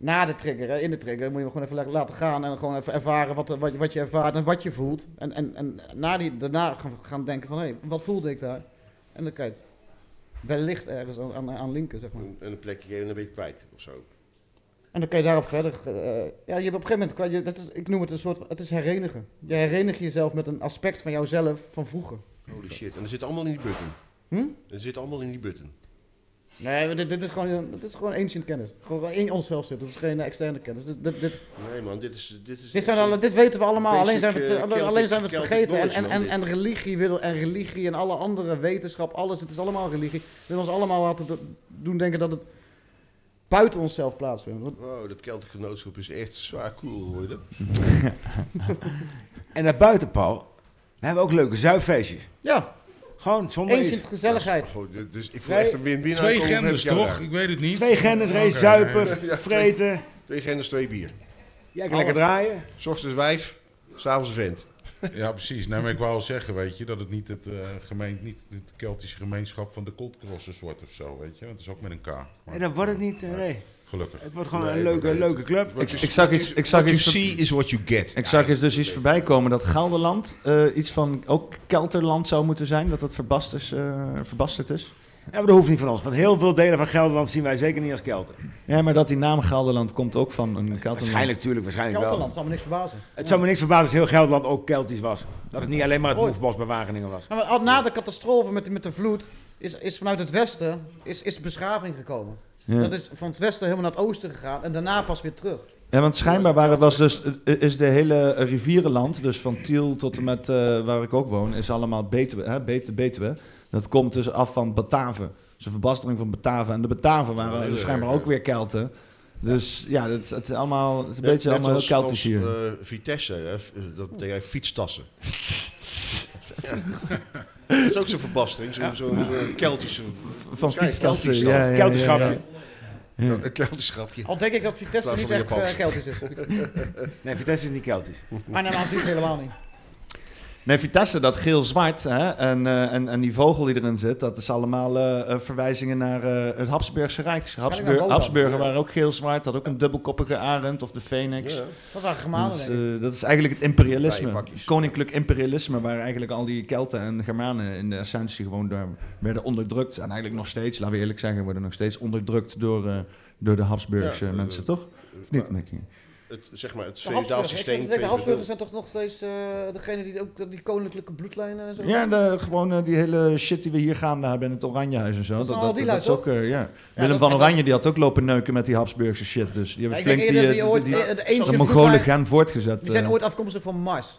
F: na de trigger, hè, in de trigger, moet je hem gewoon even la- laten gaan en gewoon even ervaren wat, wat, je- wat je ervaart en wat je voelt. En, en, en na die, daarna gaan, gaan denken van, hé, wat voelde ik daar? En dan kan je het wellicht ergens aan, aan, aan linken, zeg maar.
K: En een plekje geven en dan ben je het kwijt of zo.
F: En dan kan je daarop verder. eh, ja, je hebt op een gegeven moment, kan je, dat is, ik noem het een soort, het is herenigen. Je herenigt jezelf met een aspect van jouzelf van vroeger.
K: Holy shit. En dat zit allemaal in die button.
F: Hm?
K: Dat zit allemaal in die button.
F: Nee, maar dit, dit, is gewoon, een- dit is gewoon ancient kennis. Gewoon, gewoon in onszelf zit. Dat is geen eh, externe kennis. Dit, dit, dit,
K: Nee man, dit is... Dit, is
F: dit, zijn alle, dit weten we allemaal,
K: Basic,
F: alleen zijn we het,
K: eh, Celtic-
F: alleen zijn we het
K: Celtic
F: vergeten. En, en,
K: knowledge,
F: en,
K: man,
F: en religie wil, en religie en alle andere wetenschap, alles, het is allemaal religie. Wil ons allemaal laten do- doen denken dat het buiten onszelf plaatsvindt. Want-
K: Wow, dat Celtic genootschap is echt zwaar cool geworden.
O: En daarbuiten, Paul, we hebben ook leuke zuipfeestjes.
F: Ja.
O: Gewoon zonder
F: Eens in het gezelligheid.
K: dus ik
O: voel echt een win-win Twee uitkomen
K: genders, met jou toch? daar. Ik weet het niet.
O: Twee genders, race,
K: Oké.
O: zuipen,
K: Ja,
O: vreten.
K: Twee genders, twee bier.
O: Jij kan lekker draaien.
K: S ochtends wijf, s'avonds vent.
M: Ja, precies. Nee, maar ik wou al zeggen, weet je, dat het niet het, eh, gemeen, niet het Keltische gemeenschap van de Coldcrossers wordt of zo, weet je. Want het is ook met een K. Maar-
O: Nee, dat wordt het niet. eh, Nee.
M: Gelukkig.
O: Het wordt gewoon
M: Nee,
O: een leuke,
M: maar nee.
O: leuke club.
M: Wat
B: Ik zag iets. Ik zag
M: What
B: iets
M: you see is what you get.
B: Ik zag eens dus iets voorbij komen dat Gelderland eh, iets van ook Kelterland zou moeten zijn. Dat dat verbasterd is. eh, verbasterd is.
O: Ja, maar dat hoeft niet van ons. Want heel veel delen van Gelderland zien wij zeker niet als Kelten.
B: Ja, maar dat die naam Gelderland komt ook van een Kelterland.
O: Waarschijnlijk, tuurlijk, waarschijnlijk wel.
F: Gelderland, zal me niks verbazen.
O: Het zou me niks verbazen als heel Gelderland ook Keltisch was. Dat het niet alleen maar het Hoefbos bij Wageningen was.
F: Ja, Nou, maar al na de catastrofe met, met de vloed is, is vanuit het westen is, is beschaving gekomen.
B: Ja.
F: Dat is van het westen helemaal naar het oosten gegaan en daarna pas weer terug.
B: Ja, want schijnbaar waar het was dus, eh, is de hele rivierenland, dus van Tiel tot en met eh, waar ik ook woon, is allemaal Betuwe. Hè, Betuwe, Betuwe. Dat komt dus af van Bataven. Dus een verbastering van Bataven. En de Bataven waren
K: Ja, heel
B: dus schijnbaar
K: erg,
B: ook weer Kelten. Dus ja, het, is- het is allemaal het is een
K: Net-
B: beetje
K: net
B: allemaal
K: als-
B: Keltisch
K: als,
B: hier.
K: eh, Vitesse, hè, f- eh, dat deed hij fietstassen. Ja. Dat is ook zo'n verbastering, zo'n zo'n- zo'n Keltische...
B: van
K: Kijk,
B: fietstassen,
K: Keltisch dan.
B: ja, ja, Keltisch ja, ja. grapje. Ja.
K: Een Keltisch grapje.
F: Al denk ik dat Vitesse
K: Plaats
F: niet
K: van
F: echt eh,
K: Japans.
F: Keltisch is.
O: Nee, Vitesse is niet Keltisch.
F: Maar naar aanzien helemaal niet.
B: Nee, Vitesse, dat geel-zwart hè, en, eh, en, en die vogel die erin zit, dat is allemaal eh, eh, verwijzingen naar eh, het Habsburgse Rijk. Habsburg-
F: Roda.
B: Habsburgen
F: Ja.
B: waren ook geel-zwart, had ook een dubbelkoppige arend of de phoenix.
F: Ja. Dat waren Germanen,
B: Dat, is,
F: denk ik.
B: eh, dat is eigenlijk het
F: Bij
B: imperialisme,
F: je
B: koninklijk imperialisme, waar eigenlijk al die Kelten en Germanen in de essentie gewoon daar werden onderdrukt. En eigenlijk nog steeds, laten we eerlijk zeggen, worden nog steeds onderdrukt door, eh, door de Habsburgse
K: Ja, eh,
B: mensen, toch? Of niet, Mickey?
K: Het, zeg maar, het
F: De Habsburgers, ik
K: systeem
F: zou zeggen, De Habsburgers zijn toch nog steeds eh, degene die ook die koninklijke bloedlijn en zo.
B: Ja, de, gewoon eh, die hele shit die we hier gaan hebben in het Oranjehuis en zo. Dat,
F: Dat zijn
B: dat,
F: al die
B: dat
F: lui,
B: is ook,
F: toch?
B: eh, ja.
F: dat
B: Willem
F: is
B: van
F: echt-
B: Oranje die had ook lopen neuken met die Habsburgse shit. Dus die hebben
F: ik
B: flink
F: denk
B: die,
F: eerder
B: die,
F: die ooit-
B: die,
F: eh, de ancient
B: de Mongolen
F: bloedlijn-
B: gaan voortgezet.
F: Die zijn
B: eh.
F: ooit afkomstig van Mars.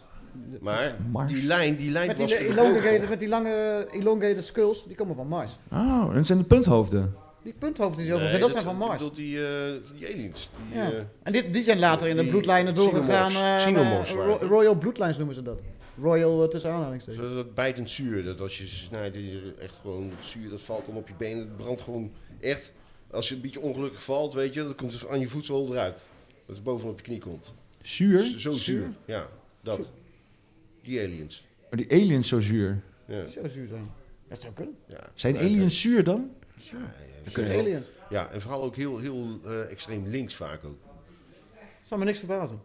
K: Maar die lijn, die lijn
F: Met die,
K: was...
F: le- elongated, met die lange eh, elongated skulls, die komen van Mars.
B: Oh, en het zijn de punthoofden.
F: Die punthoofden die zo
K: Nee,
F: dat,
K: dat-
F: zijn van
K: Ik
F: Mars.
K: bedoel die, eh, die aliens. Die,
F: Ja.
K: eh,
F: en dit, die zijn later in de
K: die
F: bloedlijnen doorgegaan.
K: xenomorphs.
F: eh,
K: Xenomorphs
F: eh,
K: waren het,
F: Ro-
K: hè?
F: Royal Bloodlines noemen ze dat. Royal eh, tussen aanhalingstekens.
K: Zo dat bijtend zuur, dat als je snijdt, dat je echt gewoon het zuur, dat valt dan op je benen, het brandt gewoon echt. Als je een beetje ongelukkig valt, weet je, dat komt het aan je voedsel eruit. Dat het bovenop je knie komt.
B: Zuur?
K: Z- Zo zuur, ja. Dat. Die aliens.
B: Maar die aliens zo zuur.
K: Ja.
F: Zo zuur zijn. Dat zou kunnen.
K: Ja.
B: Zijn
K: Ja,
B: aliens zuur dan?
K: ja,
B: kunnen
K: zo-
F: aliens.
K: Ja, en vooral ook heel, heel eh, extreem links vaak ook.
F: Zou me niks verbazen.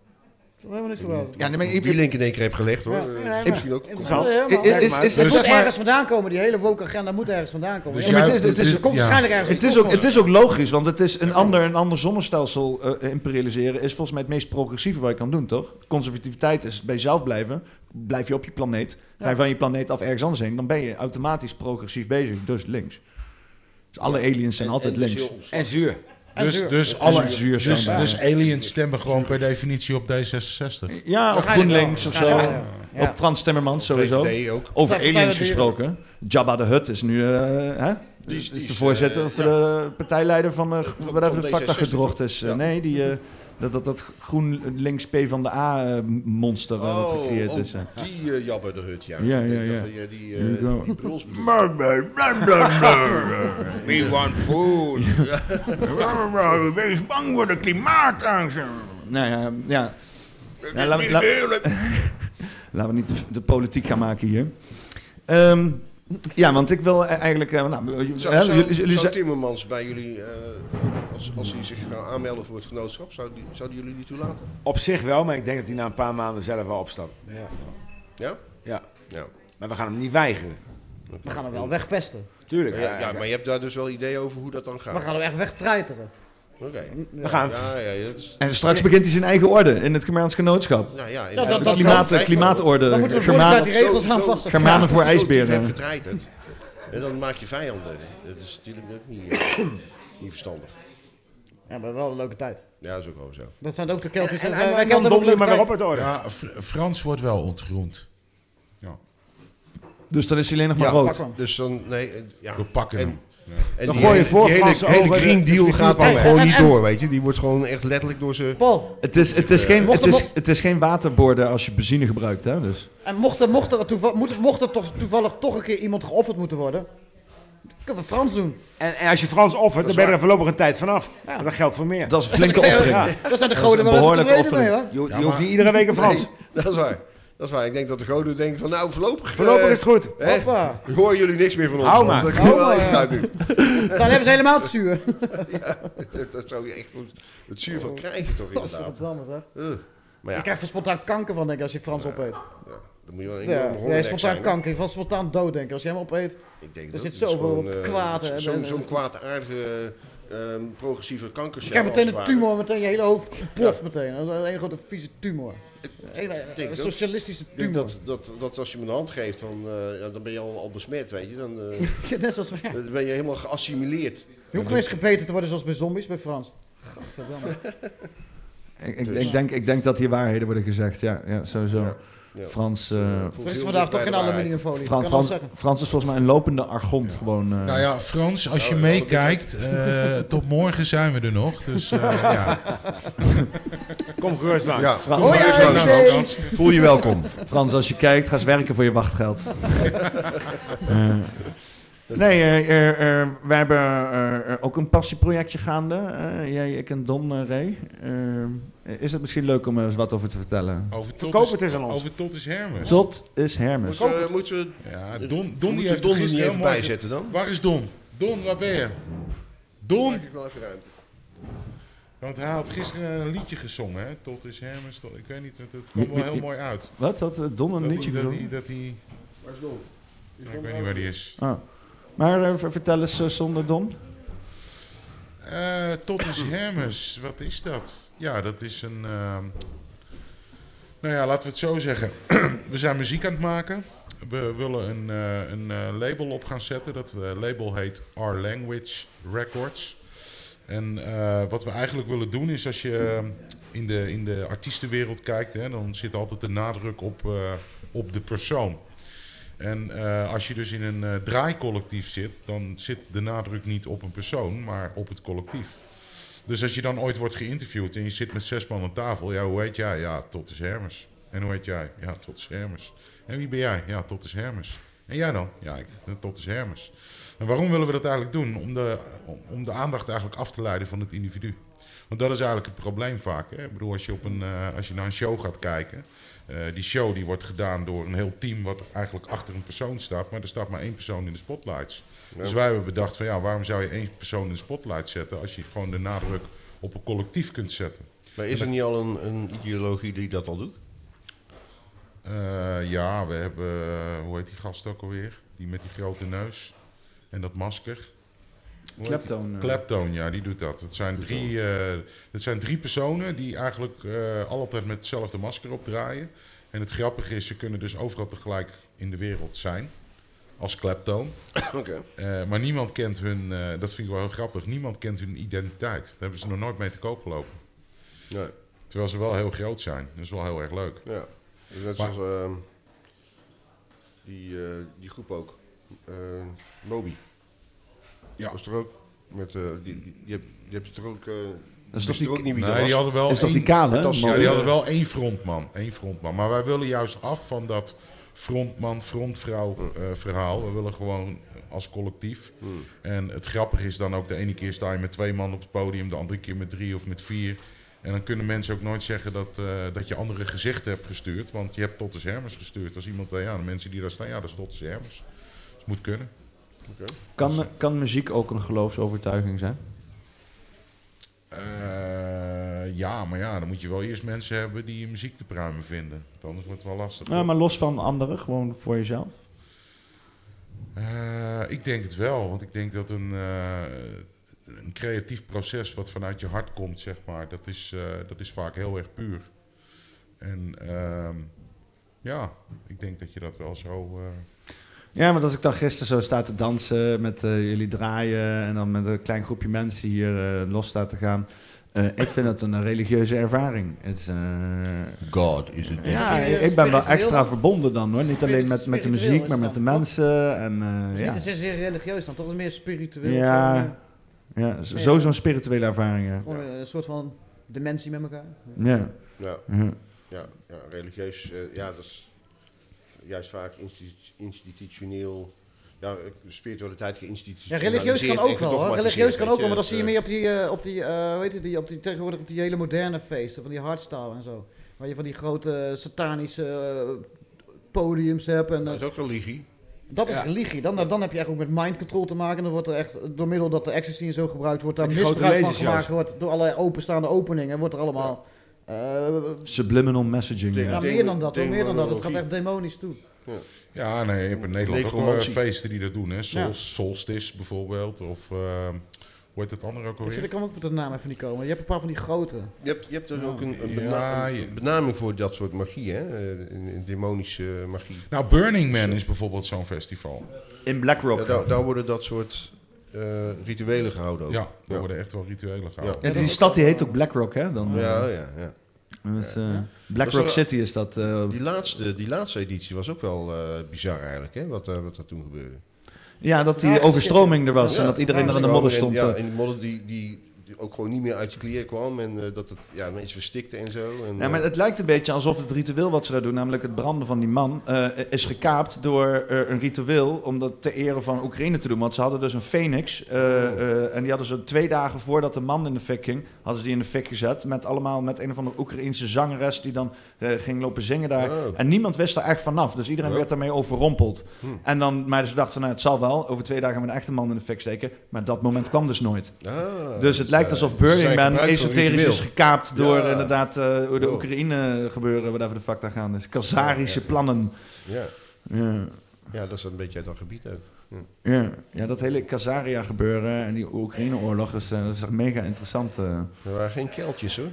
F: Zou me helemaal niks verbazen.
K: Ja, nee, maar ik- Die link in één keer heb gelegd, hoor. Eh, misschien ook. Interessant.
F: Ja, helemaal.
K: Is- is- is-
F: Het moet
K: is- zeg maar- dus-
F: ergens vandaan komen. Die hele woke agenda moet ergens vandaan komen.
B: Dus
F: Ja, maar
B: jij-
F: het is- het is-
B: dus-
F: het komt
B: ja.
F: waarschijnlijk ergens
B: Het
F: uit
B: is,
F: de
B: ook, het is ook logisch, want het is een, ander, een ander zonnestelsel eh, imperialiseren is volgens mij het meest progressieve wat je kan doen, toch? Conservativiteit is bij jezelf blijven, blijf je op je planeet. Ga je van je planeet af ergens anders heen, dan ben je automatisch progressief bezig, dus links. Dus alle aliens zijn altijd links.
O: En zuur.
M: Dus, dus,
B: En
M: alle,
B: zuur
M: dus,
B: zijn we.
M: dus aliens stemmen gewoon per definitie op D66.
B: Ja, of GroenLinks of zo. Op Frans Timmermans sowieso.
M: VVD ook.
B: Over
M: Ja, Partij
B: aliens
M: van de
B: gesproken. Jabba de Hutt is nu eh, hè?
K: Die is-
B: Is
K: die
B: de
K: is,
B: voorzitter
K: eh,
B: of de partijleider van eh whatever de
K: van
B: fuck dat
K: D66
B: gedrocht is. Eh, Nee, die, eh, dat, dat, dat GroenLinks P van de A-monster wat gecreëerd
K: oh,
B: is. eh.
K: die eh, jabber de hut, ja.
B: Ja,
K: Ik
B: ja,
K: dacht
B: ja.
K: dat jij die,
B: Hier
K: eh
B: go.
K: die bruls
O: We want food. Wees bang voor de klimaatangst.
B: Nou ja, ja.
O: Dat
B: Ja,
O: is
B: laat-
O: niet
B: laat-
O: eerlijk.
B: Laten we niet de, de politiek gaan maken hier. Ehm, ja, want ik wil e- eigenlijk... eh, nou,
K: Zou,
B: hè,
K: zou-
B: jullie- jullie
K: zou
B: zijn-
K: Timmermans bij jullie, eh, als, als hij zich gaan aanmelden voor het genootschap, zou die, zouden jullie die toelaten?
O: Op zich wel, maar ik denk dat hij na een paar maanden zelf wel opstapt.
K: Ja. Ja?
O: Ja.
K: Ja.
O: Maar we gaan hem niet weigeren.
F: We gaan hem wel wegpesten.
O: Tuurlijk.
K: Ja, ja, maar je hebt daar dus wel idee over hoe dat dan gaat.
F: We gaan hem echt wegtreiteren.
K: Oké.
B: We gaan.
K: Ja, ja, dat is-
B: En straks begint hij zijn eigen orde in het Germaans genootschap.
K: Nou ja,
B: dat,
K: inderdaad.
B: dat, klimaat, klimaatorde.
K: Dan moeten we
B: Germanen-
K: voortaan die regels Zo- aanpassen. zo-
B: Germanen
K: zo-
B: voor
K: zo diep heb
B: ijsberen.
K: gedraaid het. En dan maak je vijanden. Dat is natuurlijk ook niet, eh, niet verstandig.
F: Ja, maar wel een leuke tijd.
K: Ja, dat is ook wel zo.
F: Dat zijn ook de Keltische... Eh,
K: En- en-
F: wij-
K: en
F: wij
K: dan
F: Kelten hebben
K: donder
F: een leuke tijd.
M: Ja, Fr- Frans wordt wel ontgroend. Ja.
B: Dus dan is hij alleen nog maar
K: Ja,
B: rood.
K: Dus dan, nee, eh, ja.
M: We pakken
K: en,
M: hem. Ja.
K: En
M: Dan
K: die
M: gooi je
K: hele,
M: voor
K: die hele,
M: Fransen
K: hele
M: over de-
K: Green
M: de
K: Deal
M: vliegtuig.
K: gaat dan
M: En-
K: gewoon
M: en-
K: niet
M: en-
K: door, weet je. Die wordt gewoon echt letterlijk Eh, door zijn...
F: Paul.
B: Het is, het, is geen,
F: Mocht
B: het,
F: er
B: is,
F: nog-
B: het is geen waterborden als je benzine gebruikt, hè? Dus.
F: En mocht er, mocht er, toeval- moet, mocht er toch, toevallig toch een keer iemand geofferd moeten worden... dan kunnen we Frans doen.
O: En, en als je Frans offert,
F: Dat is
O: dan ben je
F: waar.
O: er voorlopig een tijd vanaf. Maar Dat geldt voor meer.
B: Dat is een flinke offering.
F: Daar zijn de goden wel even tevreden mee, hoor.
O: Je, ho- je
K: Ja,
O: hoeft
K: maar-
O: niet iedere week een Frans.
K: Nee, dat is waar. Dat is waar. Ik denk dat de goden denken van nou voorlopig... eh,
O: Voorlopig is het goed.
K: Hè?
F: Hoppa.
K: Horen jullie niks meer van ons.
O: Hou
K: want
O: maar.
K: Dat gaan we
O: Hou
K: wel
O: maar.
K: even uit nu.
F: Dan hebben ze helemaal te zuur.
K: Ja, dat, dat zou je echt goed- het zuur van krijgen
F: Oh.
K: toch inderdaad.
F: Godverdamme, zeg.
K: Ugh. Maar
F: Je
K: ja,
F: krijgt er spontaan kanker van, denk ik, als je Frans opeet.
K: dan moet je wel een
F: Ja,
K: enorme
F: nee,
K: hongernek
F: spontaan
K: zijn. hè?
F: kanker. Je valt spontaan dood, denk ik, als je hem opeet.
K: Ik denk
F: er
K: dat
F: zit
K: het is
F: zoveel
K: gewoon, eh,
F: kwaad.
K: dat
F: en-
K: is Zo'n
F: en- eh,
K: zo'n kwaadaardige ehm progressieve
F: Je
K: kankercel.
F: krijgt meteen
K: als
F: een
K: het
F: tumor, meteen je hele hoofd ploft meteen. Dat is een grote vieze tumor.
K: ware.
F: Een, eh,
K: Ik denk
F: een
K: dat-
F: socialistische
K: ik denk
F: tumor.
K: dat, dat, dat als je hem een hand geeft, dan, eh, ja, dan ben je al, al besmet, weet je. Dan, eh,
F: Net zoals wij.
K: dan ben je helemaal geassimileerd.
F: Je hoeft niet eens gebeten te worden zoals bij zombies, bij Frans. Godverdamme.
B: Ik, ik,
M: Dus-
B: ik denk, ik denk dat hier waarheden worden gezegd, ja, ja sowieso.
K: ja.
B: Frans, eh,
F: Er is vandaag toch geen aluminiumfolie.
B: Fran-
F: Kan
B: Fran-
F: alles zeggen.
B: Frans is volgens mij een lopende argont gewoon. eh.
M: Nou ja, Frans, als je meekijkt, eh, tot morgen zijn we er nog. Dus eh, ja.
O: Kom gerust langs.
K: Ja,
B: Frans,
K: Kom maar even langs,
B: Frans.
K: Frans. Voel je welkom.
B: Frans, als je kijkt, ga eens werken voor je wachtgeld. Eh. Nee, eh eh, eh, we hebben eh, eh, ook een passieprojectje gaande. Eh, jij, ik en Don, eh, Ray. Eh, is het misschien leuk om er eens wat over te vertellen?
M: Over tot
O: Verkoop
M: is-
O: het eens aan ons.
M: Over tot is Hermes.
B: Tot is Hermes.
K: Moeten we- moeten we
M: Ja, Don, Don
K: Moeten
M: die
K: we
M: heeft
K: Don
M: er
K: er niet
M: gisteren
K: even
M: heel mooi...
K: bij zetten dan?
M: Waar is Don? Don, waar ben je? Don!
K: Maak ik wel even ruimte.
M: Want hij had gisteren een liedje gezongen, hè? Tot is Hermes, tot... Ik weet niet, het, het kwam
B: Wie-
M: wel
B: wie-
M: heel
B: wie-
M: mooi uit.
B: Wat? Had eh, Don een
M: Dat-
B: liedje
M: dat
B: gezongen?
M: hij- Dat hij...
K: Waar is Don?
M: Ja, ik weet niet waar die is.
B: Ah. Maar eh, ver- vertel eens eh, zonder Don.
M: Eh, tot is Hermes, wat is dat? Ja, dat is een... ehm, Nou ja, laten we het zo zeggen. we zijn muziek aan het maken. We willen een, eh, een eh, label op gaan zetten. Dat eh, label heet Our Language Records. En eh, wat we eigenlijk willen doen is als je eh, in de, in de artiestenwereld kijkt... Hè, dan zit altijd de nadruk op, eh, op de persoon. En eh, als je dus in een eh, draaicollectief zit, dan zit de nadruk niet op een persoon, maar op het collectief. Dus als je dan ooit wordt geïnterviewd en je zit met zes man aan tafel, ja, hoe heet jij? Ja, tot is Hermes. En hoe heet jij? Ja, tot is Hermes. En wie ben jij? Ja, tot is Hermes. En jij dan? Ja, ik, tot is Hermes. En waarom willen we dat eigenlijk doen? Om de, om de aandacht eigenlijk af te leiden van het individu. Want dat is eigenlijk het probleem vaak. Hè? Ik bedoel, als je, op een, eh, als je naar een show gaat kijken. eh, die show die wordt gedaan door een heel team wat eigenlijk achter een persoon staat. Maar er staat maar één persoon in de spotlights.
K: Ja.
M: Dus wij hebben bedacht van ja, waarom zou je één persoon in de spotlight zetten... als je gewoon de nadruk op een collectief kunt zetten.
K: Maar is er niet al een, een ideologie die dat al doet?
M: Eh, ja, we hebben, eh, hoe heet die gast ook alweer? Die met die grote neus en dat masker.
B: Clapton, eh.
M: Kleptoon, ja, die doet dat. Het zijn drie, eh, het zijn drie personen die eigenlijk eh, altijd met hetzelfde masker opdraaien. En het grappige is, ze kunnen dus overal tegelijk in de wereld zijn. Als kleptoon.
K: Oké.
M: Eh, maar niemand kent hun, eh, dat vind ik wel heel grappig, niemand kent hun identiteit. Daar hebben ze nog nooit mee te koop gelopen.
K: Nee.
M: Terwijl ze wel heel groot zijn. Dat is wel heel erg leuk.
K: Ja. Dus net
M: Maar-
K: zoals ehm, die, eh, die groep ook. Eh, Moby.
M: Ja.
K: Was er ook met... eh, die, die, die heb, die heb je toch ook... eh,
B: is
K: wist
B: toch
K: er
B: die-
K: ook niet wie
M: Nee,
K: dat was?
M: die hadden wel
B: Is dat
M: één-
B: die kale, hè?
M: dat is-
B: Man.
M: Ja, die hadden wel één frontman, één frontman. Maar wij willen juist af van dat frontman, frontvrouw eh, verhaal. We willen gewoon als collectief.
B: Hmm.
M: En het grappige is dan ook, de ene keer sta je met twee man op het podium, de andere keer met drie of met vier. En dan kunnen mensen ook nooit zeggen dat, eh, dat je andere gezichten hebt gestuurd. Want je hebt Tottes Hermes gestuurd. Als iemand, eh, ja, de mensen die daar staan, ja, dat is Tottes Hermes. Dus het moet kunnen.
B: Kan, kan muziek ook een geloofsovertuiging zijn?
M: Eh, ja, maar ja, dan moet je wel eerst mensen hebben die je muziek te pruimen vinden. Want Anders wordt het wel lastig.
B: Ja, maar los van anderen, gewoon voor jezelf.
M: Eh, ik denk het wel, want ik denk dat een, eh, een creatief proces wat vanuit je hart komt, zeg maar, dat is, eh, dat is vaak heel erg puur. En ehm, ja, ik denk dat je dat wel zo. eh,
B: Ja, want als ik dan gisteren zo sta te dansen met eh, jullie draaien en dan met een klein groepje mensen hier eh, los staat te gaan. eh, ik vind het een religieuze ervaring. Het is, eh,
P: God is het.
B: Ja, ik ben wel extra verbonden dan hoor. Niet alleen met, met de muziek, maar met de mensen. En, eh,
F: Dus
B: ja.
F: niet zozeer religieus dan, toch? Het is meer spiritueel. Zo,
B: Ja, ja zo- zo- zo'n spirituele ervaring. ja.
F: eh, gewoon Een soort van dementie met elkaar.
B: Ja. Mhm.
K: Ja,
B: Ja.
K: ja, ja religieus, eh, ja, dat is juist vaak institu- institutioneel. Ja, eh, spiritualiteit
F: Ja,
K: geïnstitutioneerd.
F: religieus kan ook wel, hoor. Religieus kan ook wel, maar dat zie je meer op die, eh, op die, eh, weet je, die, op die tegenwoordig op die hele moderne feesten, van die hardstyle en zo. Waar je van die grote satanische eh, podiums hebt. En, dat
K: is ook religie.
F: Dat is
K: Ja.
F: religie. Dan, dan heb je echt ook met mind control te maken. Dan wordt er echt, door middel dat de ecstasy en zo gebruikt wordt, daar
B: Met die grote
F: misbruik van
B: lasershows.
F: gemaakt wordt. Door allerlei openstaande openingen wordt er allemaal... eh,
B: Subliminal messaging.
F: ja, meer dan dat, hoor, meer dan dat. Het gaat echt demonisch toe.
M: Ja, nee, je hebt in Nederland ook wel eh,
K: Necromantie.
M: feesten die dat doen. Hè? Sol-
F: Ja.
M: Solstice bijvoorbeeld, of ehm, hoe heet het andere ook
F: Ik zit,
M: alweer?
F: ik kan ook met de naam even niet komen. Je hebt een paar van die grote.
K: Je hebt, je hebt er ook een, een,
M: Ja,
K: bena- een
M: je-
K: benaming voor dat soort magie, hè? eh, Een, een demonische eh, magie.
M: Nou, Burning Man is bijvoorbeeld zo'n festival.
K: In Blackrock. daar, daar worden dat soort eh, rituelen gehouden ook.
M: Ja, daar worden echt wel rituelen gehouden.
K: Ja.
B: Ja, die stad die heet ook BlackRock, hè? Dan, eh,
K: Ja, ja, ja.
B: met, eh,
K: Dat is
B: BlackRock
K: wel-
B: City is dat. eh,
K: Die laatste, die laatste editie was ook wel eh, bizar eigenlijk, hè? Wat, eh, wat er toen gebeurde.
B: Ja, dat die overstroming er was en dat iedereen er in de modder stond,
K: Ja,
B: eh.
K: in de modder die, die, die ook gewoon niet meer uit je kleren kwam en eh, dat het ja, mensen verstikte en zo. En, eh,
B: Ja, maar het lijkt een beetje alsof het ritueel wat ze daar doen, namelijk het branden van die man, eh, is gekaapt door eh, een ritueel om dat ter ere van Oekraïne te doen. Want ze hadden dus een phoenix
K: Oh.
B: eh, eh, en die hadden ze twee dagen voordat de man in de fik ging, hadden ze die in de fik gezet met allemaal met een of andere Oekraïense zangeres die dan eh, ging lopen zingen
K: Oh.
B: daar. En niemand wist er echt vanaf, dus iedereen
K: Ja.
B: werd daarmee overrompeld.
K: Oh. Hm.
B: En dan, maar ze dachten van, nou, het zal wel, over twee dagen met een echte man in de fik steken, maar dat moment kwam dus nooit.
K: Ah,
B: dus het
K: dus,
B: lijkt
K: eh,
B: alsof
K: ze
B: Burning
K: zijn
B: Man
K: gebruikt voor
B: esoterisch
K: ritueel.
B: is gekaapt door
K: Ja.
B: inderdaad inderdaad, eh, hoe de
K: Oh.
B: Oekraïne gebeuren, whatever de fuck daar gaan is. Kazarische plannen.
K: Ja.
B: Ja.
K: ja, dat is een beetje uit dat gebied uit. Ja.
B: Ja. ja, dat hele Kazaria gebeuren en die Oekraïne-oorlog is, eh, dat is echt mega interessant. eh.
K: Er waren geen keltjes hoor.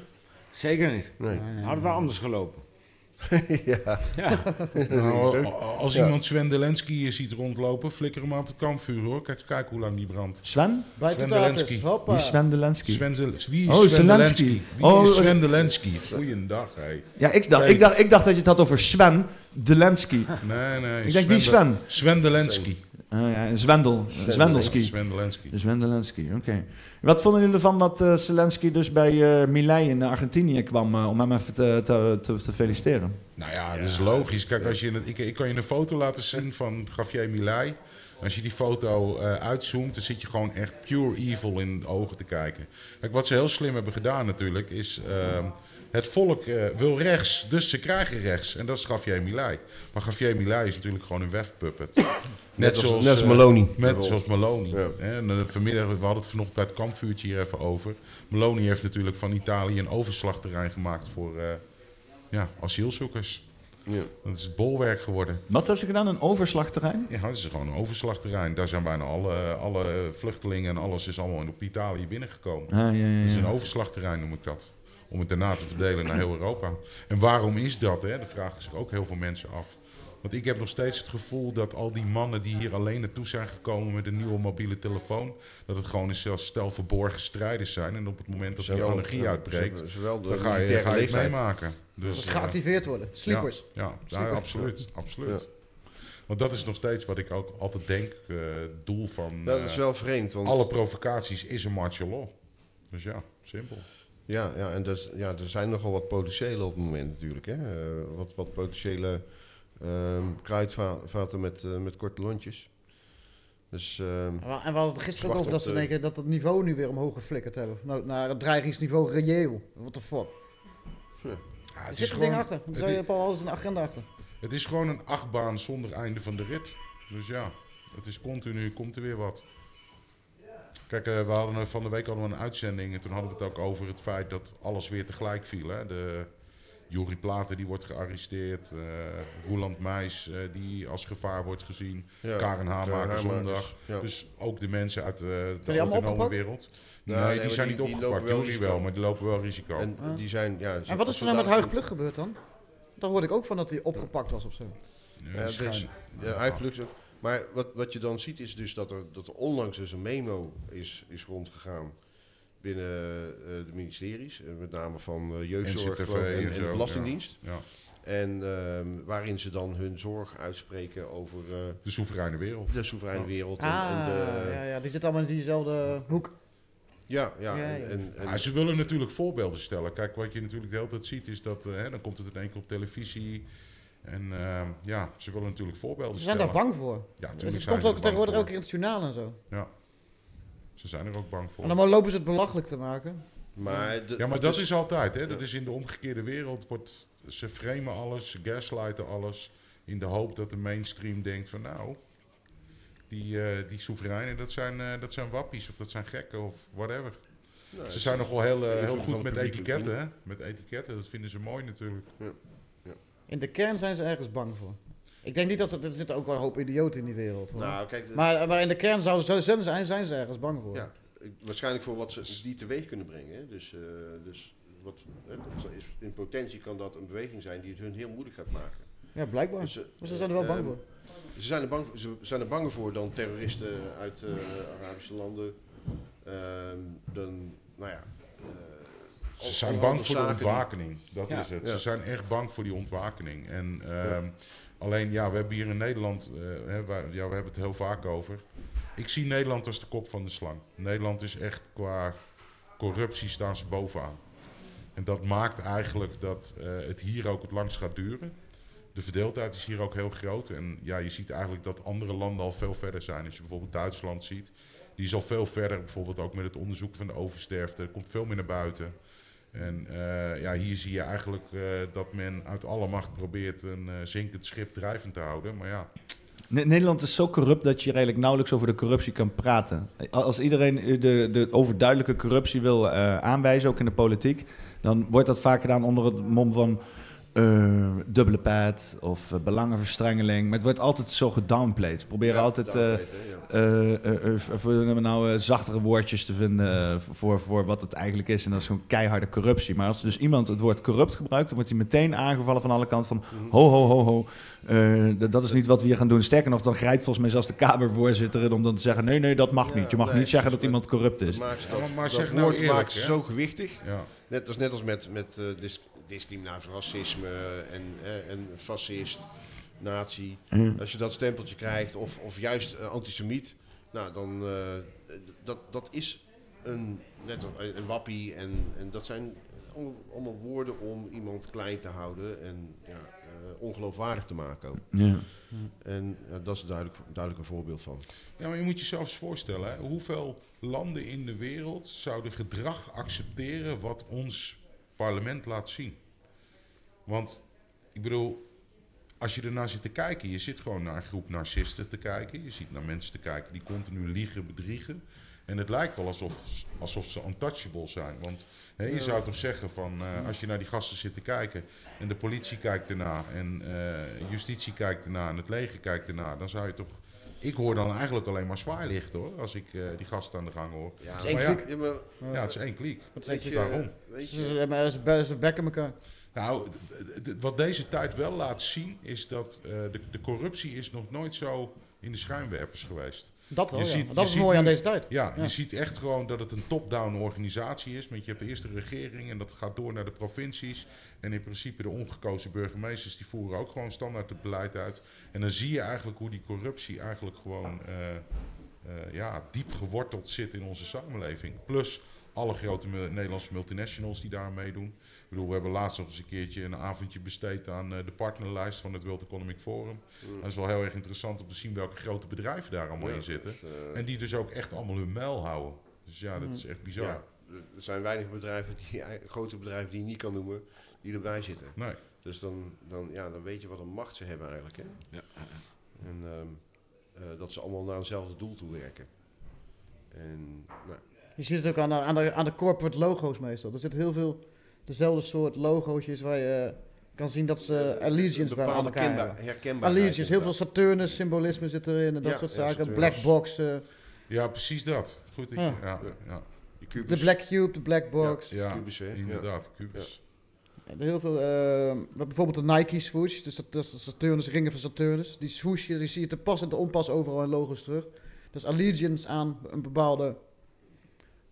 O: Zeker niet.
K: Nee.
O: Had het wel anders gelopen.
K: ja.
M: Nou, als iemand Sven Delensky hier ziet rondlopen, flikker hem op het kampvuur hoor. Kijk, kijk hoe lang die brandt.
B: Sven?
F: Bij
M: Sven
F: Totatus,
M: Delensky.
F: hoppa. Wie is
B: Sven Delensky?
M: Sven Zel- wie is
B: Oh,
M: Sven
B: Zelensky.
M: Delensky? Wie
B: Oh,
M: is
B: eh.
M: Sven Delensky? Goeiedag, hé.
B: Ja, ik dacht, ik, dacht, ik dacht dat je het had over Sven Delensky.
M: Nee, nee.
B: Ik denk, wie is Sven?
M: Sven Delensky.
B: Ah ja, en Zwendel.
M: Sven
B: Zwendelski.
M: Sven Delensky.
B: Sven Delensky, oké. Wat vonden jullie ervan dat eh Zelensky dus bij eh Milei in Argentinië kwam eh, om hem even te, te, te, te feliciteren?
M: Nou ja, dat is eh, logisch. Kijk, als je in het, ik, ik kan je een foto laten zien van Javier Milei. Als je die foto eh, uitzoomt, dan zit je gewoon echt pure evil in de ogen te kijken. Kijk, wat ze heel slim hebben gedaan natuurlijk, is ehm, het volk eh, wil rechts, dus ze krijgen rechts. En dat is Javier Milei. Maar Javier Milei is natuurlijk gewoon een wefpuppet. Net,
K: Net als-
M: zoals,
K: net als
M: eh,
K: Maloney.
M: Net zoals Maloney. Hè, En eh, vanmiddag, we hadden het vanochtend bij het kampvuurtje hier even over. Maloney heeft natuurlijk van Italië een overslagterrein gemaakt voor eh, ja, asielzoekers. Dat is het bolwerk geworden.
B: Wat hebben ze gedaan? Een overslagterrein?
M: Ja, dat is gewoon een overslagterrein. Daar zijn bijna alle, alle vluchtelingen en alles is allemaal in op Italië binnengekomen.
B: Ah, ja, ja, ja.
M: Dat is een overslagterrein, noem ik dat. Om het daarna te verdelen naar heel Europa. En waarom is dat? Hè? Dat vragen zich ook heel veel mensen af. Want ik heb nog steeds het gevoel dat al die mannen die hier alleen naartoe zijn gekomen met een nieuwe mobiele telefoon, dat het gewoon een zelfs stel verborgen strijders zijn. En op het moment dat die
K: Zowel-
M: anarchie
K: ja,
M: uitbreekt,
K: zowel de
M: dan ga je,
K: militaire
M: ga je het
K: leeftijd.
M: meemaken. Dus,
F: Dat
M: eh,
F: geactiveerd worden.
M: ja,
F: Sleepers.
M: Ja, ja,
F: Sleepers.
M: absoluut. absoluut. Want dat is nog steeds wat ik ook altijd denk, eh, het doel van...
K: Dat is
M: eh,
K: wel vreemd, want-
M: Alle provocaties is een martial law. Dus ja, simpel.
K: Ja, ja en dus, ja, er zijn nogal wat potentiële op het moment natuurlijk. Hè? Eh, wat, wat potentiële ehm, kruidvaten met, eh, met korte lontjes. Dus, ehm,
F: En we en we hadden het gisteren ook over
K: wacht op eh,
F: dat ze
K: de-
F: denken dat het niveau nu weer omhoog geflikkerd hebben. Nou, naar het dreigingsniveau reëel. What the fuck. er
M: is
F: zit een
M: gewoon-
F: ding achter. Er
M: het
F: zit
M: is-
F: al een agenda achter.
M: Het is gewoon een achtbaan zonder einde van de rit. Dus ja, het is continu, komt er weer wat. Kijk, eh, we hadden, eh, van de week hadden we een uitzending en toen hadden we het ook over het feit dat alles weer tegelijk viel. Hè? De Jori Platen die wordt gearresteerd. eh, Roeland Meijs eh, die als gevaar wordt gezien.
K: Ja,
M: Karen Haamaker
K: Karen
M: zondag.
K: Hamakers, ja.
M: Dus ook de mensen uit eh,
K: die
M: de
K: allemaal
M: autonome
K: opgepakt?
M: wereld.
K: Nee,
M: Nee,
K: nee, maar
M: die zijn
K: die-
M: niet
K: die
M: opgepakt.
K: lopen wel
M: Jori wel,
K: risico.
M: maar die lopen wel risico.
K: En die zijn, ja,
F: En wat is er nou met Huig Plug gebeurd dan? Daar hoorde ik ook van dat hij opgepakt was of zo.
K: Ja, dat is, ja, eigenlijk zo. Maar wat, wat je dan ziet is dus dat er, dat er onlangs dus een memo is, is rondgegaan binnen eh, de ministeries. eh, Met name van eh, jeugdzorg
M: NCTV
K: geloof ik, en,
M: en
K: en
M: zo,
K: Belastingdienst.
M: ja. Ja.
K: En ehm, waarin ze dan hun zorg uitspreken over... eh,
M: de soevereine wereld.
K: De soevereine wereld. En, en
F: Ah,
K: de,
F: ja, ja, die zit allemaal in diezelfde hoek.
K: Ja, ja.
F: Ja,
K: en-
F: ja.
K: en- en-
M: Ja, ze willen natuurlijk voorbeelden stellen. Kijk, wat je natuurlijk de hele tijd ziet is dat... eh, hè, dan komt het in één keer op televisie. En ehm, ja, ze willen natuurlijk voorbeelden
F: Ze zijn
M: stellen.
F: daar bang voor.
M: Ja, natuurlijk
F: dus het
M: zijn
F: komt
M: ze
F: ook
M: er
F: tegenwoordig
M: bang
F: ook in het journaal en zo.
M: voor. Ja, ze zijn er ook bang voor.
F: En dan lopen ze het belachelijk te maken.
K: Maar de-
M: ja, maar
K: het
M: dat
K: is-
M: is, altijd. Hè? Dat is in de omgekeerde wereld. Wordt, ze framen alles, ze gaslighten alles. In de hoop dat de mainstream denkt van nou... Die, eh, die soevereinen, dat zijn, eh, dat zijn wappies of dat zijn gekken of whatever.
K: Nou,
M: ze
K: het
M: zijn
K: is-
M: nog wel heel, eh,
K: het is
M: heel
K: ook van
M: goed
K: het
M: met
K: publieke
M: etiketten. Hè?
K: opinie.
M: Met etiketten, dat vinden ze mooi natuurlijk.
F: In de kern zijn ze ergens bang voor. Ik denk niet dat ze, er zitten ook wel een hoop idioten in die wereld. Hoor.
K: Nou, kijk, de-
F: maar, maar in de kern zouden ze zo zijn, zijn ze ergens bang voor.
K: Ja, ik- waarschijnlijk voor wat ze die teweeg kunnen brengen. hè. Dus, eh, dus wat, hè, dat is, in potentie kan dat een beweging zijn die het hun heel moeilijk gaat maken.
F: Ja, blijkbaar.
K: Dus, eh,
F: Maar ze zijn er wel bang
K: ehm,
F: voor.
K: Ze zijn, er bang, ze zijn er banger voor dan terroristen uit eh, Arabische landen. Ehm, dan, nou ja, eh,
M: Ze
K: al-
M: zijn
K: allerhande
M: bang voor de
K: zaken die-
M: ontwakening. Dat
K: Ja.
M: is het.
K: Ja.
M: Ze zijn echt bang voor die ontwakening. En, ehm, Alleen, ja, we hebben hier in Nederland, eh, hè, waar- ja, we hebben het heel vaak over. Ik zie Nederland als de kop van de slang. Nederland is echt qua corruptie staan ze bovenaan. En dat maakt eigenlijk dat eh, het hier ook het langst gaat duren. De verdeeldheid is hier ook heel groot. En ja, je ziet eigenlijk dat andere landen al veel verder zijn. Als je bijvoorbeeld Duitsland ziet, die is al veel verder. Bijvoorbeeld ook met het onderzoek van de oversterfte. Er komt veel meer naar buiten. En eh, ja, hier zie je eigenlijk eh, dat men uit alle macht probeert een eh, zinkend schip drijvend te houden. Maar ja,
Q: Ne- Nederland is zo corrupt dat je er eigenlijk nauwelijks over de corruptie kan praten. Als iedereen eh, de, de overduidelijke corruptie wil eh, aanwijzen, ook in de politiek, dan wordt dat vaak gedaan onder het mom van eh, dubbele pad of eh, belangenverstrengeling. Maar het wordt altijd zo gedownplayed. Ze proberen altijd eh, eh, eh, eh, voor- eh, nou, eh, zachtere woordjes te vinden eh, voor, voor wat het eigenlijk is. En dat is gewoon keiharde corruptie. Maar als dus iemand het woord corrupt gebruikt, dan wordt hij meteen aangevallen van alle kanten van ho, ho, ho, ho. Eh, d- dat is niet wat we hier gaan doen. Sterker nog, dan grijpt volgens mij zelfs de Kamervoorzitter in om dan te zeggen... nee, nee, dat mag niet. Je mag
K: nee,
Q: niet zeggen dat iemand corrupt is.
K: Maak ze
M: Ja,
K: dat,
M: maar- maar
K: dat
M: zeg nou
K: woord
M: eerlijk,
K: maakt ze
M: hè?
K: zo gewichtig.
M: Ja.
K: Net, dat is net als met, met eh, dis- discriminatie, racisme en, eh, en fascist, nazi.
A: Ja.
K: Als je dat stempeltje krijgt, of, of juist eh, antisemiet, nou dan eh, dat, dat is een, net als eh, een wappie. En, en dat zijn allemaal- allemaal woorden om iemand klein te houden en ja, eh, ongeloofwaardig te maken ook.
A: Ja.
K: En ja, dat is duidelijk, duidelijk een voorbeeld van.
M: Ja, maar je moet jezelf eens voorstellen, hè? hoeveel landen in de wereld zouden gedrag accepteren wat ons parlement laat zien? Want ik bedoel, als je ernaar zit te kijken, je zit gewoon naar een groep narcisten te kijken, je ziet naar mensen te kijken die continu liegen, bedriegen. En het lijkt wel alsof, alsof ze untouchable zijn. Want hè, je
K: Ja.
M: zou toch zeggen van eh, als je naar die gasten zit te kijken en de politie kijkt ernaar en eh, justitie kijkt ernaar en het leger kijkt ernaar, dan zou je toch. Ik hoor dan eigenlijk alleen maar zwaailicht hoor, als ik eh, die gasten aan de gang hoor.
K: Ja,
F: Het is één
M: Maar ja,
F: kliek.
K: Ja, maar-
M: ja, het is één kliek.
F: Het is één kliek.
M: Waarom?
K: Weet
F: Ze, ze, maar ze be- ze bekken elkaar.
M: Nou, d- d- d- wat deze tijd wel laat zien is dat eh, de, de corruptie is nog nooit zo in de schijnwerpers geweest.
F: Dat wel,
M: Je
F: ja.
M: ziet-
F: Maar
M: je
F: dat is
M: ziet
F: mooi aan
M: nu-
F: deze tijd.
M: Ja,
F: Ja.
M: je ziet echt gewoon dat het een top-down organisatie is. Want je hebt eerst de regering en dat gaat door naar de provincies. En in principe de ongekozen burgemeesters die voeren ook gewoon standaard het beleid uit. En dan zie je eigenlijk hoe die corruptie eigenlijk gewoon eh, eh, ja, diep geworteld zit in onze samenleving. Plus alle grote mu- Nederlandse multinationals die daar aan meedoen. Ik bedoel, we hebben laatst nog eens een keertje een avondje besteed aan eh, de partnerlijst van het World Economic Forum.
K: Mm.
M: Dat is wel heel erg interessant om te zien welke grote bedrijven daar allemaal
K: Ja,
M: in zitten.
K: dat is, eh,
M: En die dus ook echt allemaal hun mijl houden. Dus ja,
K: Hmm.
M: dat
K: Mhm.
M: is echt bizar.
K: Ja, er zijn weinig bedrijven, die, grote bedrijven die je niet kan noemen, die erbij zitten.
M: Nee.
K: Dus dan, dan, ja, dan weet je wat een macht ze hebben eigenlijk. Hè? En ehm, eh, dat ze allemaal naar eenzelfde doel toe werken. nou. En, nou,
F: Je ziet het ook aan de, aan de, aan de corporate logo's meestal. Er zit heel veel... Er dezelfde soort logootjes waar je eh, kan zien dat ze allegiance bij
K: Eh, bepaalde
F: elkaar
K: kenbaar-
F: hebben.
K: herkenbaarheid
F: Allegiance, heel veel
K: inderdaad.
F: Saturnus symbolisme zit erin en dat
K: Ja,
F: soort
K: ja,
F: zaken.
K: Saturnus.
F: Black box, eh,
M: Ja, precies dat. Goed. dat je-
F: Ja.
M: ja. Ja,
F: de black cube, de black box.
M: Ja, inderdaad, kubus.
F: En Heel veel, eh, bijvoorbeeld de Nike swoosh, dus dat, dat is de Saturnus, ringen van Saturnus. Die swoosjes, die zie je te pas en te onpas overal in logo's terug. Dus allegiance aan een bepaalde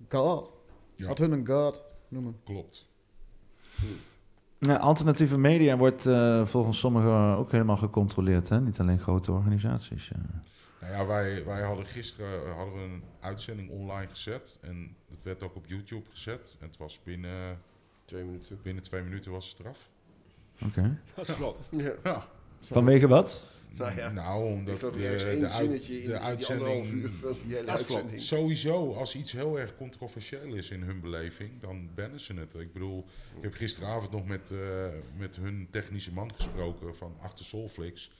F: god.
M: Ja.
F: Wat hun een god noemen.
M: Klopt.
A: Nou, alternatieve media wordt eh, volgens sommigen ook helemaal gecontroleerd. Hè? Niet alleen grote organisaties. eh. ja.
M: Nou ja, wij, wij hadden gisteren eh, hadden we een uitzending online gezet. En het werd ook op YouTube gezet. En het was binnen... Twee minuten. Binnen twee minuten was het eraf.
A: Oké.
K: Dat is vlot. Ja.
A: Vanwege wat?
K: Nou, ja.
M: Nou, omdat
K: Ik geloof
M: de,
K: ergens
M: de,
K: één
M: uit-
K: zinnetje in
M: de
K: die- die
M: uitzending...
K: anderhalf uur van die hele
M: Dat is flauw.
K: uitzending.
M: Sowieso, als iets heel erg controversieel is in hun beleving, dan bannen ze het. Ik bedoel, ik heb gisteravond nog met, eh, met hun technische man gesproken van achter Solflix.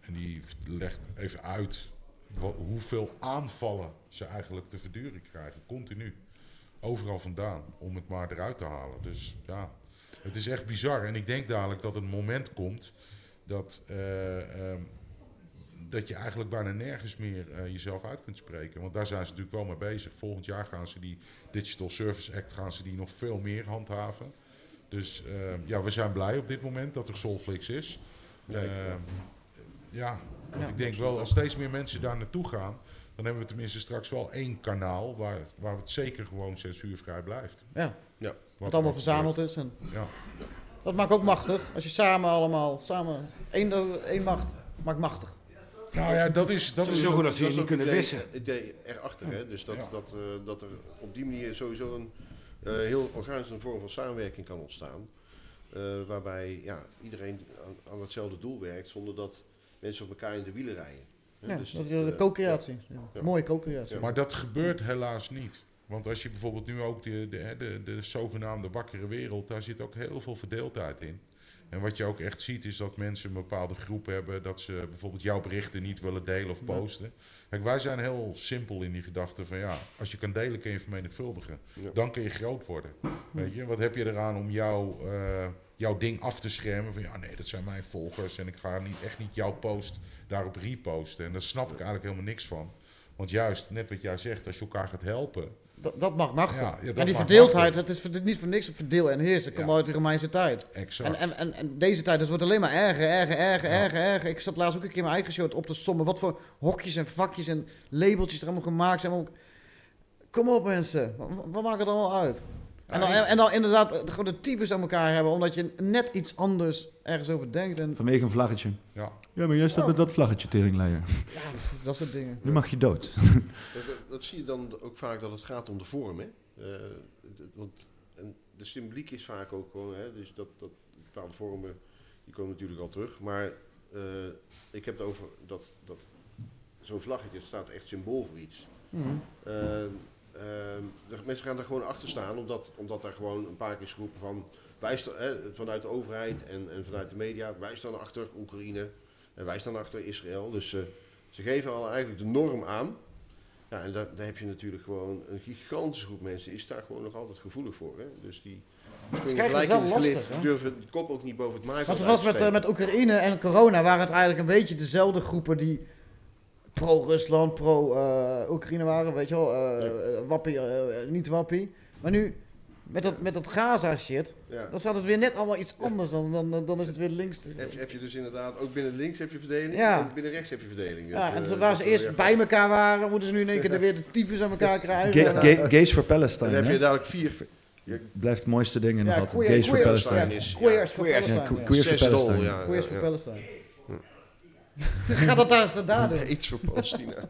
M: En die legt even uit wa- hoeveel aanvallen ze eigenlijk te verduren krijgen, continu. Overal vandaan, om het maar eruit te halen. Dus ja, het is echt bizar. En ik denk dadelijk dat een moment komt dat, eh, ehm, dat je eigenlijk bijna nergens meer eh, jezelf uit kunt spreken. Want daar zijn ze natuurlijk wel mee bezig. Volgend jaar gaan ze die Digital Service Act gaan ze die nog veel meer handhaven. Dus ehm, ja, we zijn blij op dit moment dat er Solflix is. Ehm, ja, want
K: Ja,
M: ik denk wel als steeds meer mensen daar naartoe gaan... dan hebben we tenminste straks wel één kanaal... waar, waar het zeker gewoon censuurvrij blijft.
F: Ja.
M: Wat er
F: Wat
M: ook
F: allemaal
M: gebeurt.
F: verzameld is. En
M: Ja.
F: Dat maakt ook machtig. Als je samen allemaal, samen, één, do- één macht, maakt machtig.
M: Nou ja, dat is...
F: Dat is
K: Sowieso
F: ook-
K: goed
F: dat is ook
K: het
F: idee-
K: idee- Het idee erachter, hè. Dus dat,
F: Ja.
K: dat, eh, dat er op die manier sowieso een eh, heel organisch een vorm van samenwerking kan ontstaan. Eh, waarbij ja, iedereen aan, aan hetzelfde doel werkt zonder dat mensen op elkaar in de wielen rijden. Hè,
F: Ja,
K: dus
F: dat is
K: dat,
F: de
K: eh,
F: co-creatie.
K: ja.
F: Ja. Mooie co-creatie.
M: Maar dat gebeurt helaas niet. Want als je bijvoorbeeld nu ook de, de, hè, de, de zogenaamde wakkere wereld, daar zit ook heel veel verdeeldheid in. En wat je ook echt ziet is dat mensen een bepaalde groep hebben, dat ze bijvoorbeeld jouw berichten niet willen delen of
K: Ja.
M: posten. Kijk, wij zijn heel simpel in die gedachte van ja, als je kan delen kun je vermenigvuldigen.
K: Ja.
M: Dan kun je groot worden. Weet je, wat heb je eraan om jouw, eh, jouw ding af te schermen? Van ja, nee, dat zijn mijn volgers en ik ga niet, echt niet jouw post daarop reposten. En daar snap ik eigenlijk helemaal niks van. Want juist, net wat jij zegt, als je elkaar gaat helpen.
F: Dat, dat mag machtig.
M: Ja, ja, dat
F: en die
M: mag
F: verdeeldheid,
M: machtig.
F: het is verd- niet voor niks verdeel en heersen. Komt uit de Romeinse tijd.
M: Exact.
F: En, en, en, en deze tijd, het wordt alleen maar erger, erger, erger, erger, erger. Ik zat laatst ook een keer mijn eigen show op te sommen. Wat voor hokjes en vakjes en labeltjes er allemaal gemaakt zijn. Maar ook- Kom op mensen, wat, wat maakt het allemaal uit? En dan, en, en dan inderdaad eh, gewoon de tyfus aan elkaar hebben, omdat je net iets anders ergens over denkt. En
A: Vanwege een vlaggetje.
M: Ja.
A: Ja, maar jij staat met dat vlaggetje, teringleier.
F: dat soort dingen.
A: Nu mag je dood.
K: Dat, dat- dat zie je dan ook vaak dat het gaat om de vorm. Hè? Eh, d- want en de symboliek is vaak ook gewoon, hè, dus dat, dat bepaalde vormen, die komen natuurlijk al terug. Maar eh, ik heb het over dat, dat zo'n vlaggetje staat echt symbool voor iets.
F: Mhm.
K: Eh, ehm, de mensen gaan daar gewoon achter staan, omdat, omdat daar gewoon een paar keer is geroepen van, wij sta- hè, vanuit de overheid en, en vanuit de media, wij staan achter Oekraïne en wij staan achter Israël. Dus eh, ze geven al eigenlijk de norm aan. Ja, en daar, daar heb je natuurlijk gewoon een gigantische groep mensen, is daar gewoon nog altijd gevoelig voor. Hè? Dus die springen
F: krijgen
K: gelijk
F: het
K: in het
F: wel
K: gelid,
F: lastig, hè?
K: durven de kop ook niet boven het maaiveld
F: Want het was met, eh,
K: uitsteken.
F: met Oekraïne en corona waren het eigenlijk een beetje dezelfde groepen die pro-Rusland, pro-Oekraïne waren, weet je wel, eh, eh, wappie, eh, eh, niet wappie. Maar nu, met dat, met dat Gaza shit,
K: Ja.
F: dan staat het weer net allemaal iets anders, dan, dan, dan is het weer links.
K: heb, je- heb je dus inderdaad, ook binnen links heb je verdeling
F: Ja.
K: en binnen rechts heb je verdeling.
F: Ja,
K: Dat,
F: en
K: eh,
F: ze waar ze
K: dat is wel
F: eerst
K: erg
F: bij elkaar waren, moeten ze nu in één keer er weer de tyfus aan elkaar krijgen.
A: Ga- ga- Gays for Palestine.
K: Dan heb je
A: hè?
K: dadelijk vier.
A: Blijft het mooiste ding in
F: Ja,
A: altijd.
F: queer-
A: Gays for
F: queer-
A: Palestine.
F: ja, queers for Queers. Palestine,
A: Ja, que-
F: ja.
A: queers for
F: Zes dol,
A: Palestine.
F: ja. Queers for Palestine. Gaat dat daar eens te daden?
K: Nee, Iets voor Palestina.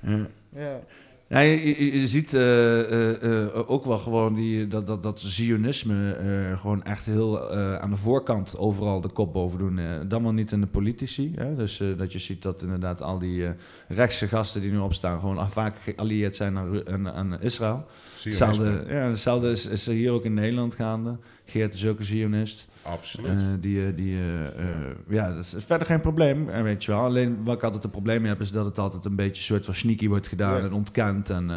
A: Ja.
F: Ja.
A: Ja, je, je- je ziet eh, eh, eh, ook wel gewoon die, dat, dat, dat zionisme eh, gewoon echt heel eh, aan de voorkant overal de kop boven doen. Eh, dan wel niet in de politici. Hè? Dus eh, dat je ziet dat inderdaad al die eh, rechtse gasten die nu opstaan gewoon al vaak geallieerd zijn aan, Ru- aan, aan Israël.
M: Zionisme.
A: Hetzelfde, ja, hetzelfde is, is er hier ook in Nederland gaande. Geert is ook een zionist.
M: Absoluut.
A: Eh, die, eh, die, eh, eh, ja, dat is verder geen probleem, eh, weet je wel. Alleen wat ik altijd een probleem mee heb, is dat het altijd een beetje een soort van sneaky wordt gedaan
M: Ja.
A: en ontkend. En, eh,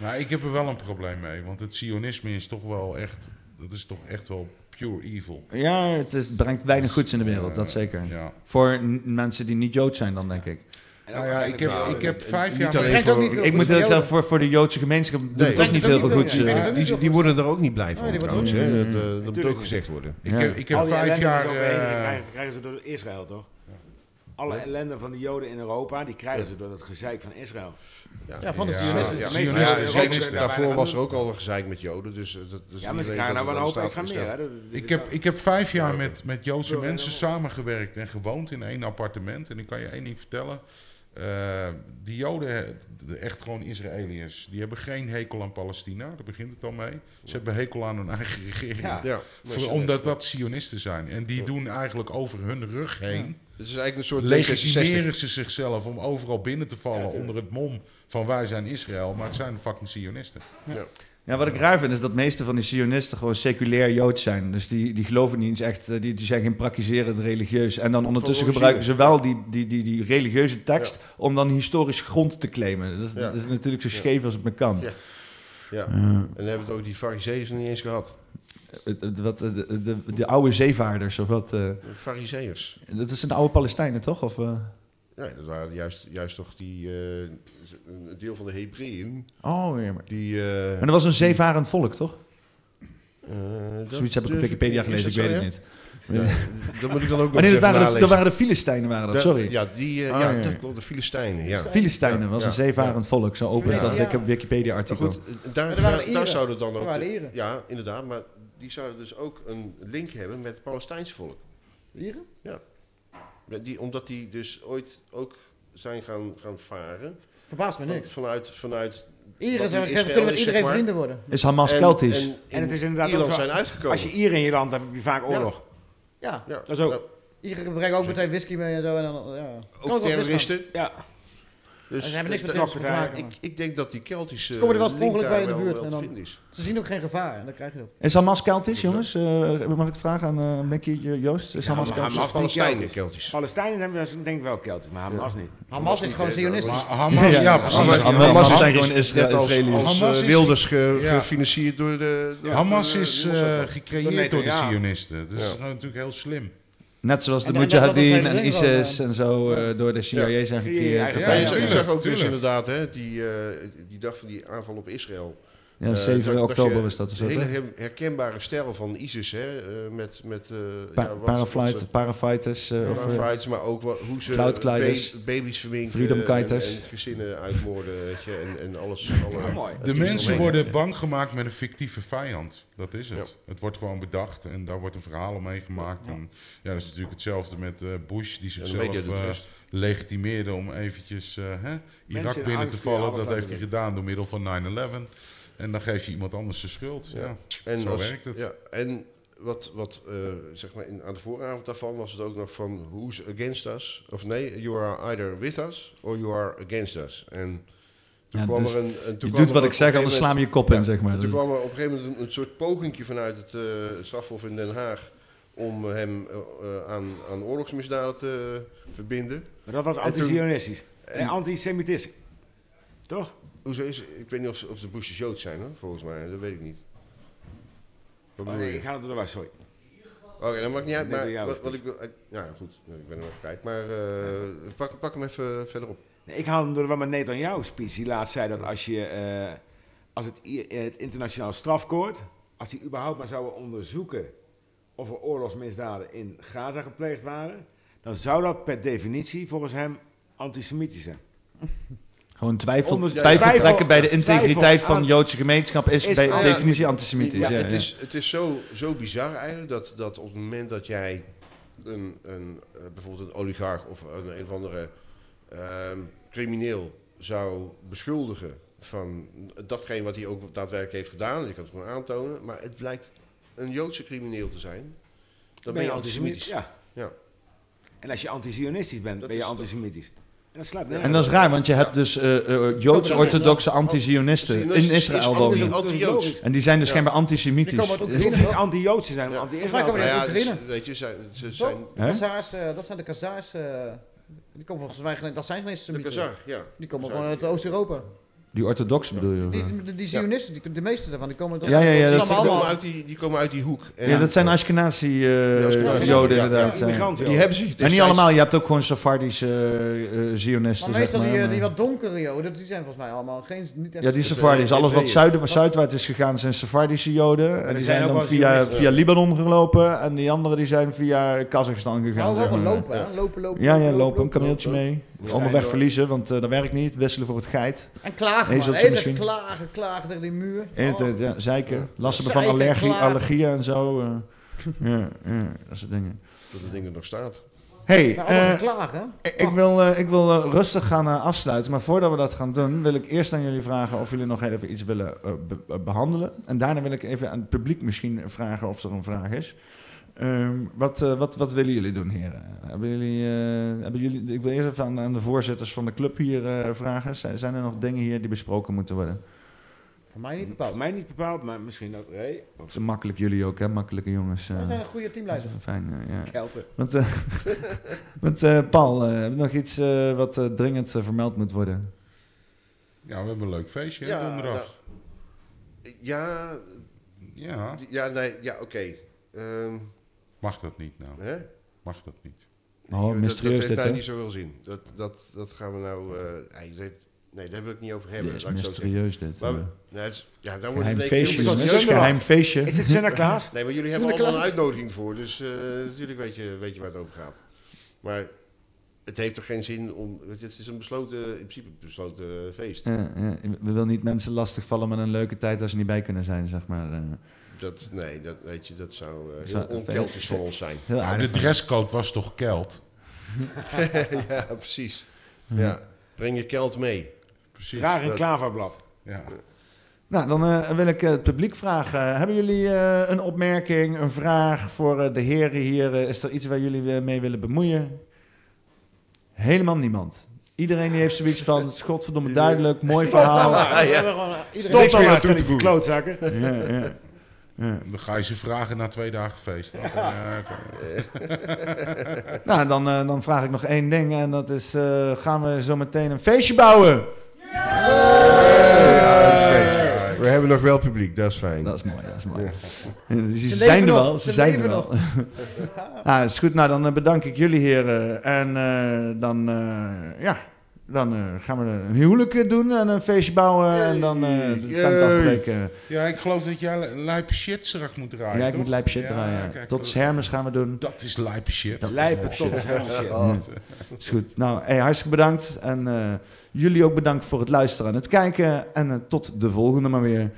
M: Nou, ik heb er wel een probleem mee, want het sionisme is toch wel echt dat is toch echt wel pure evil.
B: Ja, het is- brengt weinig goeds in de wereld, dat zeker. Voor n- mensen die niet Jood zijn dan, denk ik.
M: Nou ja, ik heb,
D: eh,
M: ik heb vijf
B: Niet
M: jaar...
B: alleen voor- Ik- ik moet heel erg zeggen, voor, voor de Joodse gemeenschap doet het ook niet heel veel goeds. eh.
M: Ja,
K: die, die worden er ook niet blij van
M: Nee, die worden
K: trouwens.
M: ook
K: hè.
M: niet
K: Dat,
M: blij.
K: eh, dat moet
M: Tuurlijk
K: ook
M: niet.
K: gezegd worden.
M: Ik heb- ik heb
D: Al die
M: vijf
D: ellende
M: jaar,
D: is ook één,
M: eh,
D: krijgen, krijgen ze door Israël, toch? Alle ellende van de Joden in Europa, die krijgen ze door dat gezeik van Israël.
K: Ja, van de
D: Ja,
K: Zionisten.
D: ja,
K: Ja,
D: meestal
K: ja,
D: in Europa
K: zeker.
D: kunnen daar
K: daarvoor
D: weinig
K: was
D: aan
K: er ook al een gezeik met Joden. Dus, eh, dat, dat is niet
D: Ja, maar ze
K: alleen
D: krijgen
K: dat
D: nou wel
K: het
D: een hoop
K: aan de staat
D: extra meer,
K: gesteld.
D: hè. Dat-
M: Ik heb, ik heb vijf jaar met, met Joodse mensen samengewerkt en gewoond in één appartement. En ik kan je één ding vertellen. Eh, die Joden, eh, de- echt gewoon Israëliërs, die hebben geen hekel aan Palestina. Daar begint het al mee. Ze hebben hekel aan hun eigen regering.
K: Ja. Ja,
M: Voor-
K: Zionisten.
M: omdat dat Zionisten zijn. En die doen eigenlijk over hun rug heen.
K: Het is eigenlijk een soort
M: legitimeren
K: D66.
M: ze zichzelf om overal binnen te vallen onder het mom van wij zijn Israël, maar het zijn fucking Zionisten.
B: Ja, wat ik raar vind is dat de meeste van die sionisten gewoon seculair Joods zijn. Dus die, die geloven niet eens echt, eh, die, die zijn geen praktiserend religieus. En dan ondertussen
K: origine.
B: gebruiken ze wel die, die, die, die religieuze tekst om dan historisch grond te claimen. Dat is,
K: Ja.
B: dat is natuurlijk zo
K: Ja.
B: scheef als het maar kan.
K: Ja. Ja.
B: Eh.
K: En dan hebben we het ook die fariseeën niet eens gehad.
B: Het- het- wat, eh, de, de, de oude zeevaarders of wat. eh,
K: De fariseeërs.
B: dat zijn de oude Palestijnen toch? Of, eh?
K: Ja, dat waren juist, juist toch die, eh, een deel van de Hebreeën.
B: Oh, ja, maar.
K: Die, eh,
B: maar dat was een zeevarend volk toch?
K: Eh, dat
B: Zoiets heb ik op
K: durf
B: Wikipedia
K: is dat
B: gelezen, ik
K: zo,
B: weet het
K: ja?
B: niet.
K: Ja, dat moet ik dan ook
B: Maar
K: nog
B: nee, dat
K: even
B: waren de-
K: nalezen.
B: dat waren de Filistijnen, waren dat, sorry.
K: Ja, die, eh,
B: Ah,
K: ja,
B: ja, ja.
K: dat klopt, de Filistijnen. Ja.
B: Filistijnen
K: Ja,
B: was
K: ja,
B: een zeevarend volk, zo opent
K: Ja.
B: dat
K: Ja.
B: Wikipedia-artikel.
K: Maar goed, eh, daar,
F: Maar er waren
K: daar,
F: Ieren.
K: daar zouden dan
F: Er
K: ook...
F: waren
K: de-
F: Ieren.
K: ja, inderdaad, maar die zouden dus ook een link hebben met het Palestijnse volk.
F: Ieren?
K: Ja. Ja, Die, omdat die dus ooit ook zijn gaan, gaan varen.
F: Verbaast me
K: Van-
F: niks.
K: Vanuit, vanuit
F: Ieren
K: wat
F: zijn-
K: nu Israël
F: kunnen met
K: is,
F: iedereen
K: zeg maar.
F: vrienden worden.
B: Is Hamas Keltisch?
K: En,
D: En het is inderdaad
K: Ierland
D: ook zo-
K: zijn uitgekomen.
D: Als je Ieren in je land hebt, heb je vaak oorlog.
F: Ja.
D: Dat is ook...
F: Ieren brengen ook meteen whisky mee en zo. En dan, ja. Kan ook wel eens
K: terroristen.
F: misgaan.
D: Ja.
K: Dus
F: ze hebben niks met
K: dat-
F: terrorisme te
K: dat-
F: maken.
K: Ik, ik denk dat die Keltische
F: Ze komen er wel
K: link
F: oorspronkelijk bij in
K: daar
F: de
K: wel-
F: buurt.
K: wel
F: En
K: te
F: dan,
K: vinden is.
F: ze zien ook geen gevaar en dan krijg je dat.
B: Is Hamas Keltisch, jongens? Eh, mag ik het vragen aan eh Becky, eh, Joost?
M: Dus
B: Is Hamas
D: maar
B: Keltisch?
D: Hamas niet
K: Palestijnen
D: Keltisch.
K: Keltisch.
D: Palestijnen hebben dat denk ik wel Keltisch, maar Hamas niet.
F: Hamas is gewoon Zionistisch.
M: Hamas, ja, precies.
K: Hamas,
M: Hamas
K: Hamas
M: is
K: is
M: gewoon
K: net
M: Isra-
K: als,
M: Israëliërs.
K: als
M: Hamas
K: eh,
M: is-
K: Wilders ge-
M: ja.
K: gefinancierd door de... door-
M: Hamas
K: door, eh,
M: is
K: die
M: eh,
K: moslims.
M: gecreëerd door de
K: Netanyahu.
M: Zionisten. Dus
K: Ja.
M: dat is natuurlijk heel slim.
B: Net zoals de
K: En- en dat- dat- dat
B: Mujahideen
K: zijn
B: en
K: we wel,
B: ISIS en zo eh, door de CIA zijn gecreëerd.
K: Ja, je zag- je zag ook dus inderdaad hè, die, eh, die dag van die aanval op Israël.
B: Ja,
K: Eh,
B: 7
K: dat-
B: oktober
K: je
B: was dat, was
K: De
B: dat,
K: hele
B: hè?
K: hem- herkenbare stijl van ISIS, hè, eh, met... met eh,
B: Pa-
K: ja, wat- wat
B: paraflight,
K: ze-
B: parafighters. eh, of, eh,
K: Fights, maar ook wat, hoe ze
B: Cloudkleiders.
K: ba- baby's verminken
B: Freedom
K: en, en
B: kiters.
K: gezinnen uitmoorden weet je, en, en alles. Alle, het
M: De
K: is
M: mensen
K: omheen.
M: worden bang gemaakt met een fictieve vijand. Dat is het. Het wordt gewoon bedacht en daar wordt een verhaal omheen gemaakt. En ja, dat is natuurlijk hetzelfde met eh, Bush, die zichzelf
K: media doet de
M: eh,
K: rest.
M: legitimeerde om eventjes eh, hè, Irak binnen te
K: in angst die alles
M: vallen. Dat
K: laten
M: heeft hij
K: doen.
M: gedaan door middel van 9-11. En dan geef je iemand anders de schuld. Ja.
K: En
M: Zo
K: als-
M: werkt het.
K: Ja, en wat, wat eh, zeg maar in, aan de vooravond daarvan was het ook nog van who's against us? Of nee, you are either with us or you are against us. En toen
B: Ja,
K: kwam
B: dus
K: er een. en toen
B: je
K: kwam
B: doet
K: er
B: wat ik
K: op
B: zeg,
K: een gegeven
B: anders
K: moment-
B: slaan we je kop in, zeg maar.
K: en Toen
B: Dat-
K: kwam er op een gegeven moment een, een soort pogingje vanuit het eh strafhof in Den Haag om hem eh, eh, aan, aan oorlogsmisdaden te verbinden.
D: Maar dat was
K: En
D: anti-Zionistisch.
K: toen-
D: En Eh, antisemitisme. Toch?
K: Hoezo is, ik weet niet of, of de Bushes Joods zijn, hoor, volgens mij. Dat weet ik niet. Wat
D: Oh,
K: bedoel
D: nee,
K: je?
D: ik ga het door de was, sorry.
K: Oké, dat maakt niet uit.
D: Nee,
K: Maar
D: door jou
K: wat,
D: is
K: wat ik wil... Ja, goed. Ik ben er wel kwijt. Maar eh, pak, pak hem even verder op.
D: Nee, ik haal hem door de war met Netanyahu speech die laatst zei dat als je eh, als het, I- het internationaal strafkoord, als die überhaupt maar zouden onderzoeken of er oorlogsmisdaden in Gaza gepleegd waren, dan zou dat per definitie volgens hem antisemitisch zijn.
B: Gewoon twijfel,
D: Onder- ja,
B: twijfel
D: twijfel-
B: trekken bij de integriteit
D: twijfel
B: van
D: aan-
B: Joodse gemeenschap is, bij
K: Ah, ja.
B: definitie antisemitisch. Ja,
K: Maar het,
B: ja.
K: Is, het is zo, zo bizar eigenlijk dat, dat op het moment dat jij een, een, eh, bijvoorbeeld een oligarch of een, een of andere ehm, crimineel zou beschuldigen van datgene wat hij ook daadwerkelijk heeft gedaan, je kan het gewoon aantonen, maar het blijkt een Joodse crimineel te zijn, dan ben je antisemitisch.
D: Ja.
K: ja.
D: En als je anti-Zionistisch bent, ben je antisemitisch. En dat slaat
B: En dat is raar, want je hebt dus eh, eh, Joods-orthodoxe anti-Zionisten in Israël wonen.
K: anti-Joods.
B: En die zijn dus
K: Ja.
B: schijnbaar
K: Die komen uit
B: antisemitisch.
K: Oekraïne,
D: niet anti-Joodse zijn, maar
F: Volgens mij
D: anti-Israël.
F: komen die uit Oekraïne.
K: Weet je, ze, ze
F: Toch?
K: Dus zijn...
F: De Kazaars, eh, dat zijn de Kazaars. eh, die komen volgens mij, geen- dat zijn geen Semieten.
K: Kazar, ja.
F: Die komen
K: Kazar.
F: gewoon uit Oost-Europa.
B: Die orthodoxen bedoel je? of, eh?
F: Die, die Zionisten, die, de meeste daarvan, die komen...
B: Ja, ja, ja,
F: Die
B: dat-
F: stammen
B: die
F: allemaal
B: komen
F: uit
K: die, die komen uit die hoek.
B: ja, dat zijn Ashkenazi-joden
K: Ja,
B: inderdaad. eh.
K: ja, immigranten, ja. Die hebben ze
B: Maar
K: destijds-
B: niet allemaal, je hebt ook gewoon Safardische eh, eh, Zionisten.
F: Maar meestal
B: zeg
F: die, eh,
B: maar.
F: die wat donkere joden, die zijn volgens mij allemaal geen... Niet echt
B: Ja, die
F: eh,
B: Sefardis. Alles wat zuiden, wat zuidwaarts is gegaan zijn Sefardische Joden. En
F: er
B: die
F: zijn
B: zijn
F: ook
B: dan
F: wel eh,
B: via,
F: Zionisten.
B: via Libanon gelopen. En die anderen die zijn via Kazachstan gegaan.
F: Nou, wel
B: zeg maar.
F: gewoon lopen, hè? Lopen, lopen,
B: Ja, ja,
F: lopen,
B: lopen. Een
F: lopen,
B: kameeltje
F: lopen.
B: mee.
F: Ja.
B: Allemaal weg verliezen, want eh, dat werkt niet. Wisselen voor het geit.
F: En klagen, man.
B: Ezeltje
F: Hele tijd
B: misschien.
F: klagen, klagen tegen die muur.
B: De hele tijd, ja. Zeiken. Last hebben van
F: Zeiken,
B: allergie,
F: klagen.
B: allergieën en zo. eh. ja, ja, dat soort dingen.
K: Dat het ding er nog staat.
B: Hey,
F: Maar allemaal
B: eh,
F: klagen.
B: ik- ik wil, eh, ik wil eh, rustig gaan eh, afsluiten. Maar voordat we dat gaan doen, wil ik eerst aan jullie vragen of jullie nog heel even iets willen eh, be- eh, behandelen. En daarna wil ik even aan het publiek misschien vragen of er een vraag is. Ehm, wat, eh, wat, wat willen jullie doen, heren? Hebben jullie, eh, hebben jullie, ik wil eerst even aan, aan de voorzitters van de club hier eh, vragen. Zijn, zijn er nog dingen hier die besproken moeten worden?
F: Voor mij niet bepaald.
D: Voor mij niet bepaald, maar misschien dat Ray.
B: Dat is makkelijk jullie ook, hè? Makkelijke jongens. eh.
F: Wij zijn een goede teamleider.
B: Dat is Fijn, eh, ja.
D: Kelpen.
B: Want, eh, want, eh, Paul, eh, heb je nog iets eh, wat eh, dringend eh, vermeld moet worden?
M: Ja, we hebben een leuk feestje hè, donderdag.
K: nou, ja.
M: Ja.
K: Ja, nee, ja, oké. Ehm,
M: Mag dat niet nou?
K: Hè?
M: Mag dat niet?
B: Oh,
K: dat, dat
B: mysterieus
K: heeft
B: dit,
K: daar
B: hè?
K: niet zoveel zin. Dat, dat, dat gaan we nou... eh, nee, dat heeft- nee, daar wil ik niet over hebben.
B: Dit is
K: laat ik zo
B: mysterieus
K: zeggen.
B: dit,
K: Maar we-
B: ja.
K: nee, het is- ja, dan wordt
B: Geheim
K: het een
B: feestje, jongens. Geheim feestje. Is het Sinterklaas?
K: Nee, maar jullie hebben allemaal een
B: Sinterklaas?
K: uitnodiging voor. Dus eh, natuurlijk weet je, weet je waar het over gaat. Maar het heeft toch geen zin om... Het is een besloten, in principe een besloten feest.
B: Ja, ja, Eh, we willen niet mensen lastigvallen met een leuke tijd als ze niet bij kunnen zijn, zeg maar. eh.
K: Dat, nee, dat, weet je, dat zou eh
B: Zou-
K: heel onkeltisch van ons zijn.
B: Heel
M: Nou, de dresscode was toch kelt?
K: ja, precies.
B: Mhm.
K: Ja. Breng je kelt mee.
M: Precies.
D: Draag een
K: Dat-
D: klaverblad.
M: Ja.
B: Nou, dan eh, wil ik eh, het publiek vragen. hebben jullie eh, een opmerking, een vraag voor eh, de heren hier? Eh, is er iets waar jullie eh, mee willen bemoeien? Helemaal niemand. Iedereen die heeft zoiets van, godverdomme duidelijk, mooi verhaal.
K: Ah, Ja, ja.
B: Stop
K: Niks
B: dan
K: meer
B: maar,
K: aan toe te
B: stelletje
K: voegen.
B: klootzakken. Ja, ja.
M: Dan ga je ze vragen na twee dagen feest. Ja, oké.
B: Nou, dan, eh, dan vraag ik nog één ding en dat is, eh, gaan we zo meteen een feestje bouwen?
K: We hebben nog wel publiek, dat is fijn.
B: Eh. Dat is mooi, dat is mooi. Ze,
F: Ze
B: zijn
F: leven
B: er
F: nog,
B: wel, ze,
F: ze
B: zijn er
F: leven
B: wel.
F: nog.
B: nou, is goed. Nou, dan eh, bedank ik jullie heren. En eh, dan, eh, ja, dan eh, gaan we een huwelijk eh, doen en een feestje bouwen. En dan eh de tent afbreken.
M: Ja, ik geloof dat jij li- lijp shit terug moet draaien.
B: Ja, ik moet
M: toch?
B: lijp shit
M: Ja,
B: draaien.
M: kijk,
B: Tot Hermes gaan we doen.
M: Dat is lijp shit.
B: Dat is
M: Lijpe
B: lijp
M: tot Hermes shit.
B: Ja. Is goed. Nou, hey, hartstikke bedankt. En eh, jullie ook bedankt voor het luisteren en het kijken. En eh, tot de volgende maar weer.